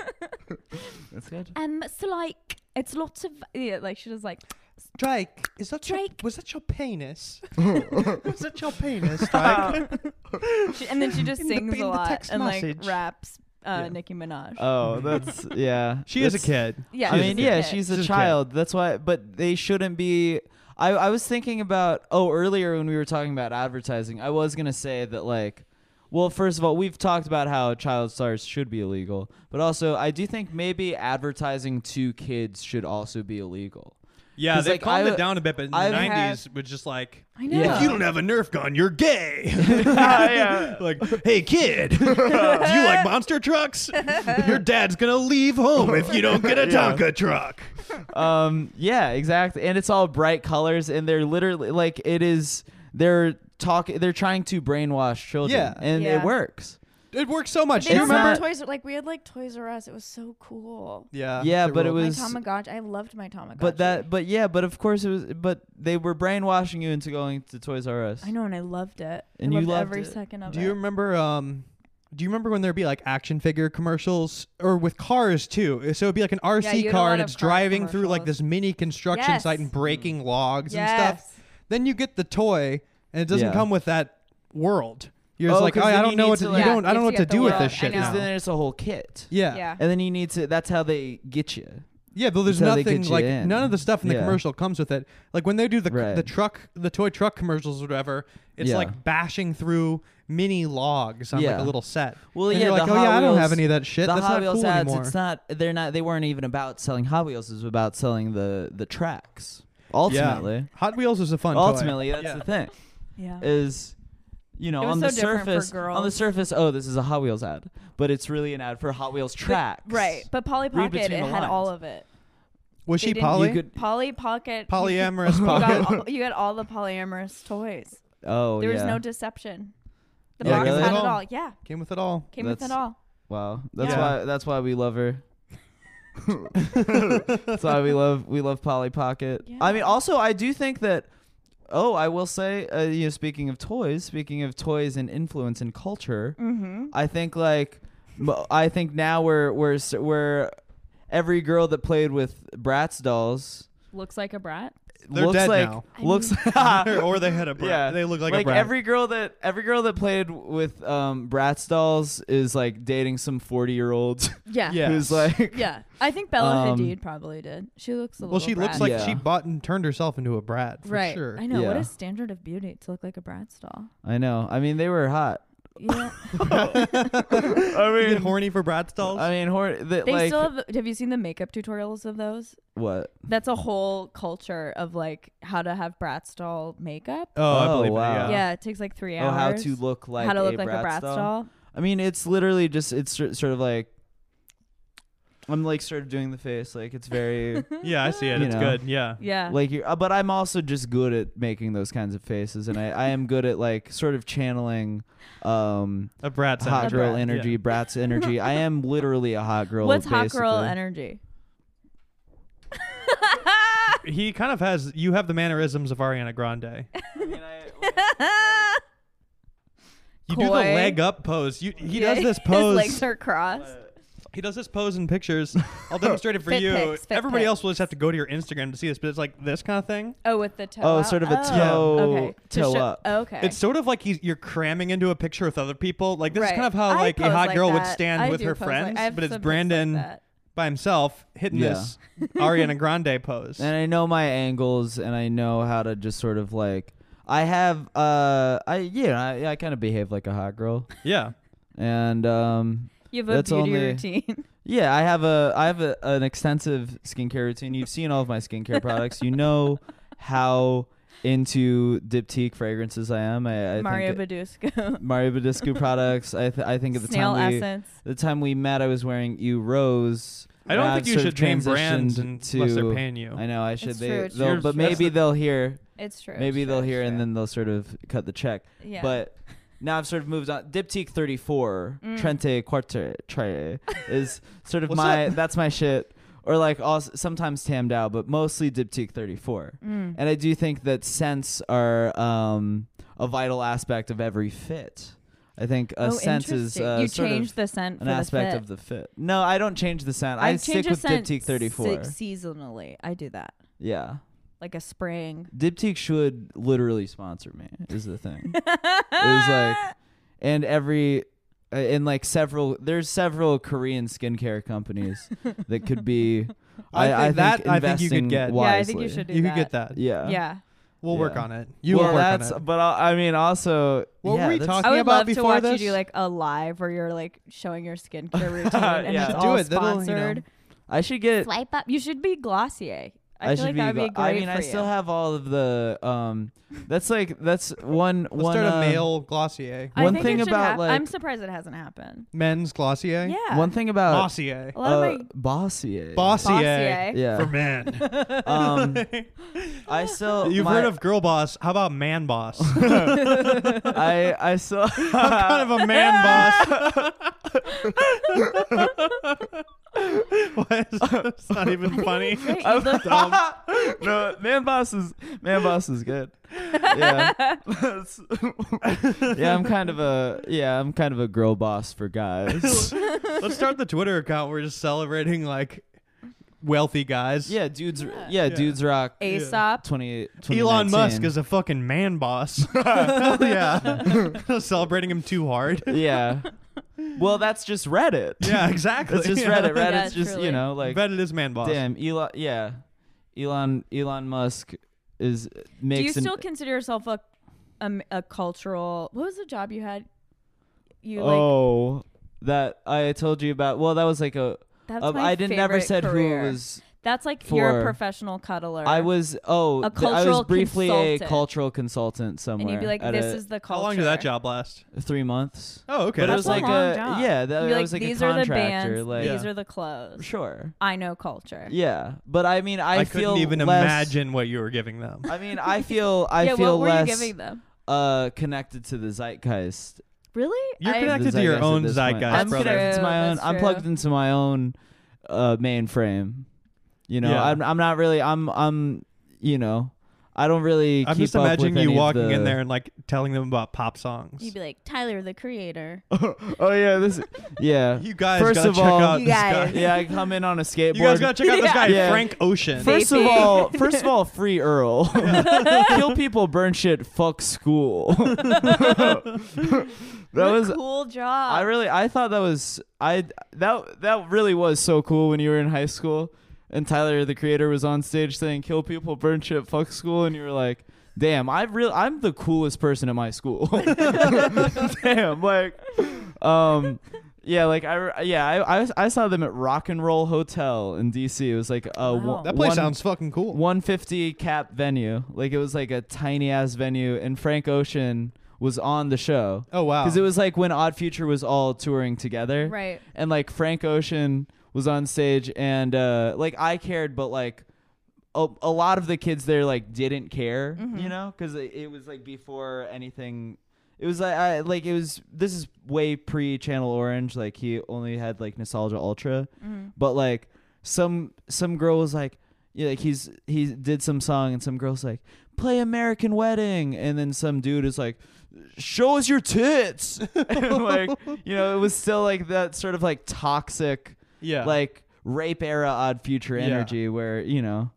Speaker 2: That's good.
Speaker 5: um, so like,
Speaker 3: it's lots of yeah. Like
Speaker 2: <laughs>
Speaker 3: she was like <laughs>
Speaker 1: Drake, is that
Speaker 5: Drake.
Speaker 1: Your, was that your penis? was that your penis,
Speaker 3: <laughs>
Speaker 1: Drake?
Speaker 3: Oh. She- and then
Speaker 2: <laughs>
Speaker 3: she just
Speaker 1: In the-
Speaker 3: sings
Speaker 1: in
Speaker 3: a
Speaker 1: the
Speaker 3: lot
Speaker 1: text
Speaker 3: and
Speaker 1: message.
Speaker 3: like raps uh,
Speaker 1: Yeah.
Speaker 3: Nicki Minaj.
Speaker 2: Oh, that's yeah.
Speaker 1: she is a
Speaker 2: That's-
Speaker 1: kid.
Speaker 3: yeah,
Speaker 2: I
Speaker 1: She's a
Speaker 2: mean,
Speaker 1: kid.
Speaker 2: yeah,
Speaker 3: Okay.
Speaker 2: she's a
Speaker 1: She's a kid.
Speaker 2: child. That's why, but they shouldn't be. I, I was thinking about, oh, earlier when we were talking about advertising, I was going to say that, like, well, first of all, we've talked about how child stars should be illegal, but also, I do think maybe advertising to kids should also be illegal.
Speaker 1: Yeah,
Speaker 2: 'Cause,
Speaker 1: they
Speaker 2: like,
Speaker 1: calmed
Speaker 2: I-
Speaker 1: it down a bit, but in
Speaker 2: I've
Speaker 1: the
Speaker 2: had-
Speaker 1: 90s, was just like,
Speaker 3: I know.
Speaker 2: Yeah.
Speaker 1: if you don't have a Nerf gun, you're <laughs> gay.
Speaker 2: Yeah.
Speaker 1: like, hey, <laughs> kid, do you like monster trucks? Your dad's going to leave home if you don't get <laughs> a
Speaker 2: Yeah.
Speaker 1: Tonka truck.
Speaker 2: um yeah exactly and it's all bright colors and they're literally like it is they're talking they're trying to brainwash children
Speaker 1: Yeah.
Speaker 2: and
Speaker 3: Yeah.
Speaker 2: it works
Speaker 1: It works so much.
Speaker 5: they
Speaker 2: It's
Speaker 5: don't have
Speaker 2: not-
Speaker 5: toys. Like we had like Toys R Us. It was so cool.
Speaker 1: yeah.
Speaker 2: yeah
Speaker 1: they
Speaker 2: but it
Speaker 1: ruled.
Speaker 5: My
Speaker 2: was
Speaker 5: Tamagotchi. I loved my Tamagotchi.
Speaker 2: but that but yeah but of course it was but they were brainwashing you into going to toys r us
Speaker 3: I know, and I loved it.
Speaker 2: And
Speaker 3: I
Speaker 2: you
Speaker 3: loved,
Speaker 2: loved
Speaker 3: every
Speaker 2: it.
Speaker 3: second of
Speaker 1: Do
Speaker 3: it.
Speaker 1: you remember? Um, do you remember when there'd be like action figure commercials or with cars too? So it'd be like an RC
Speaker 3: you had a
Speaker 1: car
Speaker 3: lot
Speaker 1: and
Speaker 3: of
Speaker 1: it's
Speaker 3: car
Speaker 1: driving through like
Speaker 3: commercials.
Speaker 1: this mini construction
Speaker 3: Yes.
Speaker 1: site and breaking
Speaker 2: Hmm.
Speaker 1: logs and
Speaker 3: yes.
Speaker 1: stuff. Then you get the toy and it doesn't
Speaker 2: Yeah.
Speaker 1: come with that world. You're
Speaker 2: Oh,
Speaker 1: just like,
Speaker 2: 'cause
Speaker 1: oh,
Speaker 2: then
Speaker 1: I
Speaker 2: you
Speaker 1: don't know
Speaker 2: need
Speaker 1: what
Speaker 2: to,
Speaker 1: to,
Speaker 2: like-
Speaker 1: you don't,
Speaker 3: Yeah,
Speaker 1: I don't
Speaker 3: you
Speaker 1: know what
Speaker 3: have
Speaker 1: to
Speaker 3: to
Speaker 1: do with
Speaker 3: get
Speaker 1: this
Speaker 3: the
Speaker 1: shit
Speaker 3: world. I
Speaker 2: because
Speaker 1: now.
Speaker 3: know.
Speaker 2: then it's a whole kit
Speaker 1: Yeah. yeah,
Speaker 3: Yeah.
Speaker 2: and then you need to that's how they get you
Speaker 1: but there's
Speaker 2: That's how they
Speaker 1: nothing
Speaker 2: get you
Speaker 1: like
Speaker 2: in.
Speaker 1: none of the stuff in the
Speaker 2: Yeah.
Speaker 1: commercial comes with it. Like when they do the
Speaker 2: Right.
Speaker 1: the truck, the toy truck commercials, or whatever, it's
Speaker 2: Yeah.
Speaker 1: like bashing through mini logs on
Speaker 2: Yeah.
Speaker 1: like a little set.
Speaker 2: well
Speaker 1: And
Speaker 2: yeah
Speaker 1: you're like,
Speaker 2: the
Speaker 1: oh
Speaker 2: Hot
Speaker 1: yeah, I don't
Speaker 2: Wheels-
Speaker 1: have any of that shit.
Speaker 2: the
Speaker 1: That's
Speaker 2: Hot
Speaker 1: not
Speaker 2: Wheels
Speaker 1: cool
Speaker 2: ads,
Speaker 1: anymore.
Speaker 2: it's not. They're not. They weren't even about selling Hot Wheels. It was about selling the the tracks. Ultimately,
Speaker 1: Hot Wheels is a fun.
Speaker 2: ultimately,
Speaker 1: toy.
Speaker 2: that's the thing.
Speaker 3: Yeah.
Speaker 2: Is you know
Speaker 3: It was
Speaker 2: on the
Speaker 3: so different for
Speaker 2: surface, on the
Speaker 3: girls.
Speaker 2: surface, oh, this is a Hot Wheels ad, but it's really an ad for Hot Wheels tracks.
Speaker 3: right, but Polly
Speaker 2: Read
Speaker 3: Pocket it
Speaker 2: between
Speaker 3: had
Speaker 2: the
Speaker 3: all
Speaker 2: lines.
Speaker 3: of it.
Speaker 1: Was
Speaker 3: They
Speaker 1: she
Speaker 3: didn't-
Speaker 1: poly?
Speaker 2: You could.
Speaker 3: Polly Pocket.
Speaker 1: Polyamorous
Speaker 3: <laughs>
Speaker 2: <laughs>
Speaker 3: You got,
Speaker 1: pocket.
Speaker 3: all, you got all the polyamorous toys.
Speaker 2: Oh
Speaker 3: there was
Speaker 2: yeah.
Speaker 3: no deception. The
Speaker 2: Yeah,
Speaker 3: box
Speaker 2: really?
Speaker 3: had it
Speaker 1: At all.
Speaker 3: all. Yeah,
Speaker 1: <laughs> Came with it all.
Speaker 3: came with it
Speaker 2: That's-
Speaker 3: all.
Speaker 2: wow. That's
Speaker 1: Yeah.
Speaker 2: why. That's why we
Speaker 1: <laughs>
Speaker 2: love her. that's why we love we love Polly Pocket. I mean,
Speaker 3: Yeah.
Speaker 2: also I do think that. Oh, I will say, uh, you know, speaking of toys, speaking of toys and influence and culture,
Speaker 3: Mm-hmm.
Speaker 2: I think like mo- I think now we're we're s- we're every girl that played with Bratz dolls
Speaker 4: Looks like a brat.
Speaker 1: They're
Speaker 2: looks
Speaker 1: dead
Speaker 2: like
Speaker 1: now.
Speaker 2: looks <laughs>
Speaker 1: or, or they had a brat.
Speaker 2: Yeah.
Speaker 1: They look like, a
Speaker 2: like
Speaker 1: brat.
Speaker 2: every girl that every girl that played with um, Bratz dolls is like dating some forty year <laughs> old
Speaker 3: Yeah. yeah.
Speaker 1: Yes.
Speaker 2: who's like
Speaker 3: I think Bella
Speaker 2: Um,
Speaker 3: Hadid probably did. She looks a little.
Speaker 1: well, she looks
Speaker 3: brat.
Speaker 1: like
Speaker 2: Yeah.
Speaker 1: she bought and turned herself into a brat for
Speaker 3: right.
Speaker 1: <laughs> sure.
Speaker 3: I know. What
Speaker 2: Yeah.
Speaker 3: a standard of beauty to look like a Bratz doll.
Speaker 2: I know I mean they were hot <laughs>
Speaker 3: Yeah.
Speaker 2: <laughs> I
Speaker 1: You get
Speaker 2: mean
Speaker 1: horny for brat dolls.
Speaker 2: I mean hor- that,
Speaker 3: They
Speaker 2: like
Speaker 3: still have. Have you seen the makeup tutorials of those?
Speaker 2: what
Speaker 3: That's a whole culture of like how to have Bratz doll makeup.
Speaker 1: oh, I
Speaker 2: Oh,
Speaker 1: believe
Speaker 2: wow.
Speaker 1: it. Yeah.
Speaker 3: yeah, it takes like three hours.
Speaker 2: oh how to look like
Speaker 3: how to look
Speaker 2: a
Speaker 3: like
Speaker 2: Bratz
Speaker 3: a Bratz doll.
Speaker 2: I mean, it's literally just it's sor- sort of like I'm like sort of doing the face, like it's very
Speaker 1: yeah. I see it.
Speaker 2: You
Speaker 1: it's
Speaker 2: know.
Speaker 1: good. Yeah.
Speaker 3: <laughs> Yeah.
Speaker 2: like you're, uh, but I'm also just good at making those kinds of faces, and I I am good at like sort of channeling um
Speaker 1: A brat
Speaker 2: hot
Speaker 1: sound.
Speaker 2: girl
Speaker 3: Bratz.
Speaker 2: energy,
Speaker 1: Yeah.
Speaker 2: brats energy. I am literally a hot girl.
Speaker 3: What's hot girl
Speaker 2: basically.
Speaker 3: energy?
Speaker 1: <laughs> He kind of has. You have the mannerisms of Ariana Grande. You do the
Speaker 3: Coy.
Speaker 1: leg up pose. You he
Speaker 3: Yeah, <laughs>
Speaker 1: does this
Speaker 3: His
Speaker 1: pose.
Speaker 3: legs are crossed.
Speaker 1: He does this pose in pictures. I'll demonstrate it for
Speaker 3: Fit
Speaker 1: you.
Speaker 3: pics, fit
Speaker 1: Everybody else will just
Speaker 3: pics.
Speaker 1: have to go to your Instagram to see this, but it's like this kind of thing.
Speaker 3: Oh, with the toe.
Speaker 2: Oh,
Speaker 3: out?
Speaker 2: sort of a
Speaker 3: Oh.
Speaker 2: toe
Speaker 3: Okay. To
Speaker 2: toe
Speaker 3: show-
Speaker 2: up.
Speaker 3: Okay.
Speaker 1: It's sort of like he's, you're cramming into a picture with other people. Like this is
Speaker 3: Right.
Speaker 1: kind of how
Speaker 3: I
Speaker 1: like a
Speaker 3: pose
Speaker 1: hot
Speaker 3: like
Speaker 1: girl would
Speaker 3: that.
Speaker 1: stand
Speaker 3: I
Speaker 1: with
Speaker 3: do
Speaker 1: her
Speaker 3: pose like-
Speaker 1: friends,
Speaker 3: I have
Speaker 1: but it's
Speaker 3: some pics like
Speaker 1: Brandon
Speaker 3: that.
Speaker 1: by himself hitting
Speaker 2: Yeah.
Speaker 1: this Ariana Grande pose.
Speaker 2: and I know my angles, and I know how to just sort of like I have uh I you know I, I kind of behave like a hot girl,
Speaker 1: Yeah,
Speaker 2: and um
Speaker 3: You have a
Speaker 2: That's
Speaker 3: beauty
Speaker 2: only-
Speaker 3: routine.
Speaker 2: Yeah, I have a I have a, an extensive skincare routine. You've seen all of my
Speaker 3: <laughs>
Speaker 2: skincare products. You know how into Diptyque fragrances I am. <laughs> I, I
Speaker 3: Mario
Speaker 2: think
Speaker 3: Badusco.
Speaker 2: Mario Badescu products. I th- I think at the
Speaker 3: Snail
Speaker 2: time we,
Speaker 3: essence.
Speaker 2: the time we met, I was wearing You Rose.
Speaker 1: I don't
Speaker 2: Now
Speaker 1: think
Speaker 2: I've
Speaker 1: you
Speaker 2: sort
Speaker 1: should
Speaker 2: of
Speaker 1: name brands
Speaker 2: transitioned
Speaker 1: unless
Speaker 2: to-
Speaker 1: they're paying you.
Speaker 2: I know I should.
Speaker 3: It's
Speaker 2: They,
Speaker 3: true, it's
Speaker 2: they'll,
Speaker 1: true.
Speaker 2: but
Speaker 1: That's
Speaker 2: maybe
Speaker 1: the-
Speaker 2: they'll hear.
Speaker 3: It's true.
Speaker 2: Maybe
Speaker 3: it's
Speaker 2: they'll
Speaker 3: true,
Speaker 2: hear,
Speaker 3: it's
Speaker 2: and
Speaker 3: true.
Speaker 2: then they'll sort of cut the check.
Speaker 3: yeah.
Speaker 2: But now I've sort of moved on. Diptyque 34,
Speaker 3: Mm.
Speaker 2: Trente Quarte Tre
Speaker 3: <laughs>
Speaker 2: is sort of
Speaker 1: What's
Speaker 2: my that's my shit. Or like also, sometimes Tam Dow, but mostly Diptyque 34.
Speaker 3: Mm.
Speaker 2: And I do think that scents are um, a vital aspect of every fit. I think a
Speaker 3: oh,
Speaker 2: sense is
Speaker 3: interesting.
Speaker 2: uh,
Speaker 3: you
Speaker 2: sort
Speaker 3: changed
Speaker 2: of
Speaker 3: the scent for
Speaker 2: an aspect
Speaker 3: the fit.
Speaker 2: of the fit. No, I don't change the scent. I
Speaker 3: I've
Speaker 2: stick
Speaker 3: changed
Speaker 2: with
Speaker 3: the scent
Speaker 2: Diptyque 34.
Speaker 3: se- seasonally. I do that
Speaker 2: yeah.
Speaker 3: like a spraying.
Speaker 2: Diptyque should literally sponsor me. Is the thing. it
Speaker 1: <laughs>
Speaker 2: was like, and every, uh, and like several. There's several Korean skincare companies that could be.
Speaker 1: <laughs> I
Speaker 2: I,
Speaker 1: think
Speaker 2: I think
Speaker 1: that- I think you could
Speaker 2: investing
Speaker 1: get.
Speaker 2: Wisely.
Speaker 3: Yeah, I think you should do
Speaker 1: You
Speaker 3: that.
Speaker 1: could get that.
Speaker 2: Yeah.
Speaker 3: Yeah.
Speaker 1: We'll work
Speaker 2: Yeah.
Speaker 1: on it. You
Speaker 2: well,
Speaker 1: will work
Speaker 2: that's.
Speaker 1: on it.
Speaker 2: But uh, I, I mean, also.
Speaker 1: What
Speaker 2: yeah,
Speaker 1: were we
Speaker 2: that's-
Speaker 1: talking
Speaker 3: I would
Speaker 1: about
Speaker 3: love to
Speaker 1: before
Speaker 3: watch
Speaker 1: this?
Speaker 3: you do like a live where you're like showing
Speaker 1: <laughs>
Speaker 3: your skincare routine and
Speaker 2: Yeah.
Speaker 3: it's
Speaker 1: Do
Speaker 3: all
Speaker 1: it. That'll, you know,
Speaker 3: sponsored.
Speaker 2: I should get.
Speaker 3: Swipe up. You should be Glossier. I,
Speaker 2: I,
Speaker 3: feel
Speaker 2: should
Speaker 3: like
Speaker 2: be.
Speaker 3: that would be
Speaker 2: go-
Speaker 3: great
Speaker 2: I mean,
Speaker 3: for
Speaker 2: I
Speaker 3: you.
Speaker 2: still have all of the. Um, that's like that's one
Speaker 1: Let's
Speaker 2: one.
Speaker 1: start a
Speaker 2: uh,
Speaker 1: male Glossier,
Speaker 3: I
Speaker 2: one
Speaker 3: think it
Speaker 2: thing
Speaker 3: should
Speaker 2: about,
Speaker 3: hap-
Speaker 2: like-
Speaker 3: I'm surprised it hasn't happened.
Speaker 1: men's Glossier,
Speaker 3: Yeah.
Speaker 2: One thing about
Speaker 1: Glossier,
Speaker 3: a lot
Speaker 2: uh,
Speaker 3: of my
Speaker 2: Bossier.
Speaker 1: Bossier
Speaker 3: Glossier.
Speaker 1: for
Speaker 2: Yeah.
Speaker 1: men.
Speaker 2: Um,
Speaker 1: <laughs>
Speaker 2: I still.
Speaker 1: You've
Speaker 2: my-
Speaker 1: heard of girl boss? How about man boss? <laughs>
Speaker 2: I I still. <laughs>
Speaker 1: I'm kind of a man boss. <laughs> what? It's not
Speaker 2: <laughs>
Speaker 1: even funny.
Speaker 2: I'm dumb. no, man boss is man boss is good. Yeah. <laughs> That's- yeah, I'm kind of a yeah, I'm kind of a girl boss
Speaker 1: <laughs>
Speaker 2: for
Speaker 1: <laughs>
Speaker 2: guys.
Speaker 1: Let's start the Twitter account. We're just celebrating like wealthy guys.
Speaker 2: yeah, dudes yeah, dudes rock
Speaker 3: Aesop.
Speaker 2: 20
Speaker 1: Elon
Speaker 2: 2019.
Speaker 1: Musk is a fucking man
Speaker 2: <laughs>
Speaker 1: boss. <laughs> Hell yeah. <laughs> Celebrating him too hard. <laughs>
Speaker 2: Yeah. Well, that's just Reddit. <laughs>
Speaker 1: Yeah, exactly.
Speaker 2: It's just
Speaker 1: yeah.
Speaker 2: Reddit.
Speaker 3: Yeah,
Speaker 2: Reddit's just,
Speaker 3: truly.
Speaker 2: you know,
Speaker 1: <laughs>
Speaker 2: like
Speaker 1: Bet it is man boss.
Speaker 2: damn, Elon yeah. Elon Elon Musk is
Speaker 3: Do
Speaker 2: makes
Speaker 3: you
Speaker 2: an-
Speaker 3: still consider yourself a, a m- a cultural? What was the job you had? You like
Speaker 2: Oh, that I told you about. Well, that was like a.
Speaker 3: that's
Speaker 2: uh,
Speaker 3: my
Speaker 2: I didn't never
Speaker 3: favorite
Speaker 2: said
Speaker 3: career.
Speaker 2: who was.
Speaker 3: That's like you're
Speaker 2: for.
Speaker 3: a professional cuddler.
Speaker 2: I was. Oh,
Speaker 3: A
Speaker 2: th- I was
Speaker 3: cultural
Speaker 2: briefly a
Speaker 3: consultant.
Speaker 2: cultural consultant somewhere.
Speaker 3: and you'd be like,
Speaker 2: at
Speaker 3: "This
Speaker 2: a-
Speaker 3: is the culture."
Speaker 1: How long did that job last?
Speaker 2: three months.
Speaker 1: Oh, okay.
Speaker 2: But it
Speaker 3: That's
Speaker 2: was
Speaker 3: a
Speaker 2: like
Speaker 3: long
Speaker 2: a
Speaker 3: job.
Speaker 2: yeah. That
Speaker 3: You'd be
Speaker 2: I
Speaker 3: like,
Speaker 2: was like
Speaker 3: these
Speaker 2: a
Speaker 3: are the
Speaker 2: contractor.
Speaker 3: bands.
Speaker 2: like
Speaker 3: These
Speaker 1: Yeah.
Speaker 3: are the clothes.
Speaker 2: sure.
Speaker 3: I know culture.
Speaker 2: Yeah, but I mean, I,
Speaker 1: I,
Speaker 2: feel
Speaker 1: couldn't even
Speaker 2: less-
Speaker 1: imagine what you were giving them.
Speaker 2: I mean, I feel I
Speaker 3: yeah.
Speaker 2: feel
Speaker 3: what were
Speaker 2: less
Speaker 3: you giving them?
Speaker 2: uh connected to the zeitgeist.
Speaker 3: Really?
Speaker 1: You're
Speaker 3: I-
Speaker 1: connected
Speaker 2: the
Speaker 1: to your
Speaker 2: zeitgeist at
Speaker 1: own
Speaker 2: this point.
Speaker 1: zeitgeist,
Speaker 2: I'm
Speaker 3: That's
Speaker 1: brother.
Speaker 2: connected to my
Speaker 3: true,
Speaker 2: own.
Speaker 3: that's
Speaker 2: I'm
Speaker 3: true.
Speaker 2: plugged into my own uh, mainframe. You know,
Speaker 1: Yeah.
Speaker 2: I'm I'm not really. I'm I'm. You know, I don't really.
Speaker 1: I'm
Speaker 2: keep
Speaker 1: just
Speaker 2: up with
Speaker 1: imagining you
Speaker 2: any of
Speaker 1: walking in
Speaker 2: the- <laughs>
Speaker 1: there and like telling them about pop songs.
Speaker 5: You'd be like Tyler, the creator.
Speaker 2: oh yeah, this. <laughs> Yeah.
Speaker 1: <laughs> You guys
Speaker 2: First
Speaker 1: gotta
Speaker 2: of
Speaker 1: check
Speaker 2: all-
Speaker 1: out
Speaker 5: You
Speaker 1: this
Speaker 5: guys.
Speaker 1: guy.
Speaker 2: Yeah, I come in on a skateboard.
Speaker 1: You guys gotta check
Speaker 5: <laughs>
Speaker 1: out this guy,
Speaker 2: Yeah.
Speaker 1: Frank Ocean.
Speaker 2: <laughs> First of
Speaker 3: Baby.
Speaker 2: all, first of
Speaker 3: <laughs>
Speaker 2: all,
Speaker 1: <laughs>
Speaker 2: free Earl. Kill people, burn shit,
Speaker 1: <laughs>
Speaker 2: fuck school. <laughs> that
Speaker 3: What
Speaker 2: was
Speaker 3: a cool job.
Speaker 2: I really I thought that was I that that really was so cool when you were in high school and Tyler the creator was on stage saying kill people, burn shit, fuck school and you were like, "Damn, I real I'm the coolest person at my school." <laughs> Damn, like um yeah, like I, re- yeah, I, I, I saw them at Rock and Roll Hotel in DC. It was like a
Speaker 3: Wow.
Speaker 1: that place
Speaker 2: one,
Speaker 1: sounds fucking cool.
Speaker 2: 150 cap venue. Like it was like a tiny ass venue, and Frank Ocean was on the show
Speaker 1: Oh wow.
Speaker 2: because it was like when Odd Future was all touring together,
Speaker 3: right.
Speaker 2: and like Frank Ocean was on stage, and uh, like I cared, but like a, a lot of the kids there like didn't care, you know, because it, it was like before anything. It was like I like it was this is way pre Channel Orange. Like he only had like Nostalgia Ultra, but like some some girl was like. Yeah, like he's he did some song and some girl's like, play American Wedding, and then some dude is like, show us your tits, <laughs> and like you know, it was still like that sort of like toxic,
Speaker 1: yeah.
Speaker 2: like rape era odd future
Speaker 1: Yeah.
Speaker 2: energy where you know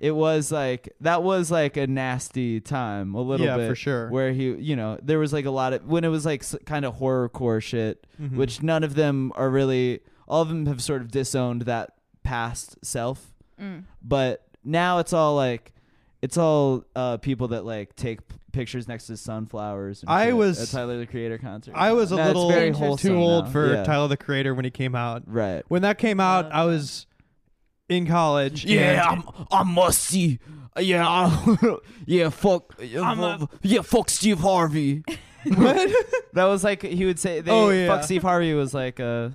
Speaker 2: it was like that was like a nasty time a little
Speaker 1: Yeah,
Speaker 2: bit
Speaker 1: for sure.
Speaker 2: where he you know there was like a lot of when it was like s- kind of horrorcore shit
Speaker 1: Mhm.
Speaker 2: which none of them are really all of them have sort of disowned that past self
Speaker 3: Mm.
Speaker 2: but now it's all like it's all uh, people that like take p- pictures next to sunflowers. And
Speaker 1: I
Speaker 2: shit
Speaker 1: was-
Speaker 2: at Tyler the Creator concert.
Speaker 1: I was a
Speaker 2: Now it's
Speaker 1: little
Speaker 2: very
Speaker 3: too
Speaker 2: wholesome
Speaker 1: too old
Speaker 2: now.
Speaker 1: for
Speaker 2: Yeah.
Speaker 1: Tyler the Creator when he came out.
Speaker 2: Right.
Speaker 1: When that came out, I was in college. and-
Speaker 2: I'm I'm musty. Yeah, I, <laughs> yeah, fuck,
Speaker 1: a-
Speaker 2: yeah, fuck Steve
Speaker 3: <laughs>
Speaker 2: Harvey. <laughs> that was like he would say. They,
Speaker 1: Oh, yeah.
Speaker 2: fuck Steve Harvey was like uh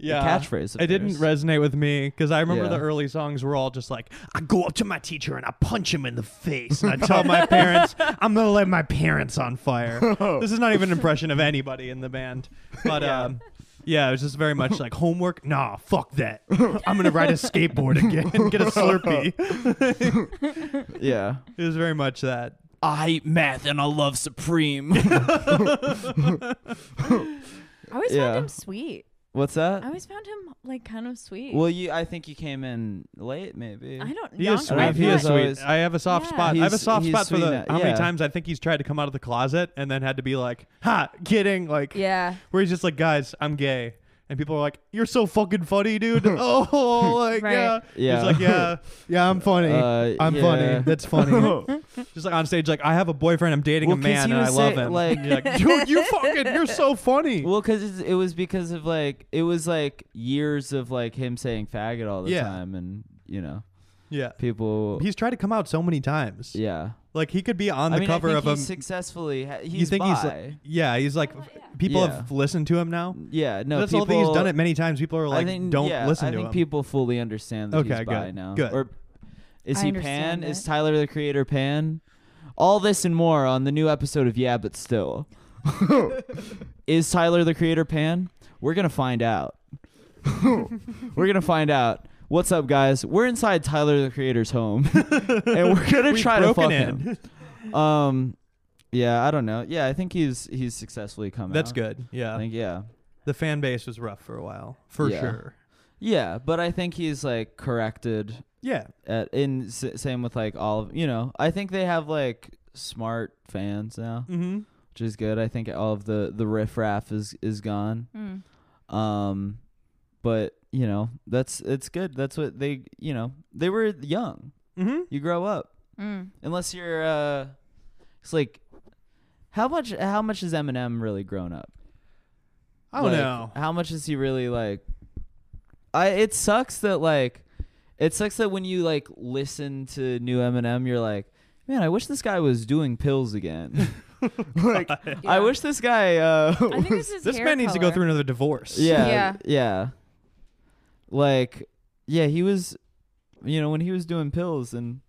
Speaker 1: yeah.
Speaker 2: catchphrase of
Speaker 1: It didn't
Speaker 2: theirs.
Speaker 1: resonate with me because I remember
Speaker 2: Yeah.
Speaker 1: the early songs were all just like, I go up to my teacher and I punch him in the face
Speaker 2: <laughs>
Speaker 1: and I tell my parents I'm gonna light my parents on fire. This is not even an impression of anybody in the band, but
Speaker 2: Oh. Yeah.
Speaker 1: um, yeah, it was just very much like homework. Nah, fuck
Speaker 2: <laughs>
Speaker 1: that. I'm gonna ride a skateboard again and get a Slurpee.
Speaker 2: Yeah.
Speaker 1: It was very much that.
Speaker 2: I hate math and I love Supreme.
Speaker 3: I always
Speaker 2: Yeah.
Speaker 3: found him sweet.
Speaker 2: <laughs> What's
Speaker 3: I
Speaker 2: that?
Speaker 3: always found him like kind of sweet.
Speaker 2: Well, you. I think you came in late, maybe.
Speaker 3: I don't.
Speaker 1: He
Speaker 3: know.
Speaker 1: is sweet.
Speaker 2: I've
Speaker 1: he is
Speaker 2: not-
Speaker 1: sweet.
Speaker 2: always-
Speaker 1: I have a soft
Speaker 3: Yeah.
Speaker 1: spot. I have a
Speaker 2: He's-
Speaker 1: soft
Speaker 2: he's
Speaker 1: spot for
Speaker 2: sweet
Speaker 1: the
Speaker 2: now.
Speaker 1: how many
Speaker 2: Yeah.
Speaker 1: times I think he's tried to come out of the closet and then had to be like, "Ha, kidding!" Like,
Speaker 3: Yeah.
Speaker 1: where he's just like, "Guys, I'm gay," and people are like, "You're so fucking funny,
Speaker 2: <laughs>
Speaker 1: dude." oh, like
Speaker 3: Right.
Speaker 1: yeah.
Speaker 2: Yeah.
Speaker 1: He's like,
Speaker 2: <laughs>
Speaker 1: "Yeah, yeah, I'm funny.
Speaker 2: Uh,
Speaker 1: I'm
Speaker 2: yeah.
Speaker 1: funny. That's funny."
Speaker 2: <laughs>
Speaker 1: just like on stage, like, "I have a boyfriend. I'm dating
Speaker 2: Well,
Speaker 1: a
Speaker 2: 'cause
Speaker 1: man,
Speaker 2: he
Speaker 1: and I
Speaker 2: was
Speaker 1: love
Speaker 2: saying,
Speaker 1: him."
Speaker 2: like-
Speaker 1: And you're
Speaker 2: <laughs>
Speaker 1: like, dude, you fucking, you're so funny.
Speaker 2: Well, because it was because of like it was like years of like him saying faggot all the
Speaker 1: Yeah.
Speaker 2: time, and you know
Speaker 1: yeah.
Speaker 2: people.
Speaker 1: He's tried to come out so many times.
Speaker 2: yeah,
Speaker 1: Like he could be on
Speaker 2: I
Speaker 1: the
Speaker 2: mean,
Speaker 1: cover
Speaker 2: I
Speaker 1: of
Speaker 2: think
Speaker 1: a.
Speaker 2: he successfully. Ha- he's
Speaker 1: you think he's
Speaker 2: bi.
Speaker 1: like, yeah, he's like people
Speaker 2: Oh, Yeah.
Speaker 1: have listened to him now.
Speaker 2: yeah, no,
Speaker 1: That's all
Speaker 2: people,
Speaker 1: that he's done it many times. People are
Speaker 2: I
Speaker 1: like,
Speaker 2: think,
Speaker 1: don't
Speaker 2: yeah,
Speaker 1: listen
Speaker 2: I
Speaker 1: to
Speaker 2: think
Speaker 1: him.
Speaker 2: people fully understand that
Speaker 1: Okay,
Speaker 2: he's bi
Speaker 1: good,
Speaker 2: now.
Speaker 1: good.
Speaker 2: Or is
Speaker 3: I
Speaker 2: he
Speaker 3: understand
Speaker 2: pan? Is
Speaker 3: it.
Speaker 2: Tyler the Creator pan? All this and more on the new episode of Yeah, but
Speaker 1: <laughs>
Speaker 2: still. is Tyler the Creator pan? We're gonna find
Speaker 1: <laughs>
Speaker 2: out. we're gonna find out. What's up, guys? We're inside Tyler the Creator's home, <laughs> and we're gonna
Speaker 1: We've
Speaker 2: try to
Speaker 1: broken
Speaker 2: fuck
Speaker 1: in.
Speaker 2: him. Um, yeah, I don't know. Yeah, I think he's he's successfully
Speaker 1: <laughs>
Speaker 2: come
Speaker 1: That's
Speaker 2: out.
Speaker 1: good.
Speaker 2: I
Speaker 1: Yeah,
Speaker 2: think yeah.
Speaker 1: the fan base was rough for a while, for
Speaker 2: Yeah.
Speaker 1: sure.
Speaker 2: Yeah, but I think he's like corrected.
Speaker 1: Yeah,
Speaker 2: At, in s- same with like all of you know, I think they have like smart fans now,
Speaker 1: mm-hmm.
Speaker 2: which is good. I think all of the the riffraff is is gone.
Speaker 5: Mm.
Speaker 2: Um, but you know that's it's good. That's what they you know they were young.
Speaker 1: Mm-hmm.
Speaker 2: You grow up
Speaker 5: Mm.
Speaker 2: unless you're. uh It's like how much how much has Eminem really grown up?
Speaker 1: I don't
Speaker 2: Like,
Speaker 1: know.
Speaker 2: How much is he really like? I it sucks that like, it sucks that when you like listen to new Eminem, you're like, man, I wish this guy was doing pills again. <laughs> like, I wish this guy. Uh, <laughs>
Speaker 3: I think it's his
Speaker 1: This
Speaker 3: hair
Speaker 1: man needs to go
Speaker 3: color.
Speaker 1: through another divorce.
Speaker 2: yeah,
Speaker 3: Yeah.
Speaker 2: yeah, Like, yeah, he was, you know, when he was doing pills and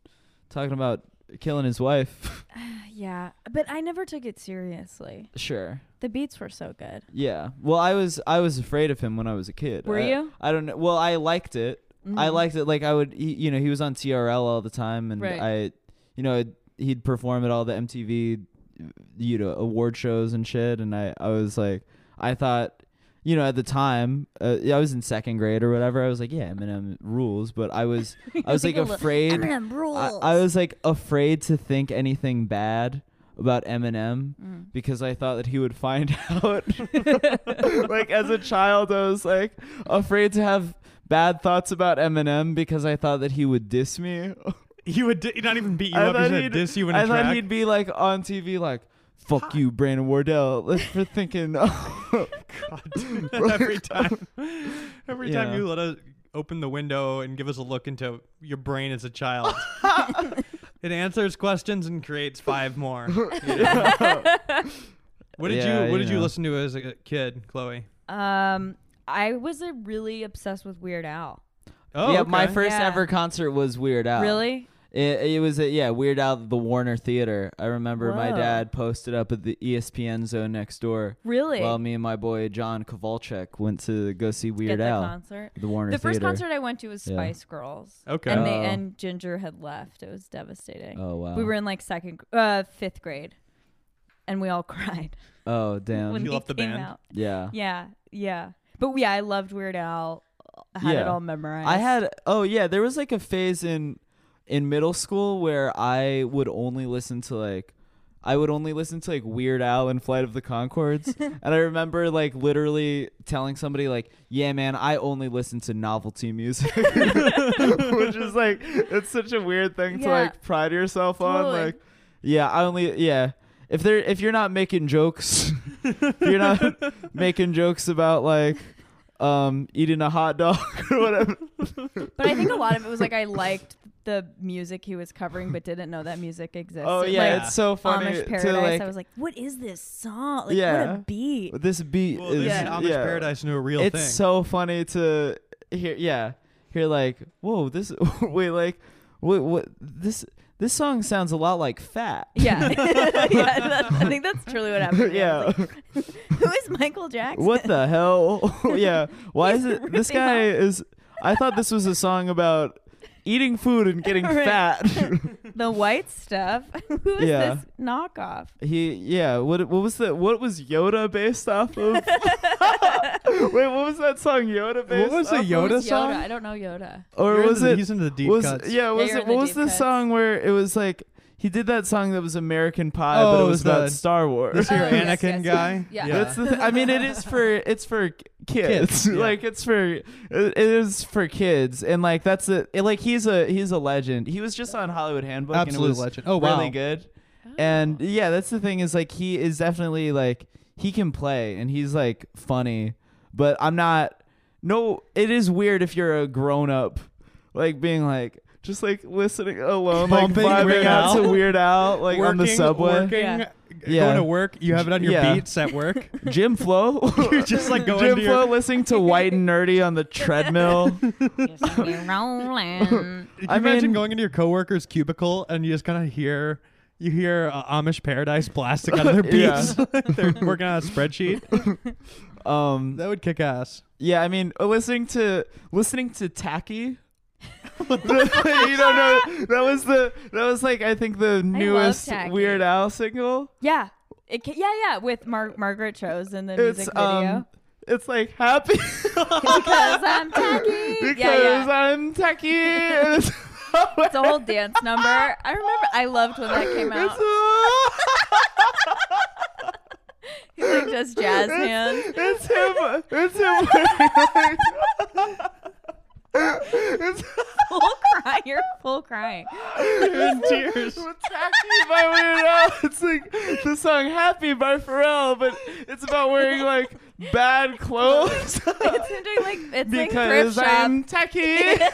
Speaker 2: talking about killing his wife.
Speaker 3: <sighs>
Speaker 2: <laughs>
Speaker 3: Yeah, but I never took it seriously.
Speaker 2: sure.
Speaker 3: The beats were so good.
Speaker 2: Yeah. Well, I was I was afraid of him when I was a kid.
Speaker 4: Were
Speaker 2: I-
Speaker 4: you?
Speaker 2: I don't know. Well, I liked it. I liked it. Like I would, he, you know, he was on TRL all the time, and
Speaker 4: Right.
Speaker 2: I, you know, I'd- he'd perform at all the MTV, you know, award shows and shit. And I, I was like, I thought, you know, at the time, uh, I was in second grade or whatever. I was like, yeah, Eminem rules, but I was, <laughs> I
Speaker 3: <laughs>
Speaker 2: was like afraid. I, I was like afraid to think anything bad about Eminem
Speaker 3: Mm.
Speaker 2: because I thought that he would find <laughs>
Speaker 1: <laughs>
Speaker 2: out. like as a child, I was like afraid to have bad thoughts about Eminem because I thought that he would diss me.
Speaker 1: <laughs> He would di- not even beat you
Speaker 2: I
Speaker 1: up. He's
Speaker 2: thought,
Speaker 1: gonna
Speaker 2: he'd,
Speaker 1: diss you in a
Speaker 2: I
Speaker 1: track.
Speaker 2: thought he'd <laughs> be like on TV, like "fuck you, Brandon Wardell," <laughs> like, for thinking.
Speaker 1: God, dude. <laughs> every time, every time
Speaker 2: Yeah.
Speaker 1: you let us open the window and give us a look into your brain as a
Speaker 2: <laughs>
Speaker 1: child, it answers questions and creates five
Speaker 2: <laughs>
Speaker 1: more. you know? <laughs> what did
Speaker 2: Yeah,
Speaker 1: you What
Speaker 2: you
Speaker 1: did you
Speaker 2: know.
Speaker 1: listen to as a kid, Chloe?
Speaker 3: Um, I was uh, really obsessed with Weird Al.
Speaker 1: <laughs> Oh,
Speaker 2: yeah, my
Speaker 1: okay.
Speaker 2: first
Speaker 3: Yeah.
Speaker 2: ever concert was Weird Al.
Speaker 3: Really?
Speaker 2: It, it was a, yeah, Weird Al at the Warner Theater. I remember my
Speaker 3: Whoa.
Speaker 2: dad posted up at the E ESPN zone next door.
Speaker 3: Really?
Speaker 2: While me and my boy John Kowalczyk went to go see
Speaker 3: Get
Speaker 2: Weird
Speaker 3: the
Speaker 2: Al at
Speaker 3: concert.
Speaker 2: the Warner
Speaker 3: The
Speaker 2: Theater.
Speaker 3: first concert I went to was
Speaker 2: Yeah.
Speaker 3: Spice Girls.
Speaker 1: Okay.
Speaker 3: And they
Speaker 2: Oh.
Speaker 3: and Ginger had left. It was devastating.
Speaker 2: Oh wow.
Speaker 3: We were in like second, gr- uh, fifth grade, and we all <laughs> cried
Speaker 2: Oh damn.
Speaker 3: when
Speaker 1: You
Speaker 3: he
Speaker 1: left the
Speaker 3: came
Speaker 1: band?
Speaker 3: out.
Speaker 2: yeah.
Speaker 3: Yeah, yeah. But yeah, I loved Weird Al. I Had it
Speaker 2: Yeah.
Speaker 3: all memorized.
Speaker 2: I had oh yeah, there was like a phase in in middle school where I would only listen to like I would only listen to like Weird Al and Flight of the
Speaker 3: <laughs>
Speaker 2: Concords. and I remember like literally telling somebody like, "Yeah, man, I only listen to novelty music." <laughs> Which is like it's such a weird thing to
Speaker 3: Yeah.
Speaker 2: like pride yourself on
Speaker 3: Totally.
Speaker 2: like yeah, I only yeah. If they're if you're not making jokes, if you're
Speaker 3: <laughs>
Speaker 2: not making jokes about like um eating a hot dog <laughs> or whatever. <laughs>
Speaker 3: But I think a lot of it was like I liked the music he was covering, but didn't know that music existed.
Speaker 2: Oh yeah,
Speaker 3: like,
Speaker 2: it's so funny
Speaker 3: Amish
Speaker 2: to
Speaker 3: Paradise.
Speaker 2: like
Speaker 3: I was like, what is this song? Like, what
Speaker 2: Yeah. <laughs>
Speaker 3: a beat.
Speaker 2: this beat
Speaker 1: Well,
Speaker 2: is
Speaker 1: they
Speaker 3: Yeah.
Speaker 1: made Amish
Speaker 2: yeah.
Speaker 1: Paradise into a real
Speaker 2: it's
Speaker 1: thing.
Speaker 2: so funny to hear yeah hear like whoa this <laughs> wait like wait what this this song sounds a lot like fat
Speaker 3: Yeah, <laughs>
Speaker 2: <laughs>
Speaker 3: yeah. That's, I think that's truly what happened. to me. I was
Speaker 2: yeah
Speaker 3: like, who is Michael Jackson?
Speaker 2: what the hell <laughs>
Speaker 3: <laughs>
Speaker 2: yeah why is
Speaker 3: He's
Speaker 2: it this
Speaker 3: ripping
Speaker 2: guy is i thought this was a song about eating food and getting
Speaker 3: <laughs> Right.
Speaker 2: fat
Speaker 3: the white stuff. <laughs> Who is
Speaker 2: Yeah.
Speaker 3: this knockoff?
Speaker 2: he yeah what what was the what was yoda based off
Speaker 4: <laughs>
Speaker 2: of wait what was that song yoda based
Speaker 1: what was the
Speaker 2: off of?
Speaker 1: Yoda
Speaker 4: Who's
Speaker 1: song?
Speaker 4: Yoda? I don't know Yoda.
Speaker 2: or
Speaker 1: You're
Speaker 2: was
Speaker 1: into the-
Speaker 2: it
Speaker 1: He's into the deep
Speaker 2: was
Speaker 1: cuts.
Speaker 2: yeah was
Speaker 4: you're in
Speaker 2: it what
Speaker 4: the
Speaker 2: was
Speaker 4: deep
Speaker 2: the
Speaker 4: cuts.
Speaker 2: song where it was like he did that song that was American Pie
Speaker 1: Oh,
Speaker 2: but
Speaker 1: it
Speaker 2: it was
Speaker 1: was
Speaker 2: about
Speaker 1: the-
Speaker 2: Star Wars.
Speaker 1: This here
Speaker 2: <laughs>
Speaker 4: Oh, yes,
Speaker 1: Anakin
Speaker 4: yes,
Speaker 3: <laughs>
Speaker 1: guy.
Speaker 4: yes. Yeah.
Speaker 2: That's the th- I mean it is for it's for k- kids.
Speaker 1: Kids,
Speaker 2: <laughs>
Speaker 1: yeah.
Speaker 2: Like it's for it it is for kids and like that's a it, like he's a he's a legend. He was just on Hollywood Handbook and it
Speaker 1: absolute
Speaker 2: was
Speaker 1: legend. Oh wow.
Speaker 2: really good. And yeah, that's the thing is like he is definitely like he can play and he's like funny, but I'm not. No, it is weird if you're a grown up, like being like just like listening alone,
Speaker 1: Bumping
Speaker 2: like vibing
Speaker 1: Weird
Speaker 2: out to
Speaker 1: Al.
Speaker 2: Weird Al, like on the
Speaker 1: Working-
Speaker 2: subway.
Speaker 1: working,
Speaker 3: Yeah.
Speaker 1: g-
Speaker 2: Yeah.
Speaker 1: Going to work. You have it on your
Speaker 2: Yeah.
Speaker 1: beats at
Speaker 2: <laughs>
Speaker 1: work. <laughs>
Speaker 2: Jim Flo,
Speaker 1: You're just
Speaker 2: <laughs>
Speaker 1: like going
Speaker 2: Jim
Speaker 1: to
Speaker 2: Flo
Speaker 1: your.
Speaker 2: listening to White and Nerdy on
Speaker 1: <laughs>
Speaker 2: the treadmill. <laughs>
Speaker 5: rolling.
Speaker 1: Can you
Speaker 2: I
Speaker 1: imagine
Speaker 2: mean-
Speaker 1: going into your coworker's cubicle and you just kind of hear you hear uh, Amish Paradise blasting out of their
Speaker 2: <laughs> Yeah.
Speaker 1: beats. <laughs> They're working on a
Speaker 2: <laughs>
Speaker 1: spreadsheet.
Speaker 2: Um,
Speaker 1: That would kick ass.
Speaker 2: yeah, I mean uh, listening to listening to Tacky. <laughs> you don't know that was the that was like I think the newest
Speaker 3: Tacky.
Speaker 2: Weird Al single.
Speaker 3: Yeah. It ca- yeah, yeah, with Mar- Margaret Shows in the music video.
Speaker 2: um, it's like happy
Speaker 3: <laughs>
Speaker 2: <laughs>
Speaker 3: because I'm tacky.
Speaker 2: because
Speaker 3: yeah, yeah.
Speaker 2: I'm <laughs> techie. and it's
Speaker 3: It's a whole dance number. I remember. I loved when that
Speaker 2: <laughs>
Speaker 3: came out. He like just jazz hands.
Speaker 2: <laughs> It's him. It's him. <laughs> it's
Speaker 3: Full cry. <laughs> You're full crying.
Speaker 1: In tears.
Speaker 2: Tacky by Weird Al. It's like the song Happy by Pharrell, but it's about wearing like bad clothes.
Speaker 3: <laughs> It's doing like it's like
Speaker 2: because
Speaker 3: thrift shop. <laughs>
Speaker 2: I'm techie.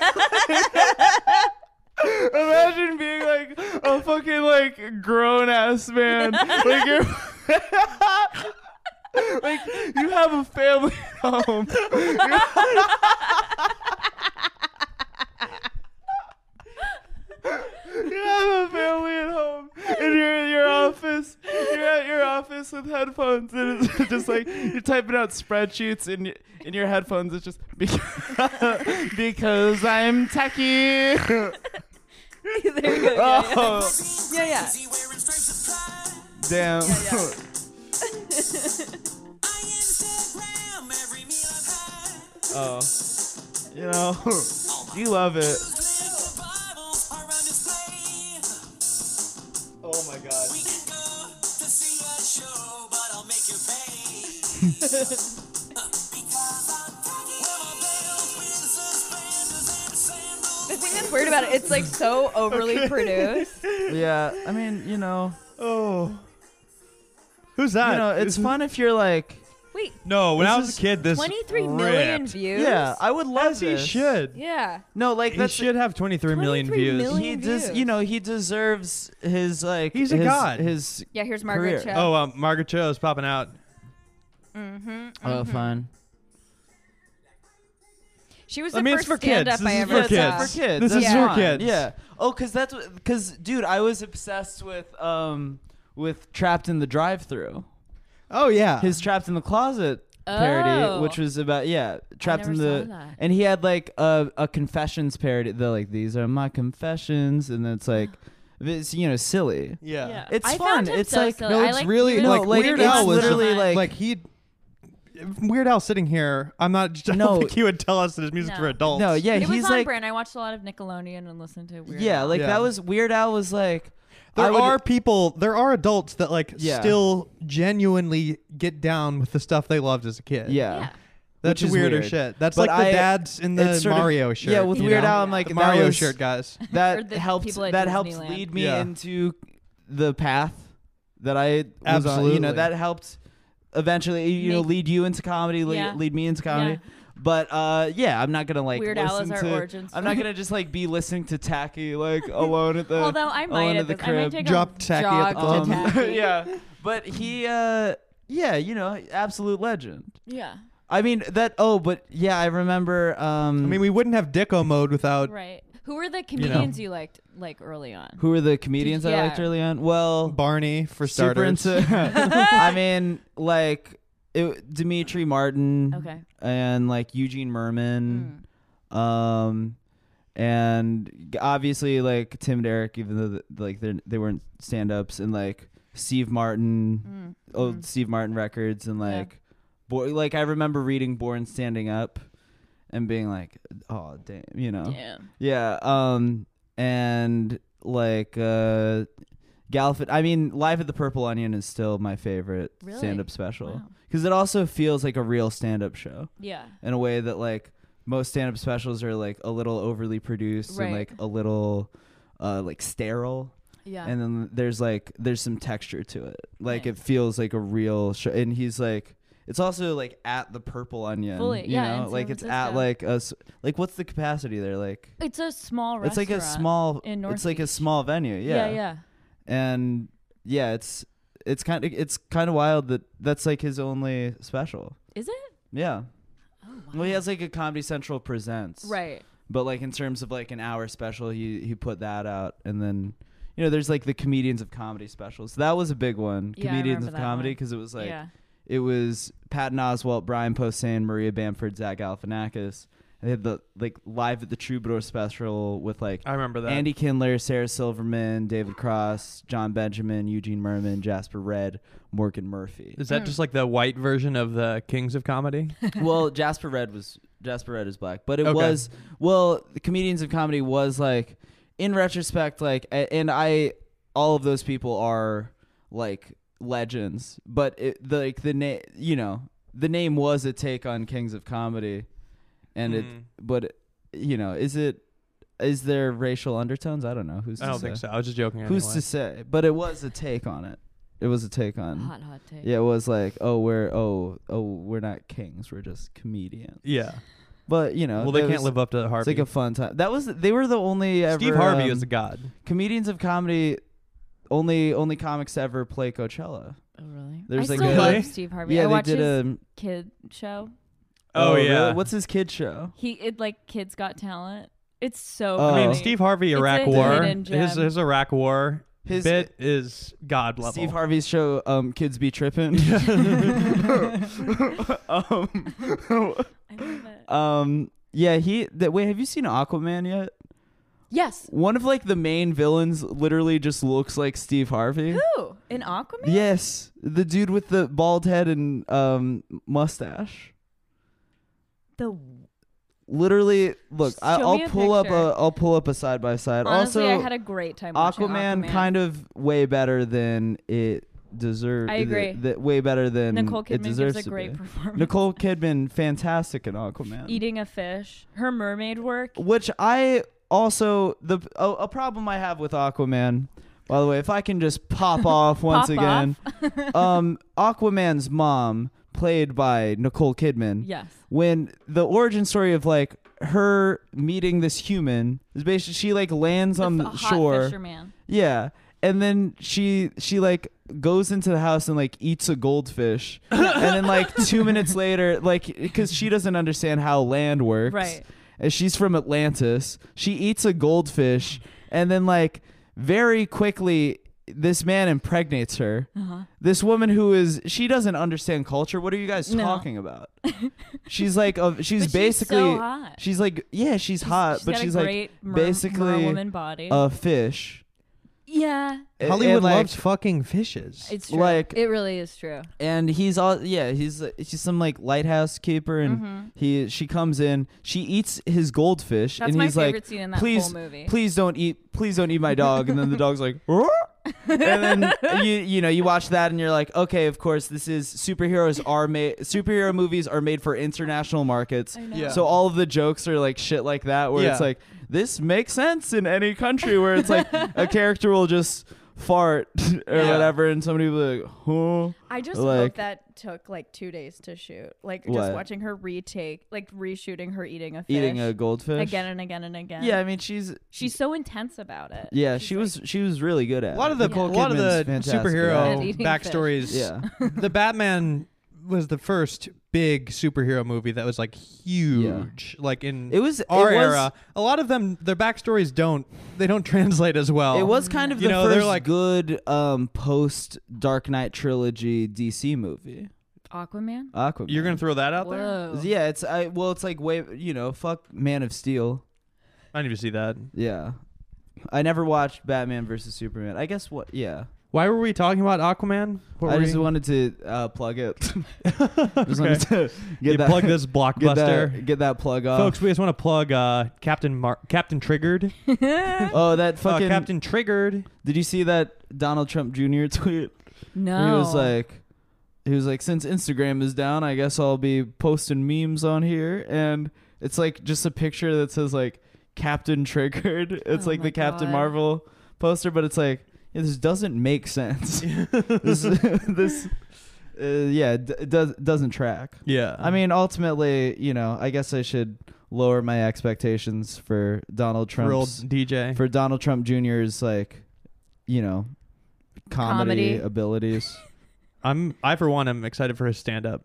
Speaker 2: Imagine being like a fucking like grown ass man. Like you're <laughs> like you have a family at home. <laughs> You have a family at home, and you're in your office. You're at your office with headphones, and it's <laughs> just like you're typing out spreadsheets, and y- in your headphones, it's just <laughs> because, because I'm techie. <laughs>
Speaker 3: there you go. Yeah, yeah.
Speaker 2: Oh,
Speaker 3: yeah, yeah.
Speaker 2: damn. Oh, <laughs> you know, <laughs> you love it. Oh my god.
Speaker 3: The thing that's weird about it, it's like so overly produced.
Speaker 2: Yeah, I mean, you know,
Speaker 1: Oh. Who's that?
Speaker 2: you know, it's fun if you're like,
Speaker 3: Wait,
Speaker 1: No, when
Speaker 2: This
Speaker 1: I was
Speaker 2: is
Speaker 1: a kid, this
Speaker 3: 23 million
Speaker 1: ripped.
Speaker 3: views.
Speaker 2: yeah, I would love
Speaker 1: As he
Speaker 2: this.
Speaker 1: should.
Speaker 3: Yeah.
Speaker 2: No, like
Speaker 1: He
Speaker 2: that's
Speaker 1: should have 23 million
Speaker 3: 23
Speaker 1: views.
Speaker 3: million.
Speaker 2: he does.
Speaker 3: views.
Speaker 2: You know, he deserves his like.
Speaker 1: He's a
Speaker 2: his-
Speaker 1: god.
Speaker 2: His.
Speaker 3: Yeah, here's
Speaker 2: Career.
Speaker 3: Margaret Cho. Mm-hmm.
Speaker 1: Oh, um, Margaret Cho is popping out.
Speaker 2: Oh, fun.
Speaker 3: She was the
Speaker 1: I mean, it's
Speaker 3: first
Speaker 1: for
Speaker 3: stand
Speaker 1: kids.
Speaker 3: up
Speaker 1: This
Speaker 3: I
Speaker 1: is
Speaker 3: ever
Speaker 1: for
Speaker 3: saw.
Speaker 1: kids.
Speaker 2: for kids.
Speaker 1: This
Speaker 2: That's
Speaker 3: is for
Speaker 2: fine.
Speaker 1: kids.
Speaker 2: Yeah. Oh, cause that's what. Cause dude, I was obsessed with um with Trapped in the Drive Through.
Speaker 1: Oh yeah.
Speaker 2: His Trapped in the Closet parody,
Speaker 4: Oh.
Speaker 2: which was about yeah, Trapped in
Speaker 4: never
Speaker 2: the.
Speaker 4: saw that.
Speaker 2: And he had like a a confessions parody. They're like these are my confessions, and it's like, it's you know silly.
Speaker 1: yeah.
Speaker 2: It's
Speaker 4: I
Speaker 2: fun.
Speaker 4: found him
Speaker 2: It's
Speaker 4: so
Speaker 2: like-
Speaker 4: silly.
Speaker 1: No,
Speaker 4: I
Speaker 1: it's
Speaker 4: like,
Speaker 1: really
Speaker 4: he was
Speaker 2: No,
Speaker 1: like,
Speaker 2: like,
Speaker 1: Weird
Speaker 2: it's
Speaker 1: Al was
Speaker 2: literally,
Speaker 1: the-
Speaker 2: like-
Speaker 1: like he. Weird Al sitting here. I'm not. <laughs> I don't
Speaker 2: No.
Speaker 1: think he would tell us that his music's
Speaker 4: No.
Speaker 1: for adults.
Speaker 2: No, yeah,
Speaker 4: It
Speaker 2: he's
Speaker 4: was on
Speaker 2: like
Speaker 4: brand. I watched a lot of Nickelodeon and listened to Weird.
Speaker 2: yeah,
Speaker 4: Al.
Speaker 2: like
Speaker 1: Yeah.
Speaker 2: that was Weird Al was like I
Speaker 1: There
Speaker 2: would-
Speaker 1: are people. There are adults that like
Speaker 2: Yeah.
Speaker 1: still genuinely get down with the stuff they loved as a kid.
Speaker 2: yeah.
Speaker 4: yeah.
Speaker 1: that's
Speaker 2: which is
Speaker 1: weirder
Speaker 2: weird.
Speaker 1: shit. That's
Speaker 2: But
Speaker 1: like the
Speaker 2: I-
Speaker 1: dads in the
Speaker 2: it's sort of-
Speaker 1: Mario shirt.
Speaker 2: yeah, with
Speaker 1: you
Speaker 2: Weird
Speaker 1: know?
Speaker 2: Al, I'm like
Speaker 1: the
Speaker 2: that
Speaker 1: Mario
Speaker 2: was-
Speaker 1: shirt
Speaker 2: <laughs>
Speaker 1: guys.
Speaker 4: Or
Speaker 2: that
Speaker 4: the
Speaker 2: helped
Speaker 4: people at
Speaker 2: that helped
Speaker 4: Disneyland.
Speaker 2: lead me
Speaker 1: Yeah.
Speaker 2: into the path that I was on. You
Speaker 1: Absolutely.
Speaker 2: know, that helped eventually you know
Speaker 4: Make-
Speaker 2: lead you into comedy, lead,
Speaker 4: Yeah.
Speaker 2: lead me into comedy. But uh, yeah, I'm not gonna like
Speaker 4: Weird Al
Speaker 2: listen
Speaker 4: is our
Speaker 2: to.
Speaker 4: origin
Speaker 2: I'm not gonna just like be listening to Tacky
Speaker 4: <laughs>
Speaker 2: like alone at the.
Speaker 4: Although I might
Speaker 2: alone
Speaker 4: at
Speaker 2: at the
Speaker 4: this, I might
Speaker 2: crib.
Speaker 4: take
Speaker 1: Drop
Speaker 4: a
Speaker 1: Tacky at the
Speaker 2: <laughs>
Speaker 4: jog to
Speaker 1: club.
Speaker 4: Tacky.
Speaker 2: yeah, but he, uh, yeah, you know, absolute legend.
Speaker 4: yeah,
Speaker 2: I mean that. Oh, but yeah, I remember. Um,
Speaker 1: I mean, we wouldn't have Dicko mode without.
Speaker 4: right. Who were the comedians you, liked like early on?
Speaker 2: who were the comedians I liked
Speaker 4: Yeah.
Speaker 2: early on? Well,
Speaker 1: Barney for
Speaker 2: super
Speaker 1: starters. <laughs>
Speaker 2: into. <laughs> I mean, like it, Dimitri Martin.
Speaker 4: Okay. Hmm.
Speaker 2: And like Eugene Merman. Um. And g- obviously, like Tim and Eric, even though th- like they they weren't stand ups, and like Steve
Speaker 4: Mm.
Speaker 2: Martin, old Steve Martin records, and
Speaker 4: Hmm. Yeah.
Speaker 2: like, boy, like I remember reading Born Standing Up, and being like, oh damn, you know,
Speaker 4: Yeah.
Speaker 2: yeah, um, and like uh, Gallifet. I mean, Live at the Purple Onion is still my favorite
Speaker 4: Really?
Speaker 2: stand-up special
Speaker 4: Wow.
Speaker 2: because it also feels like a real stand-up show
Speaker 4: Yeah.
Speaker 2: in a way that like most stand-up specials are like a little overly produced and
Speaker 4: Right.
Speaker 2: like a little uh, like sterile.
Speaker 4: Yeah.
Speaker 2: And then there's like there's some texture to it. Like
Speaker 4: Nice.
Speaker 2: it feels like a real show. And he's like, it's also like at the Purple Onion.
Speaker 4: Fully,
Speaker 2: you
Speaker 4: yeah, in
Speaker 2: know,
Speaker 4: San
Speaker 2: like it's at
Speaker 4: Francisco.
Speaker 2: like a s- like what's the capacity there? Like
Speaker 4: it's a small
Speaker 2: it's
Speaker 4: restaurant.
Speaker 2: like a small
Speaker 4: in North
Speaker 2: it's like a
Speaker 4: Beach.
Speaker 2: small venue yeah
Speaker 4: Yeah. Yeah.
Speaker 2: and yeah it's it's kind of it's kind of wild that that's like his only special
Speaker 4: Is it?
Speaker 2: yeah
Speaker 4: Oh,
Speaker 2: well he has like a comedy central presents
Speaker 4: Right.
Speaker 2: but like in terms of like an hour special he he put that out and then you know there's like the comedians of comedy specials that was a big one
Speaker 4: Yeah, I
Speaker 2: comedians
Speaker 4: remember
Speaker 2: of
Speaker 4: that
Speaker 2: comedy
Speaker 4: one.
Speaker 2: because it was like
Speaker 4: yeah.
Speaker 2: it was Patton Oswalt, Brian Posehn, Maria Bamford, Zach Galifianakis. And They had the like live at the Troubadour special with like
Speaker 1: I remember that.
Speaker 2: Andy Kindler, Sarah Silverman, David Cross, John Benjamin, Eugene Merman, Jasper Red, Morgan Murphy.
Speaker 1: Is that just like the white version of the Kings of Comedy?
Speaker 2: well, Jasper Red was Jasper Red is black, but it
Speaker 1: Okay.
Speaker 2: was well, the comedians of comedy was like in retrospect like a- and I all of those people are like legends, but it, the, like the name, you know, the name was a take on Kings of Comedy and it
Speaker 1: Mm.
Speaker 2: but you know, is it is there racial undertones? I don't know. Who's
Speaker 1: I
Speaker 2: to
Speaker 1: don't
Speaker 2: say?
Speaker 1: think so. I was just joking.
Speaker 2: Who's
Speaker 1: anyway.
Speaker 2: to say? But it was a take on it. It was a take on.
Speaker 4: Hot hot take.
Speaker 2: Yeah, it was like, oh, we're oh oh we're not kings, we're just comedians.
Speaker 1: Yeah.
Speaker 2: But you know,
Speaker 1: Well, they
Speaker 2: that
Speaker 1: can't
Speaker 2: was-
Speaker 1: live up to
Speaker 2: It's
Speaker 1: Harvey.
Speaker 2: like a fun time. That was they were the only ever
Speaker 1: Steve Harvey
Speaker 2: um,
Speaker 1: is a god.
Speaker 2: comedians of comedy. Only only comics to ever play Coachella.
Speaker 4: Oh really?
Speaker 2: There's
Speaker 4: I
Speaker 2: like
Speaker 4: still
Speaker 1: a- Really?
Speaker 4: love Steve Harvey.
Speaker 2: yeah,
Speaker 4: I
Speaker 2: they
Speaker 4: watch
Speaker 2: did
Speaker 4: his
Speaker 2: a.
Speaker 4: kid show.
Speaker 1: Oh,
Speaker 2: really?
Speaker 1: yeah.
Speaker 2: what's his kid show?
Speaker 4: He it like kids got talent. It's so.
Speaker 1: I mean,
Speaker 2: I Oh.
Speaker 4: funny.
Speaker 1: Steve Harvey
Speaker 4: It's
Speaker 1: Iraq
Speaker 4: a
Speaker 1: War.
Speaker 4: hidden
Speaker 1: His
Speaker 4: gem.
Speaker 1: his Iraq War
Speaker 2: His-
Speaker 1: bit is god level.
Speaker 2: Steve Harvey's show, um, Kids Be Trippin'.
Speaker 1: <laughs>
Speaker 2: <laughs> um,
Speaker 4: I love it.
Speaker 2: um, yeah, he. That, wait, have you seen Aquaman yet?
Speaker 4: Yes.
Speaker 2: One of like the main villains literally just looks like Steve Harvey.
Speaker 3: Ooh, in Aquaman?
Speaker 2: Yes, the dude with the bald head and um mustache.
Speaker 3: The
Speaker 2: Literally, look,
Speaker 4: Show
Speaker 2: I, I'll
Speaker 4: me a
Speaker 2: pull up
Speaker 4: picture.
Speaker 2: a I'll pull up a side by side.
Speaker 4: Honestly,
Speaker 2: Also,
Speaker 4: I had a great time watching
Speaker 2: Aquaman,
Speaker 4: Aquaman.
Speaker 2: kind of way better than it deserves.
Speaker 4: I agree.
Speaker 2: That, way better than
Speaker 4: Nicole
Speaker 2: it
Speaker 4: Kidman
Speaker 2: deserves
Speaker 4: gives a
Speaker 2: to
Speaker 4: great
Speaker 2: be.
Speaker 4: performance. E
Speaker 2: Nicole Kidman, fantastic in Aquaman.
Speaker 4: eating a fish. Her mermaid work.
Speaker 2: which I also the a, a problem I have with Aquaman. By the way, if I can
Speaker 4: <laughs>
Speaker 2: just pop off once
Speaker 4: Pop
Speaker 2: again,
Speaker 4: <laughs>
Speaker 2: um, Aquaman's mom, played by Nicole Kidman,
Speaker 4: Yes.
Speaker 2: when the origin story of like her meeting this human is basically she like lands on
Speaker 4: the
Speaker 2: the
Speaker 4: hot
Speaker 2: shore,
Speaker 4: fisherman.
Speaker 2: yeah, and then she she like goes into the house and like eats a goldfish, and then
Speaker 4: <laughs>
Speaker 2: like two minutes later, like because she doesn't understand how land works,
Speaker 4: Right.
Speaker 2: and she's from Atlantis. She eats a goldfish, and then like very quickly, this man impregnates her.
Speaker 4: Uh-huh.
Speaker 2: This woman who is she doesn't understand culture. What are you guys
Speaker 4: No. <laughs>
Speaker 2: talking about? she's like a,
Speaker 4: But
Speaker 2: she's
Speaker 4: she's so
Speaker 2: basically
Speaker 4: hot.
Speaker 2: she's like yeah she's, hot, but
Speaker 4: got
Speaker 2: she's
Speaker 4: a
Speaker 2: like
Speaker 4: great mer-
Speaker 2: basically uh,
Speaker 4: woman body.
Speaker 2: a fish.
Speaker 4: yeah,
Speaker 2: A-
Speaker 1: Hollywood
Speaker 2: and, like,
Speaker 1: loves fucking fishes.
Speaker 4: it's true.
Speaker 2: like-
Speaker 4: it really is true.
Speaker 2: and he's all yeah he's he's some like lighthouse keeper and
Speaker 4: Mm-hmm.
Speaker 2: he she comes in she eats his goldfish
Speaker 4: That's
Speaker 2: and
Speaker 4: my
Speaker 2: he's
Speaker 4: favorite
Speaker 2: like
Speaker 4: scene in that
Speaker 2: please
Speaker 4: whole movie."
Speaker 2: please don't eat please don't eat my dog and then the dog's like "Roar." and
Speaker 4: <laughs>
Speaker 2: then you you know you watch that and you're like okay of course this is superheroes are made superhero movies are made for international markets
Speaker 1: Yeah.
Speaker 2: so all of the jokes are like shit like that where it's
Speaker 1: Yeah.
Speaker 4: <laughs>
Speaker 2: like this makes sense in any country where it's like a character will just fart <laughs> or
Speaker 1: Yeah.
Speaker 2: whatever, and somebody would be like, huh?
Speaker 3: I just
Speaker 2: Like-
Speaker 3: hope that took like two days to shoot. Like
Speaker 2: What?
Speaker 3: just watching her retake, like reshooting her eating a fish
Speaker 2: Eating a goldfish?
Speaker 3: again and again and again.
Speaker 2: Yeah, I mean she's
Speaker 4: She's so intense about it.
Speaker 2: yeah,
Speaker 4: She's
Speaker 2: she
Speaker 4: like-
Speaker 2: was she was really good at
Speaker 1: A lot of
Speaker 2: it.
Speaker 1: the
Speaker 4: Yeah.
Speaker 1: a lot of
Speaker 2: Kidman's
Speaker 1: the
Speaker 2: fantastic at
Speaker 4: At
Speaker 1: superhero
Speaker 2: it.
Speaker 4: eating
Speaker 1: backstories.
Speaker 2: Yeah.
Speaker 1: <laughs> the Batman was the first big superhero movie that was like huge. Like in
Speaker 2: It was it
Speaker 1: our
Speaker 2: was-
Speaker 1: era, a lot of them their backstories don't they don't translate as well.
Speaker 2: It was kind of
Speaker 1: um, You
Speaker 2: the
Speaker 1: know, they're
Speaker 2: first
Speaker 1: like-
Speaker 2: good um, post Dark Knight trilogy DC movie.
Speaker 4: Aquaman.
Speaker 2: Aquaman.
Speaker 1: You're gonna throw that out there?
Speaker 3: Oh.
Speaker 4: Whoa.
Speaker 2: Yeah, it's I well, it's like way you know, fuck Man of Steel.
Speaker 1: I need to see that.
Speaker 2: Yeah, I never watched Batman versus Superman. I guess what? Yeah,
Speaker 1: Why were we talking about Aquaman? What
Speaker 2: I
Speaker 1: were
Speaker 2: just
Speaker 1: we-
Speaker 2: wanted to uh,
Speaker 1: <laughs>
Speaker 2: plug it. <laughs> just wanted to get
Speaker 1: You
Speaker 2: that
Speaker 1: plug this
Speaker 2: <laughs> get
Speaker 1: blockbuster.
Speaker 2: that, get that plug off,
Speaker 1: Folks, we just want to plug uh, Captain Mar- Captain Triggered.
Speaker 2: Oh, that
Speaker 1: Uh,
Speaker 2: fucking
Speaker 1: Captain Triggered.
Speaker 2: Did you see that Donald Trump Jr. <laughs> tweet?
Speaker 4: No.
Speaker 2: He was like, he was like, since Instagram is down, I guess I'll be posting memes on here, and it's like just a picture that says like Captain Triggered. <laughs> It's
Speaker 4: Oh
Speaker 2: like
Speaker 4: my
Speaker 2: the Captain
Speaker 4: God.
Speaker 2: Marvel poster, but it's like yeah, this doesn't
Speaker 4: <laughs>
Speaker 2: make sense. this, this, uh, yeah, d- it does doesn't track.
Speaker 1: Yeah.
Speaker 4: Uh.
Speaker 2: I mean, ultimately, you know, I guess I should lower my expectations for Donald
Speaker 1: real
Speaker 2: Trump's
Speaker 1: DJ.
Speaker 2: for Donald Trump Jr.'s like, you know, comedy,
Speaker 3: Comedy.
Speaker 2: abilities.
Speaker 1: I'm I for one am excited for his stand up.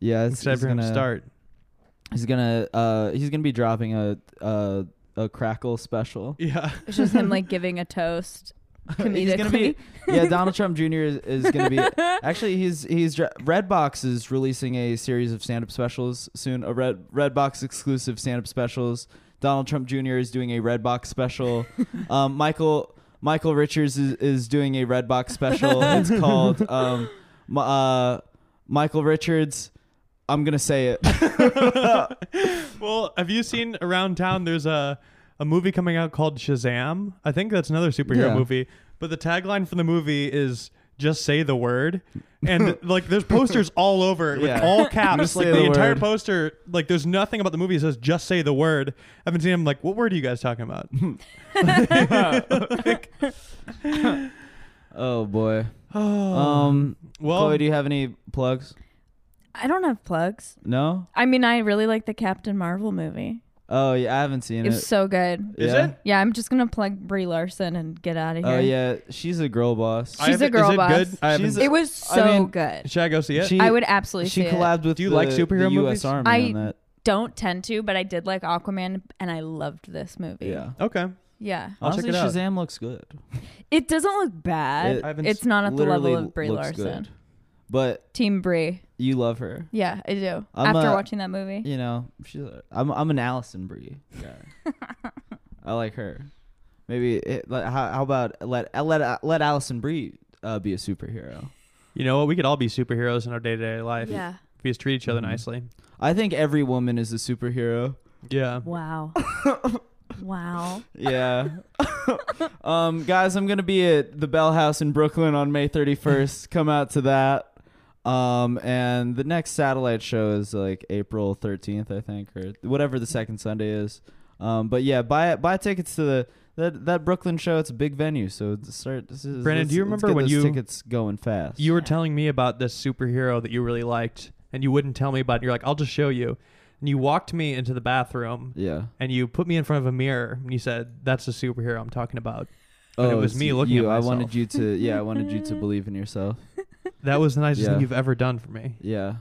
Speaker 2: Yeah, it's,
Speaker 1: Excited
Speaker 2: he's
Speaker 1: for him
Speaker 2: gonna
Speaker 1: to start.
Speaker 2: He's gonna uh, he's gonna be dropping a a, a crackle special.
Speaker 1: Yeah.
Speaker 3: <laughs> It's just
Speaker 2: <laughs>
Speaker 3: him like giving a toast
Speaker 2: he's gonna be
Speaker 3: comedically.
Speaker 2: yeah. Donald Trump Jr. is, is
Speaker 1: <laughs>
Speaker 2: gonna be actually he's he's dra- Redbox is releasing a series of stand up specials soon. A red Redbox exclusive stand up specials. Donald Trump Jr. is doing a
Speaker 1: <laughs>
Speaker 2: Redbox special. um, Michael Michael Richards is, is doing a Redbox special. it's
Speaker 1: <laughs>
Speaker 2: called um, Mi- uh, Michael Richards. I'm gonna say it.
Speaker 1: Well, have you seen around town? There's a a movie coming out called Shazam. I think that's another superhero
Speaker 2: Yeah.
Speaker 1: movie. But the tagline for the movie is "Just say the word," <laughs> and like there's posters all over with
Speaker 2: Yeah.
Speaker 1: all caps.
Speaker 2: Just
Speaker 1: like
Speaker 2: say
Speaker 1: the,
Speaker 2: the
Speaker 1: entire
Speaker 2: word.
Speaker 1: poster, like there's nothing about the movie that says "Just say the word." I've been seeing him like, "What word are you guys talking <laughs> about?"
Speaker 2: Oh boy.
Speaker 1: Oh,
Speaker 2: Um,
Speaker 1: <sighs> well,
Speaker 2: Chloe, do you have any plugs?
Speaker 3: I don't have plugs.
Speaker 2: No.
Speaker 3: I mean, I really like the Captain Marvel movie.
Speaker 2: Oh yeah, I haven't seen
Speaker 3: It was
Speaker 2: it.
Speaker 3: so good.
Speaker 1: is
Speaker 2: Yeah.
Speaker 1: it?
Speaker 3: Yeah, I'm just gonna plug Brie Larson and get out of here.
Speaker 2: Oh yeah, she's a girl boss.
Speaker 1: I
Speaker 3: She's a
Speaker 1: haven't-
Speaker 3: girl
Speaker 1: is it
Speaker 3: boss.
Speaker 1: Good? I
Speaker 2: She's
Speaker 1: haven't-
Speaker 3: It was
Speaker 2: I
Speaker 3: so
Speaker 2: mean,
Speaker 3: good.
Speaker 1: should I go see it?
Speaker 2: She-
Speaker 3: I would absolutely
Speaker 2: she
Speaker 3: see it.
Speaker 2: collabed with
Speaker 1: Do you
Speaker 2: the,
Speaker 1: like superhero
Speaker 2: the
Speaker 1: movies?
Speaker 2: U.S. Army
Speaker 3: I-
Speaker 2: on that.
Speaker 3: Don't tend to, but I did like Aquaman, and I loved this movie.
Speaker 2: Yeah.
Speaker 1: okay,
Speaker 3: yeah.
Speaker 1: I'll
Speaker 2: Honestly,
Speaker 1: check it out.
Speaker 2: Shazam looks good.
Speaker 3: It doesn't look bad.
Speaker 2: It-
Speaker 1: I haven't
Speaker 3: it's not at the
Speaker 2: Literally
Speaker 3: level of Brie
Speaker 2: looks
Speaker 3: Larson.
Speaker 2: good. But
Speaker 3: Team Brie.
Speaker 2: you love her.
Speaker 3: Yeah, I do.
Speaker 2: I'm uh,
Speaker 3: After
Speaker 2: a-
Speaker 3: watching that movie.
Speaker 2: You know, she's. A, I'm. I'm an Allison Brie <laughs> guy. I like her. Maybe it, like, how, how about let let let Allison Brie uh, be a superhero?
Speaker 1: You know what? We could all be superheroes in our day to day life.
Speaker 3: Yeah.
Speaker 1: If we just treat each other
Speaker 2: Mhm.
Speaker 1: nicely.
Speaker 2: I think every woman is a superhero.
Speaker 1: Yeah.
Speaker 2: <laughs>
Speaker 4: wow. wow.
Speaker 2: Yeah. <laughs> um, guys, I'm gonna be at the Bell House in Brooklyn on
Speaker 1: <laughs>
Speaker 2: May 31st. Come out to that. Um, and the next satellite show is like April 13th, I think, or whatever the second Sunday is. Um, but yeah, buy buy tickets to the that that Brooklyn show. It's a big venue, so it's- start. This is,
Speaker 1: Brandon,
Speaker 2: let's-
Speaker 1: do you
Speaker 2: let's
Speaker 1: remember
Speaker 2: get
Speaker 1: when
Speaker 2: those
Speaker 1: you-
Speaker 2: tickets going fast?
Speaker 1: You were
Speaker 4: Yeah.
Speaker 1: telling me about this superhero that you really liked, and you wouldn't tell me about. It. You're like, I'll just show you. And you walked me into the bathroom,
Speaker 2: yeah.
Speaker 1: and you put me in front of a mirror, and you said, "That's the superhero I'm talking about." But it
Speaker 2: Oh,
Speaker 1: was
Speaker 2: it's
Speaker 1: me looking
Speaker 2: you.
Speaker 1: at
Speaker 2: I
Speaker 1: myself.
Speaker 2: wanted you to. Yeah, I wanted you
Speaker 1: <laughs>
Speaker 2: to believe in yourself.
Speaker 1: That was the nicest
Speaker 2: Yeah.
Speaker 1: thing you've ever done for me.
Speaker 2: Yeah.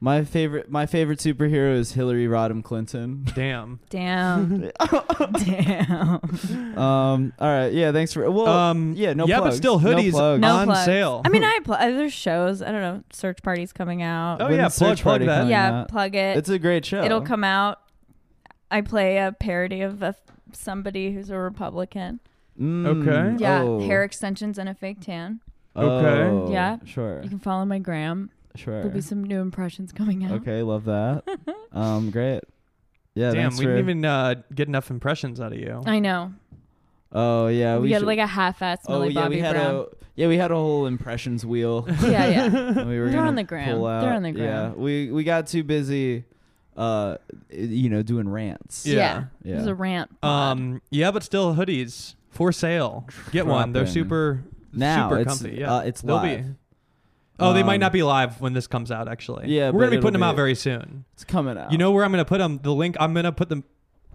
Speaker 2: My favorite. My favorite superhero is Hillary Rodham Clinton.
Speaker 1: Damn.
Speaker 3: Damn. Damn.
Speaker 2: Um. All right. Yeah. Thanks for. <laughs> Well.
Speaker 1: Um.
Speaker 2: yeah. No.
Speaker 1: Yeah,
Speaker 2: plugs.
Speaker 1: but still,
Speaker 2: No
Speaker 1: hoodies
Speaker 2: plugs.
Speaker 3: No
Speaker 1: on
Speaker 3: plugs.
Speaker 1: sale.
Speaker 3: I mean, I pl- uh, there's shows. I don't know. Search parties coming out.
Speaker 1: Oh,
Speaker 2: When's
Speaker 1: yeah, plug-
Speaker 2: Search
Speaker 1: plug
Speaker 2: Party
Speaker 1: that.
Speaker 2: coming
Speaker 3: yeah,
Speaker 2: out?
Speaker 3: plug it.
Speaker 2: It's a great show.
Speaker 3: It'll come out. I play a parody of a, somebody who's a Republican.
Speaker 2: Mm,
Speaker 1: Okay.
Speaker 3: Yeah,
Speaker 2: oh.
Speaker 3: hair extensions and a fake tan.
Speaker 1: Okay.
Speaker 2: Oh,
Speaker 3: Yeah.
Speaker 2: Sure.
Speaker 3: You can follow my gram.
Speaker 2: Sure.
Speaker 3: There'll be some new impressions coming out.
Speaker 2: Okay. Love
Speaker 3: <laughs>
Speaker 2: that. um. Great. Yeah.
Speaker 1: Damn,
Speaker 2: thanks
Speaker 1: we
Speaker 2: for,
Speaker 1: didn't even uh, get enough impressions out of you.
Speaker 3: I know.
Speaker 2: Oh yeah.
Speaker 3: we
Speaker 2: We
Speaker 3: had
Speaker 2: should,
Speaker 3: like a half-assed
Speaker 2: Oh
Speaker 3: Millie
Speaker 2: yeah.
Speaker 3: Bobby
Speaker 2: we had
Speaker 3: Brown.
Speaker 2: a. Yeah. We had a whole impressions
Speaker 1: <laughs>
Speaker 2: wheel. <laughs>
Speaker 3: yeah, yeah.
Speaker 2: and we were
Speaker 3: They're
Speaker 2: gonna
Speaker 3: on the gram.
Speaker 2: pull out.
Speaker 3: They're on the
Speaker 2: Yeah.
Speaker 3: gram.
Speaker 2: We we got too busy. Uh, you know, doing rants.
Speaker 1: Yeah.
Speaker 3: Yeah. It was
Speaker 2: Yeah.
Speaker 3: a rant. pod.
Speaker 1: Um. Yeah, but Um, still, hoodies. for sale. Get one. They're
Speaker 2: Dropping.
Speaker 1: super
Speaker 2: Now,
Speaker 1: super
Speaker 2: it's-
Speaker 1: comfy. Yeah,
Speaker 2: uh, it's
Speaker 1: They'll be.
Speaker 2: live.
Speaker 1: Oh, they might
Speaker 2: Um,
Speaker 1: not be live when this comes out. Actually,
Speaker 2: Yeah,
Speaker 1: we're gonna
Speaker 2: but
Speaker 1: be putting
Speaker 2: it'll
Speaker 1: them out
Speaker 2: be-
Speaker 1: very soon.
Speaker 2: It's coming out.
Speaker 1: You know where I'm gonna put them? The link. I'm gonna put them.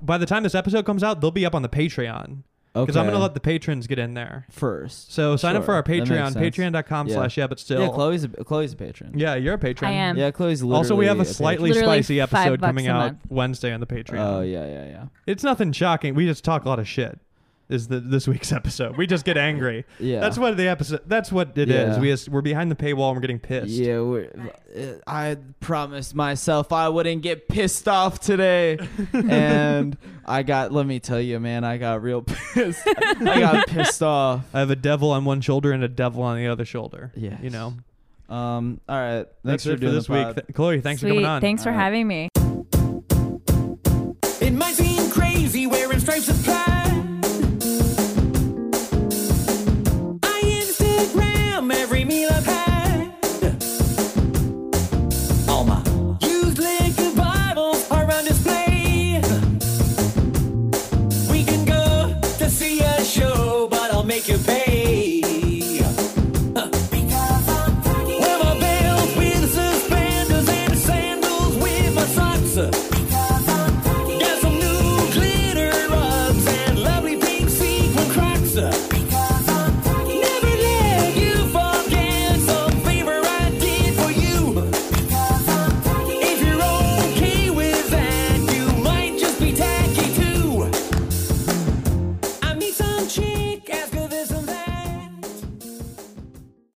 Speaker 1: By the time this episode comes out, they'll be up on the Patreon because I'm gonna let the patrons get in there.
Speaker 2: first.
Speaker 1: So sign up for
Speaker 2: Sure,
Speaker 1: our
Speaker 2: that makes
Speaker 1: Patreon,
Speaker 2: sense.
Speaker 1: patreon.com
Speaker 2: Yeah.
Speaker 1: slash yeah, but still.
Speaker 2: Yeah, Chloe's a, Chloe's a patron.
Speaker 1: Yeah, you're a patron.
Speaker 4: I am.
Speaker 3: Um,
Speaker 2: yeah, Chloe's literally
Speaker 1: Also, we have a
Speaker 2: patron.
Speaker 1: slightly
Speaker 4: Literally
Speaker 1: spicy
Speaker 4: five
Speaker 1: episode
Speaker 4: bucks
Speaker 1: coming
Speaker 4: a
Speaker 1: out
Speaker 4: month.
Speaker 1: Wednesday on the Patreon.
Speaker 2: Oh yeah, yeah, yeah.
Speaker 1: It's nothing shocking. We just talk a lot of shit. Is the, this week's <laughs> episode? We just get angry.
Speaker 2: Yeah.
Speaker 1: That's what the episode. That's what it is.
Speaker 2: Yeah.
Speaker 1: We just, we're behind the paywall and we're getting pissed.
Speaker 2: Yeah, we're, uh, I promised myself I wouldn't get pissed
Speaker 1: <laughs>
Speaker 2: off today, and I got. Let me tell you, man, I got real <laughs> pissed. I got pissed off.
Speaker 1: I have a devil on one shoulder and a devil on the other shoulder.
Speaker 2: Yes.
Speaker 1: You know.
Speaker 2: Um. All right.
Speaker 1: That's
Speaker 2: Thanks for
Speaker 1: it
Speaker 2: doing
Speaker 1: for this
Speaker 2: the
Speaker 1: week.
Speaker 2: pod.
Speaker 1: Th- Chloe, thanks for
Speaker 3: Sweet.
Speaker 1: coming on.
Speaker 3: Thanks for
Speaker 2: All right.
Speaker 3: having me.
Speaker 6: It might seem crazy wearing stripes of plaid.